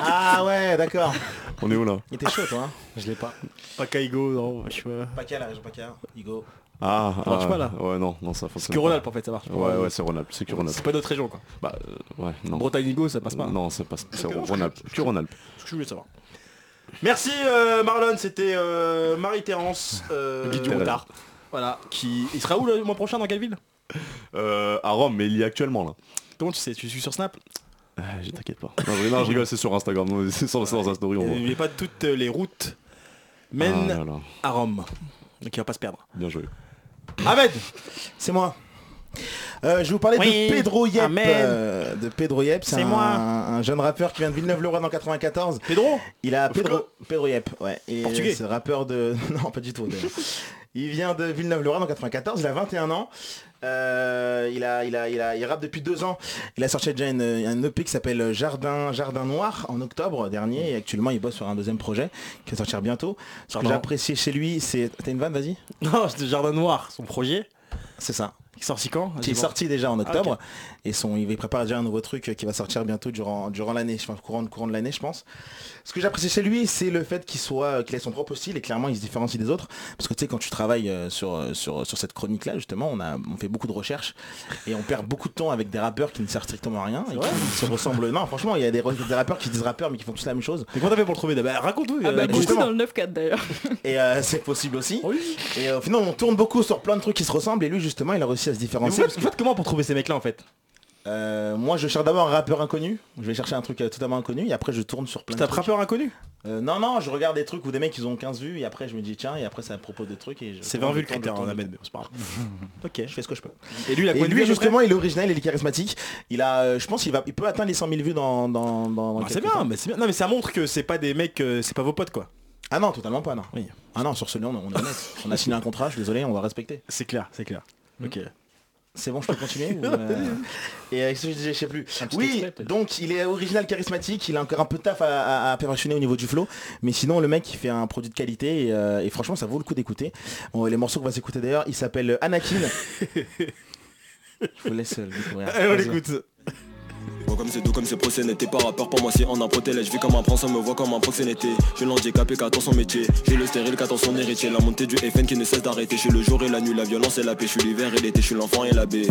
Ah ouais, d'accord. On est où là Il était chaud, toi. Hein. Je l'ai pas. Paka Igo, non, je sais pas. Paca, la région Paca, Igo. Ah, Ça marche ah, pas, là Ouais, non, non, ça C'est fonctionne. que pas. Ronald en fait, ça marche. Ouais, ouais, c'est Ronald. C'est que Ronald. C'est pas notre région quoi. Bah, euh, ouais, non. Bretagne Igo, ça passe pas. Non, c'est pas. C'est Ronald. Que Ronald. Ce que je voulais savoir. Merci euh, Marlon, c'était euh, Marie-Thérence. Euh, Guide du routard. Voilà. Qui... Il sera où le mois prochain dans quelle ville Euh, à Rome, mais il y est actuellement là. Comment tu sais Tu suis sur Snap Euh, Ah, je t'inquiète pas. Non, je- non, je rigole, c'est sur Instagram, non, c'est sur, c'est dans sa story. On voit. N'oubliez pas toutes les routes Oh. Ah là mènent là. à Rome. Donc il va pas se perdre. Bien joué. Ahmed C'est moi. Euh, je vais vous parler Oui, de Pedro Yep. Ahmed. euh, de Pedro Yep, c'est C'est un, moi. un jeune rappeur qui vient de Villeneuve-le-Roi dans 94. Pedro Il a Pedro, Pedro Yep, ouais. Et Portugais. C'est le rappeur de. [laughs] Non, pas du tout. d'ailleurs. il vient de Villeneuve-le-Roi dans 94. Il a 21 ans. Euh, il a, il a, il a, il rappe depuis deux ans. Il a sorti déjà une, un EP qui s'appelle Jardin, Jardin Noir en octobre dernier. Et actuellement, il bosse sur un deuxième projet qui va sortir bientôt. Ce que Jardin- j'ai apprécié chez lui, c'est. T'as une vanne, vas-y. [laughs] Non, c'est Jardin Noir, son projet. C'est ça. Qui est sorti quand Ah, Qui est sorti déjà en octobre et son, il prépare déjà un nouveau truc qui va sortir bientôt durant, durant l'année, je pense, courant, courant de l'année je pense. Ce que j'apprécie chez lui c'est le fait qu'il soit qu'il ait son propre style et clairement il se différencie des autres. Parce que tu sais quand tu travailles euh, sur, euh, sur, sur cette chronique là justement on, a, on fait beaucoup de recherches et on perd beaucoup de temps avec des rappeurs qui ne servent strictement à rien et qui se ressemblent. Non franchement il y a des, des rappeurs qui disent rappeurs mais qui font tous la même chose. Mais comment t'as fait pour le trouver Bah, Raconte-nous. Ah bah euh, du coup justement. dans le 9-4 d'ailleurs. Et euh, c'est possible aussi. Et euh, au final on tourne beaucoup sur plein de trucs qui se ressemblent et lui justement il a réussi à se Mais vous différencier. faites, vous faites comment pour trouver ces mecs là en fait Euh, moi je cherche d'abord un rappeur inconnu, je vais chercher un truc euh, totalement inconnu et après je tourne sur plein de T'as trucs. rappeur inconnu Euh, Non non je regarde des trucs où des mecs ils ont 15 vues et après je me dis tiens et après ça propose des trucs et je. C'est 20 vues le tourne, critère, tourne, on tourne. amène, mais c'est pas [laughs] grave. Ok, je fais ce que je peux. Et lui, il a quoi de vues, à peu justement, il est original, il est charismatique. Il a, euh, je pense, qu'il va, il peut atteindre les 100 000 vues dans. dans, dans, dans Ah, c'est quelques bien, temps. mais c'est bien. Non mais ça montre que c'est pas des mecs, euh, c'est pas vos potes quoi. Ah non, totalement pas, non. Ah non, sur ce lien, on on est honnête. on a signé un contrat, je suis désolé, on va respecter. C'est clair, c'est clair. Ok. C'est bon, je peux continuer [laughs] ou, euh, Et avec ce que je disais, je sais plus. Oui, donc il est original, charismatique, il a encore un peu de taf à, à- à perfectionner au niveau du flow, mais sinon le mec il fait un produit de qualité et, euh, et franchement ça vaut le coup d'écouter. Bon, les morceaux qu'on va s'écouter d'ailleurs, il s'appelle Anakin. [laughs] je vous laisse euh, le découvrir. Allez, on Vas-y. l'écoute. Moi comme c'est doux, comme c'est procès n'était pas rappeur pour moi c'est en un protège Je vis comme un prince, on me voit comme un proxénété J'ai l'handicapé qu'attend son métier J'ai le stérile qu'attend son héritier La montée du FN qui ne cesse d'arrêter Je suis le jour et la nuit, la violence et la paix Je suis l'hiver et l'été, je suis l'enfant et la baie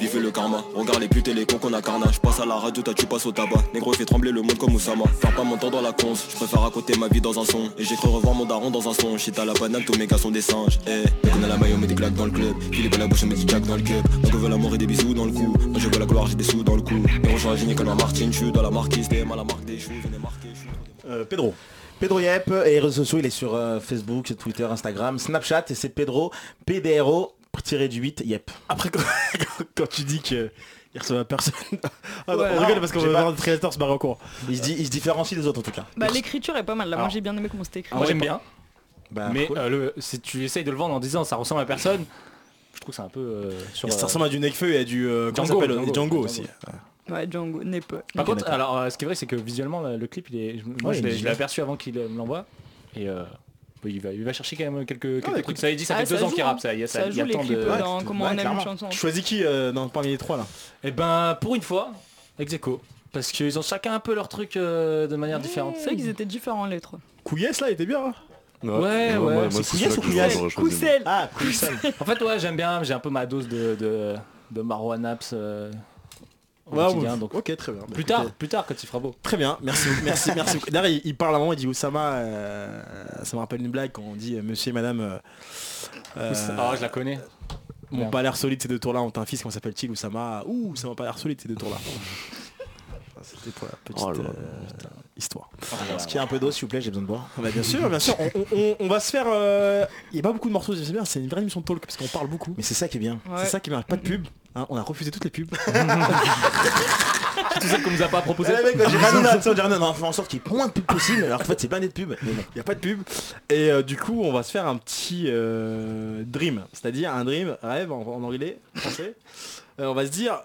Vive le karma, regarde les putes et les cons qu'on a carnage Passe à la radio, toi tu passes au tabac Négro il fait trembler le monde comme Oussama Faire pas mon temps dans la cons, je préfère raconter ma vie dans un son Et j'ai cru revoir mon daron dans un son Shit à la banane, tous mes gars sont des singes Eh, on a la maille, on met des claques dans le club Philippe à la bouche, on met du jack dans le cup Donc on veut la mort et des bisous dans le cou Moi je veux la gloire, j'ai des sous dans le cou Et on change génie comme la Martine, je suis dans la marquise TM à la marque des choses, venez marquer, je suis Euh, Pedro. Pedro Yep et les réseaux sociaux, il est sur euh, Facebook, Twitter, Instagram, Snapchat et c'est Pedro, PDRO, tiré du 8, Yep. Après [laughs] quand, quand tu dis que il recevait personne. Ah, non, Ouais, on non, rigole parce qu'on j'ai va pas- voir le Predator se barrer en courant. Il se, dit, il se différencie des autres en tout cas. Bah, l'écriture est pas mal là, moi Alors. j'ai bien aimé comment c'était écrit. Moi j'aime bien. mais euh, le- si tu essayes de le vendre en disant ça ressemble à personne, je trouve que c'est un peu euh, sur. ça euh, ressemble à du Necfeu et à du euh, comment ça Django, s'appelle Django. Et Django aussi. Django. Ouais. Ouais, Django, n'est pas. Par contre, alors euh, ce qui est vrai c'est que visuellement le, le clip il est. je- Moi Ouais, je il est l'ai- je l'ai visuel. aperçu avant qu'il euh, me l'envoie. Et euh, bah, il, va, il va chercher quand même quelques, quelques écoute. trucs. Ça il dit ça Ah, fait ça deux ans joue, qu'il hein. rappe ça, il y a, Ça il y joue a les tant de. clips, euh, dans Comment on aime une chanson. Tu choisis qui euh, dans, parmi les trois là Et ben pour une fois, Execo. Parce qu'ils ont chacun un peu leur truc euh, de manière différente. C'est vrai qu'ils étaient différents les trois. Couillès là il était bien. hein Ouais, Ouais, ouais, moi- moi, c'est celui-là que j'aurais choisi. Coussel. Ah, [laughs] Coussel. En fait, ouais, j'aime bien, j'ai un peu ma dose de, de, de Marwan Naps. euh, au Ouais, quotidien, ouais. donc. Ok, très bien. Bah, Plus tard, écoutez. plus tard quand il fera beau. Très bien, merci, beaucoup, merci, merci. beaucoup. D'ailleurs, il- il parle à un moment, il dit Oussama, euh, ça me rappelle une blague quand on dit euh, monsieur et madame... euh, euh, Ah, je la connais. M'ont Merde. pas l'air solide ces deux tours-là, ont un fils, comment s'appelle-t-il Oussama Ah, Ouh, ça m'a pas l'air solide ces [laughs] deux tours-là. C'était pour la Oh petite euh, histoire. Est-ce qu'il y a un peu d'eau s'il vous plaît, j'ai besoin de boire. Bah, bien sûr, bien sûr, on, on- on- on va se faire... euh, Il n'y a pas beaucoup de morceaux, c'est bien, c'est une vraie émission de talk parce qu'on parle beaucoup. Mais c'est ça qui est bien. C'est ça qui marche, pas de pub. hein, on a refusé toutes les pubs. C'est tout ça qu'on nous a pas proposé. Eh, mec, quand j'ai rien à dire, on dirait, non, non, on fait en sorte qu'il y ait moins de pubs possible alors qu'en fait c'est plein de pubs. Mais bon. Il n'y a pas de pub. Et euh, du coup, on va se faire un petit euh, dream. C'est-à-dire un dream, rêve en, en anglais, français. Euh, on va se dire,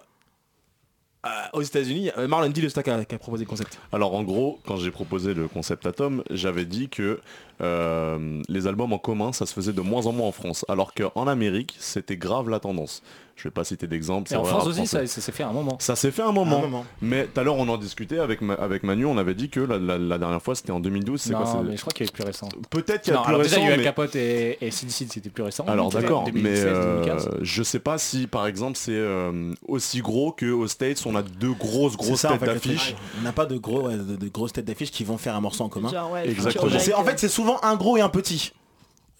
euh, aux États-Unis, euh, Marlon dit le stack a, qui a proposé le concept. Alors en gros, quand j'ai proposé le concept à Tom, j'avais dit que euh, les albums en commun, ça se faisait de moins en moins en France, alors qu'en Amérique, c'était grave la tendance. Je vais pas citer d'exemple. Et c'est en vrai, France rap aussi, français. ça, ça s'est fait à un moment. Ça s'est fait un moment. Un moment. Mais tout à l'heure, on en discutait avec, Ma- avec Manu, on avait dit que la, la- la dernière fois, c'était en 2012. C'est Non, quoi c'est- mais je crois qu'il est plus récent. Peut-être qu'il y a Non, plus alors déjà, récent, il y a eu mais- El Capote et, et CDC, c'était plus récent. Alors C'était d'accord, mais 2016, euh, 2015. je sais pas si par exemple c'est euh, aussi gros que aux States, on a deux grosses C'est grosses ça, en têtes fait, le truc. d'affiche. On n'a pas de, gros, ouais, de, de grosses têtes d'affiche qui vont faire un morceau en Hein commun. Genre, ouais, Exactement. genre, C'est- En Drake, fait c'est souvent un gros et un petit.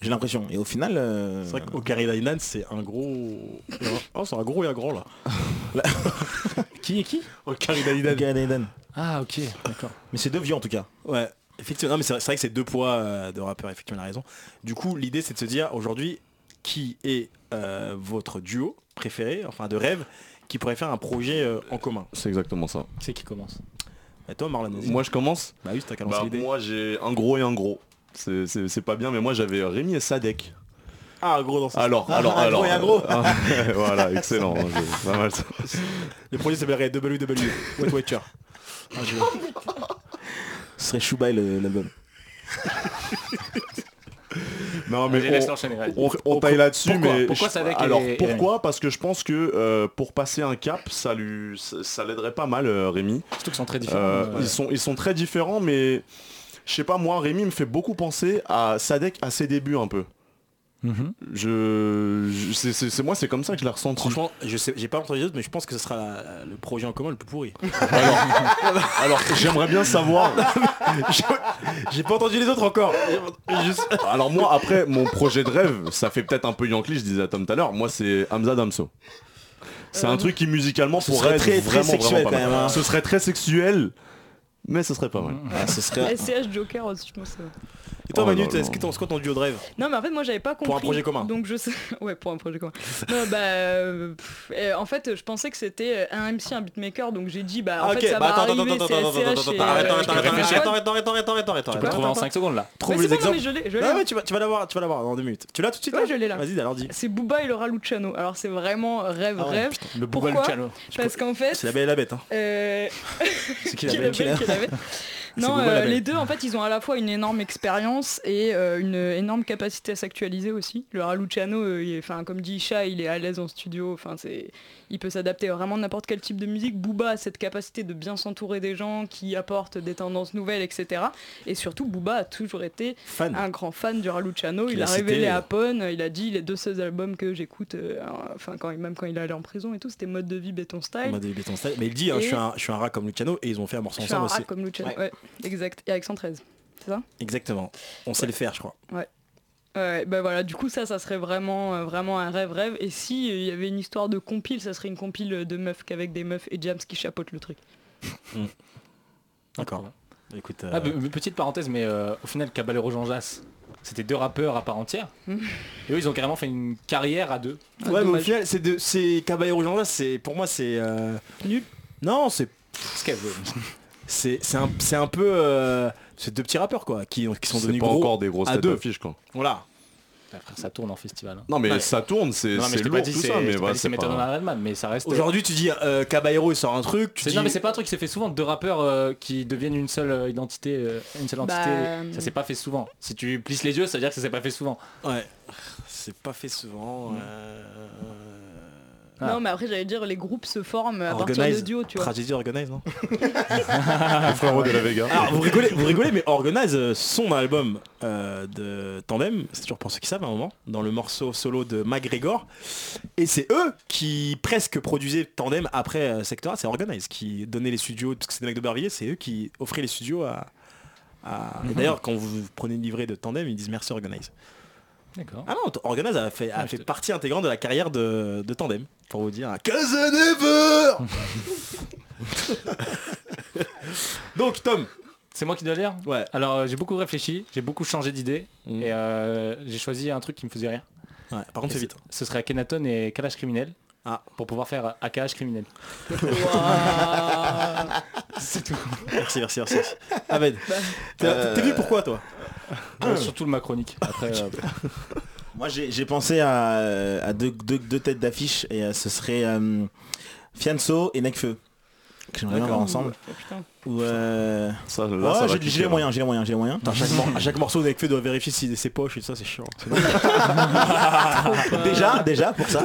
J'ai l'impression. Et au final... euh, C'est vrai qu'au Carrie c'est un gros... Oh, c'est un gros et un [laughs] grand là. qui est qui Au Carrie Au Carrie Dylan. Ah ok, d'accord. Mais c'est deux vieux en tout cas. Ouais, effectivement. Non, mais c'est vrai, c'est vrai que c'est deux poids euh, de rappeur, effectivement, elle a raison. Du coup, l'idée, c'est de se dire aujourd'hui, qui est euh, votre duo préféré, enfin de rêve, qui pourrait faire un projet euh, en commun C'est exactement ça. C'est qui commence Et Toi, Marlon vas-y. Moi je commence Bah oui, c'est toi qui as lancé Bah, l'idée. Moi j'ai un gros et un gros. C'est- C'est c'est pas bien mais moi j'avais Rémi et Sadek. Ah, un gros dans ce Alors, Ah, alors, un alors. gros et un gros. Ah, [laughs] voilà, excellent. hein, je- pas mal ça. Le projet s'appellerait WW, Wet Watcher. Ah, je vais- Ce serait Shubai le- l'album. [laughs] Non mais Allez, on- laisse l'enchaîner, vas-y. on, on Pourquoi- taille là-dessus pourquoi- mais pourquoi je- Sadek et- alors et pourquoi parce que je pense que euh, pour passer un cap ça lui ça, ça l'aiderait pas mal euh, Rémi surtout qu'ils sont très différents, euh, ouais. ils sont ils sont très différents mais je sais pas moi Rémi me fait beaucoup penser à Sadek à ses débuts un peu Mhm. je, je- c'est- c'est c'est moi c'est comme ça que je la ressens Franchement, je sais, j'ai pas entendu les autres, mais je pense que ce sera la- le projet en commun le plus pourri. alors j'aimerais bien [laughs] savoir j'ai pas entendu les autres encore alors moi après mon projet de rêve ça fait peut-être un peu Yankee je disais à Tom tout à l'heure moi c'est Hamza Damso C'est un truc qui musicalement Ce pourrait serait être vraiment, très, très vraiment sexuel, pas quand mal. même, hein. Ce serait très sexuel, mais ce serait pas mal. ce SCH Joker aussi, je pense. que ça va. Ah, Et toi Oh Manu, là là. est-ce que t'en- c'est quoi ton duo de rêve Non, mais en fait, moi, j'avais pas compris. Pour un projet commun. Donc, je sais. [laughs] Ouais, pour un projet commun. Non, bah. euh, pff, euh, en fait, je pensais que c'était un MC, un beatmaker, donc j'ai dit, bah, en Ah, fait, ça va arriver, c'est SCH et, euh, attends, attends, je attends, peux réfléchir. attends, attends, attends, attends, attends, attends, Tu peux le trouver en attends. 5 secondes là. Trouve Mais les c'est bon, non, mais exemples. je l'ai, je l'ai. Ah ouais, tu vas, tu vas l'avoir, tu vas l'avoir dans deux minutes. Tu l'as tout de suite Ouais, je l'ai là. Vas-y, alors dis. C'est Booba et Laura Luciano. Alors, c'est vraiment rêve, Ah ouais, rêve. putain, le Booba Pourquoi Luciano. Parce qu'en fait. C'est la belle et la bête. Hein. [laughs] Euh... C'est qui la belle, qui la- [laughs] Non, Booba, la euh, belle. les deux, en fait, ils ont à la fois une énorme expérience et euh, une énorme capacité à s'actualiser aussi. Le Raluciano, euh, il est- enfin, comme dit Isha, il est à l'aise en studio. Enfin, c'est, il peut s'adapter à vraiment n'importe quel type de musique. Booba a cette capacité de bien s'entourer des gens qui apportent des tendances nouvelles, etc. Et surtout, Booba a toujours été Fan. un grand fan du Raluciano. Qu'il Il a a cité, révélé euh, à Pone, il a dit les deux seuls albums que j'écoute, euh, enfin, quand, même quand il est allé en prison et tout, c'était Mode de vie, Béton Style. On m'a dit Beat on Style. Mais il dit, hein, Et- je, suis un, je suis un rat comme Luciano et ils ont fait un morceau Je suis un ensemble aussi. rat comme Luciano. Ouais. exact. Et avec 113, c'est ça Exactement. On sait le faire, je crois. Ouais. Ouais, bah voilà, du coup ça, ça serait vraiment, euh, vraiment un rêve, rêve. Et si euh, il y avait une histoire de compile, ça serait une compile euh, de meufs qu'avec des meufs et James qui chapeaute le truc. Mm. D'accord. Écoute, euh, Ah, be- be- petite parenthèse, mais euh, au final, Caballero Jean Jass, c'était deux rappeurs à part entière. Et eux, ils ont carrément fait une carrière à deux. Ouais, mais au final, c'est de, c'est Caballero Jean Jass, c'est pour moi c'est nul. Non, c'est [laughs] c'est c'est un c'est un peu euh, c'est deux petits rappeurs quoi qui, qui sont C'est devenus pas gros encore des grosses à têtes deux. d'affiche, quoi. Voilà. Bah, Frère, ça tourne en festival. hein. Non, mais ça tourne, c'est- Non, mais c'est je t'ai lourd, pas dit, tout c'est- ça, mais je t'ai voilà, pas dit, c'est c'est Method pas- Man Redman, mais ça reste. Aujourd'hui, tu dis euh, Caballero il sort un truc, tu C'est- dis Non mais c'est pas un truc qui s'est fait souvent, deux rappeurs euh, qui deviennent une seule euh, identité, euh, une seule Bah, entité, euh, ça s'est pas fait souvent. Si tu plisses les yeux, ça veut dire que ça s'est pas fait souvent. Ouais, c'est pas fait souvent. euh, Non mais après j'allais dire les groupes se forment à partir de Ah. Organize. duo, tu vois. Tragédie [laughs] organize, non Les frérots de la Vega. Alors vous rigolez, vous rigolez, mais Organize, euh, son album euh, de Tandem, c'est toujours pour ceux qui savent à un moment, dans le morceau solo de McGregor. Et c'est eux qui presque produisaient Tandem après euh, Sector A, c'est Organize qui donnait les studios, parce que c'est des mecs de Barbier, c'est eux qui offraient les studios à... à- Et Mhm. d'ailleurs quand vous prenez une livrée de Tandem, ils disent merci Organize. D'accord. Ah non, Organize a fait, a fait partie intégrante de la carrière de, de Tandem, pour vous dire. hein. Casanova [laughs] Donc Tom C'est moi qui dois lire Ouais. Mm. Alors euh, j'ai beaucoup réfléchi, j'ai beaucoup changé d'idée et euh, j'ai choisi un truc qui me faisait rire. par contre, Et fais ce- vite. hein. Ce serait Kenaton et Kalash Criminel. Ah. Pour pouvoir faire euh, AKH [laughs] criminel. C'est tout. Merci, merci, merci. Ahmed, t'es Euh, t'es venu pourquoi toi Hein. Euh, surtout le ma chronique. Après, euh, [laughs] Moi j'ai j'ai pensé à, euh, à deux, deux- deux têtes d'affiche et euh, ce serait euh, Fianso et Necfeu. Que j'aimerais bien voir D'accord. ensemble. Oh, Ou euh... ça, hein. là, ça va j'ai cliquer, hein. j'ai les là. moyens, j'ai les moyens, j'ai les moyens. Putain, chaque, mor- à chaque morceau, Nekfeu doit vérifier si ses poches et tout ça, c'est chiant. Ah, déjà, déjà pour ça.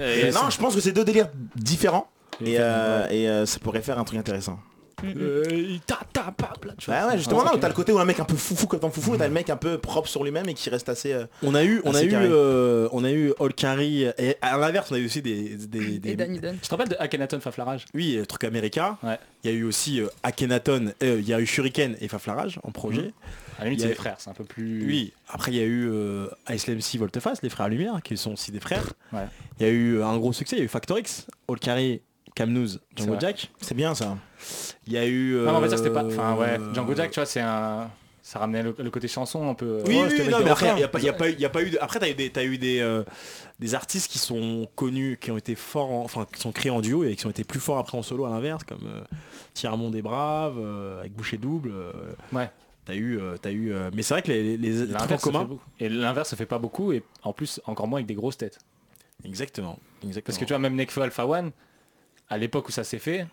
Et Et non, ça- je pense que c'est deux délires différents. Et, euh, et, euh, ça pourrait faire un truc intéressant. Euh, ta- ta- pa- pla- tu vois. Ouais, ouais, justement, Ah, non, ok. t'as le côté où un mec un peu foufou comme ton foufou, Mm. et t'as le mec un peu propre sur lui-même et qui reste assez. euh, On a Ah, eu, on a assez eu, carré. euh, on a eu All Carry et à l'inverse, on a eu aussi des, des, des- Je te rappelle de Akhenaton Faflarage oui, le truc américain. Ouais. Il y a eu aussi euh, Akhenaton, euh, il y a eu Shuriken et Faflarage en projet. Mhm. À la limite, Il y c'est des a- frères, c'est un peu plus. Oui, après il y a eu euh, Ice MC Volteface, les frères Lumière, qui sont aussi des frères. Ouais. Il y a eu euh, un gros succès, il y a eu Factor X, All Carry, Camnouz, Django vrai. Jack. C'est bien ça. Il y a eu. Non, mais on va dire que c'était pas. Enfin, ouais, euh, Django Jack, euh, tu vois, c'est un. Ça ramenait le, le côté chanson un peu. Oui, oui, oui, non, mais après, il y a pas- il y a pas eu- il y a pas eu. de- Après, t'as eu des, t'as eu des, euh, des artistes qui sont connus, qui ont été forts, en- enfin, qui sont créés en duo et qui ont été plus forts après en solo à l'inverse, comme euh, Thierry Mond des Braves, euh, avec Boucher Double. euh, Ouais. T'as eu, euh, t'as eu. euh, mais c'est vrai que les, les, les L'inverse se trucs en fait commun- beaucoup. Et l'inverse se fait pas beaucoup et en plus encore moins avec des grosses têtes. Exactement. Parce que tu vois même Nekfeu Alpha One, à l'époque où ça s'est fait,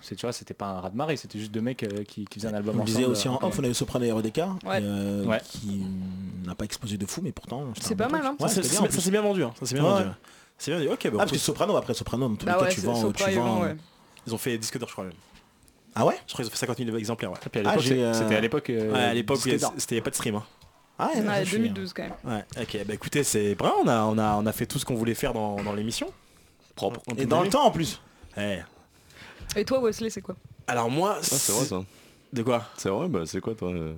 c'est tu vois c'était pas un raz de marée, c'était juste deux mecs euh, qui, qui faisaient un album On le disait ensemble, aussi en euh, off, on avait Soprano et RDK, Ouais. euh, Ouais. qui euh, n'a pas explosé de fou, mais pourtant. c'était C'est un pas bon mal, truc. hein. Ouais, Ça, c'est- c'était ça, bien, en c'est plus. bien vendu, hein, ça c'est bien Ouais. vendu. ouais. C'est bien dit. Ok, bah, Ah, on parce peut- que Soprano, après Soprano, dans tous Bah les cas, ouais, tu c'est vends. Sopra tu et vends, Vent, euh, ouais. Ils ont fait disque d'or, je crois même. Ah ouais Je crois qu'ils ont fait 50 000 exemplaires. Ouais. puis à l'époque, Ah, j'ai, euh, c'était à l'époque, euh, ouais, à l'époque, disque d'or. c'était il y a pas de stream. hein. Ah, ouais, ouais, je suis- 2012 quand même. Ouais, ok, bah écoutez, c'est brun, on a, on, a, on a fait tout ce qu'on voulait faire dans, dans l'émission. Propre. Et dans le temps en plus. Eh. Et toi Wesley, c'est quoi Alors moi, c'est vrai, c'est- ça. De quoi C'est vrai, bah c'est quoi toi euh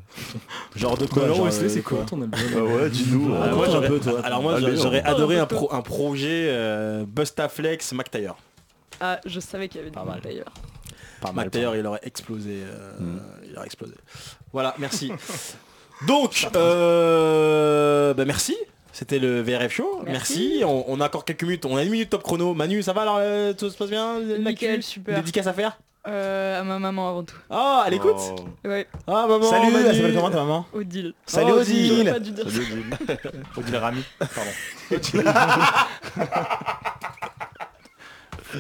Genre de quoi, Bah alors, genre, Wesley, euh, c'est quoi ton album Ah ouais, dis-nous, Ah, euh, raconte moi, un j'aurais- peu, toi. Alors moi Allez, j'aurais on- adoré un, pro- un projet euh, Bustaflex Mac Taylor. Ah, je savais qu'il y avait des mal. d'ailleurs. Mac Taylor il aurait explosé. euh, Hmm. Il aurait explosé. Voilà, merci. Bah, Donc euh, bah, merci. C'était le VRF Show. Merci. On, on a encore quelques minutes. On a une minute top chrono. Manu, ça va alors euh, Tout se passe bien Nickel, super. Dédicace à faire Euh, à ma maman avant tout. Oh. Ah, elle écoute Oh. Ouais. Ah, maman Salut, Manu. elle s'appelle comment ta maman Odile. Salut Oh, Odile. j'aurais pas dû dire ça. [laughs] Odile Rami, pardon. [laughs] [laughs] [laughs]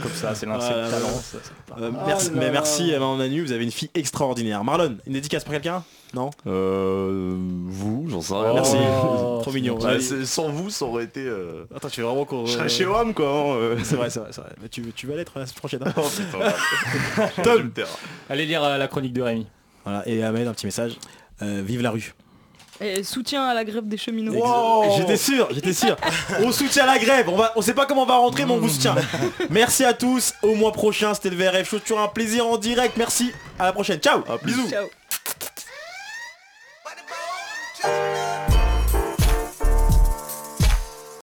Comme ça, c'est lancé Voilà, le talent. voilà. ça, ça part. Euh, merci, Ah mais merci à Maman Manu, vous avez une fille extraordinaire. Marlon, une dédicace pour quelqu'un Non Euh, vous, j'en sais rien. Merci. Oh, Trop mignon. Ouais, c'est- sans vous, ça aurait été. euh, Attends, tu veux vraiment qu'on... Je serais chez WAM quoi. hein, euh. Oh, C'est vrai, c'est vrai, c'est vrai. Mais tu, tu vas l'être la semaine prochaine. [laughs] hein. [laughs] Tom. Allez lire euh, la chronique de Rémi. Voilà, et Ahmed, un petit message. Euh, vive la rue. Et soutien à la grève des cheminots. J'étais sûr, j'étais sûr. On soutient la grève. On va, on sait pas comment on va rentrer, mais on [laughs] vous soutient. Merci à tous. Au mois prochain, c'était le VRF Show. Toujours un plaisir en direct. Merci. À la prochaine. Ciao. Ah, Bisous. Ciao.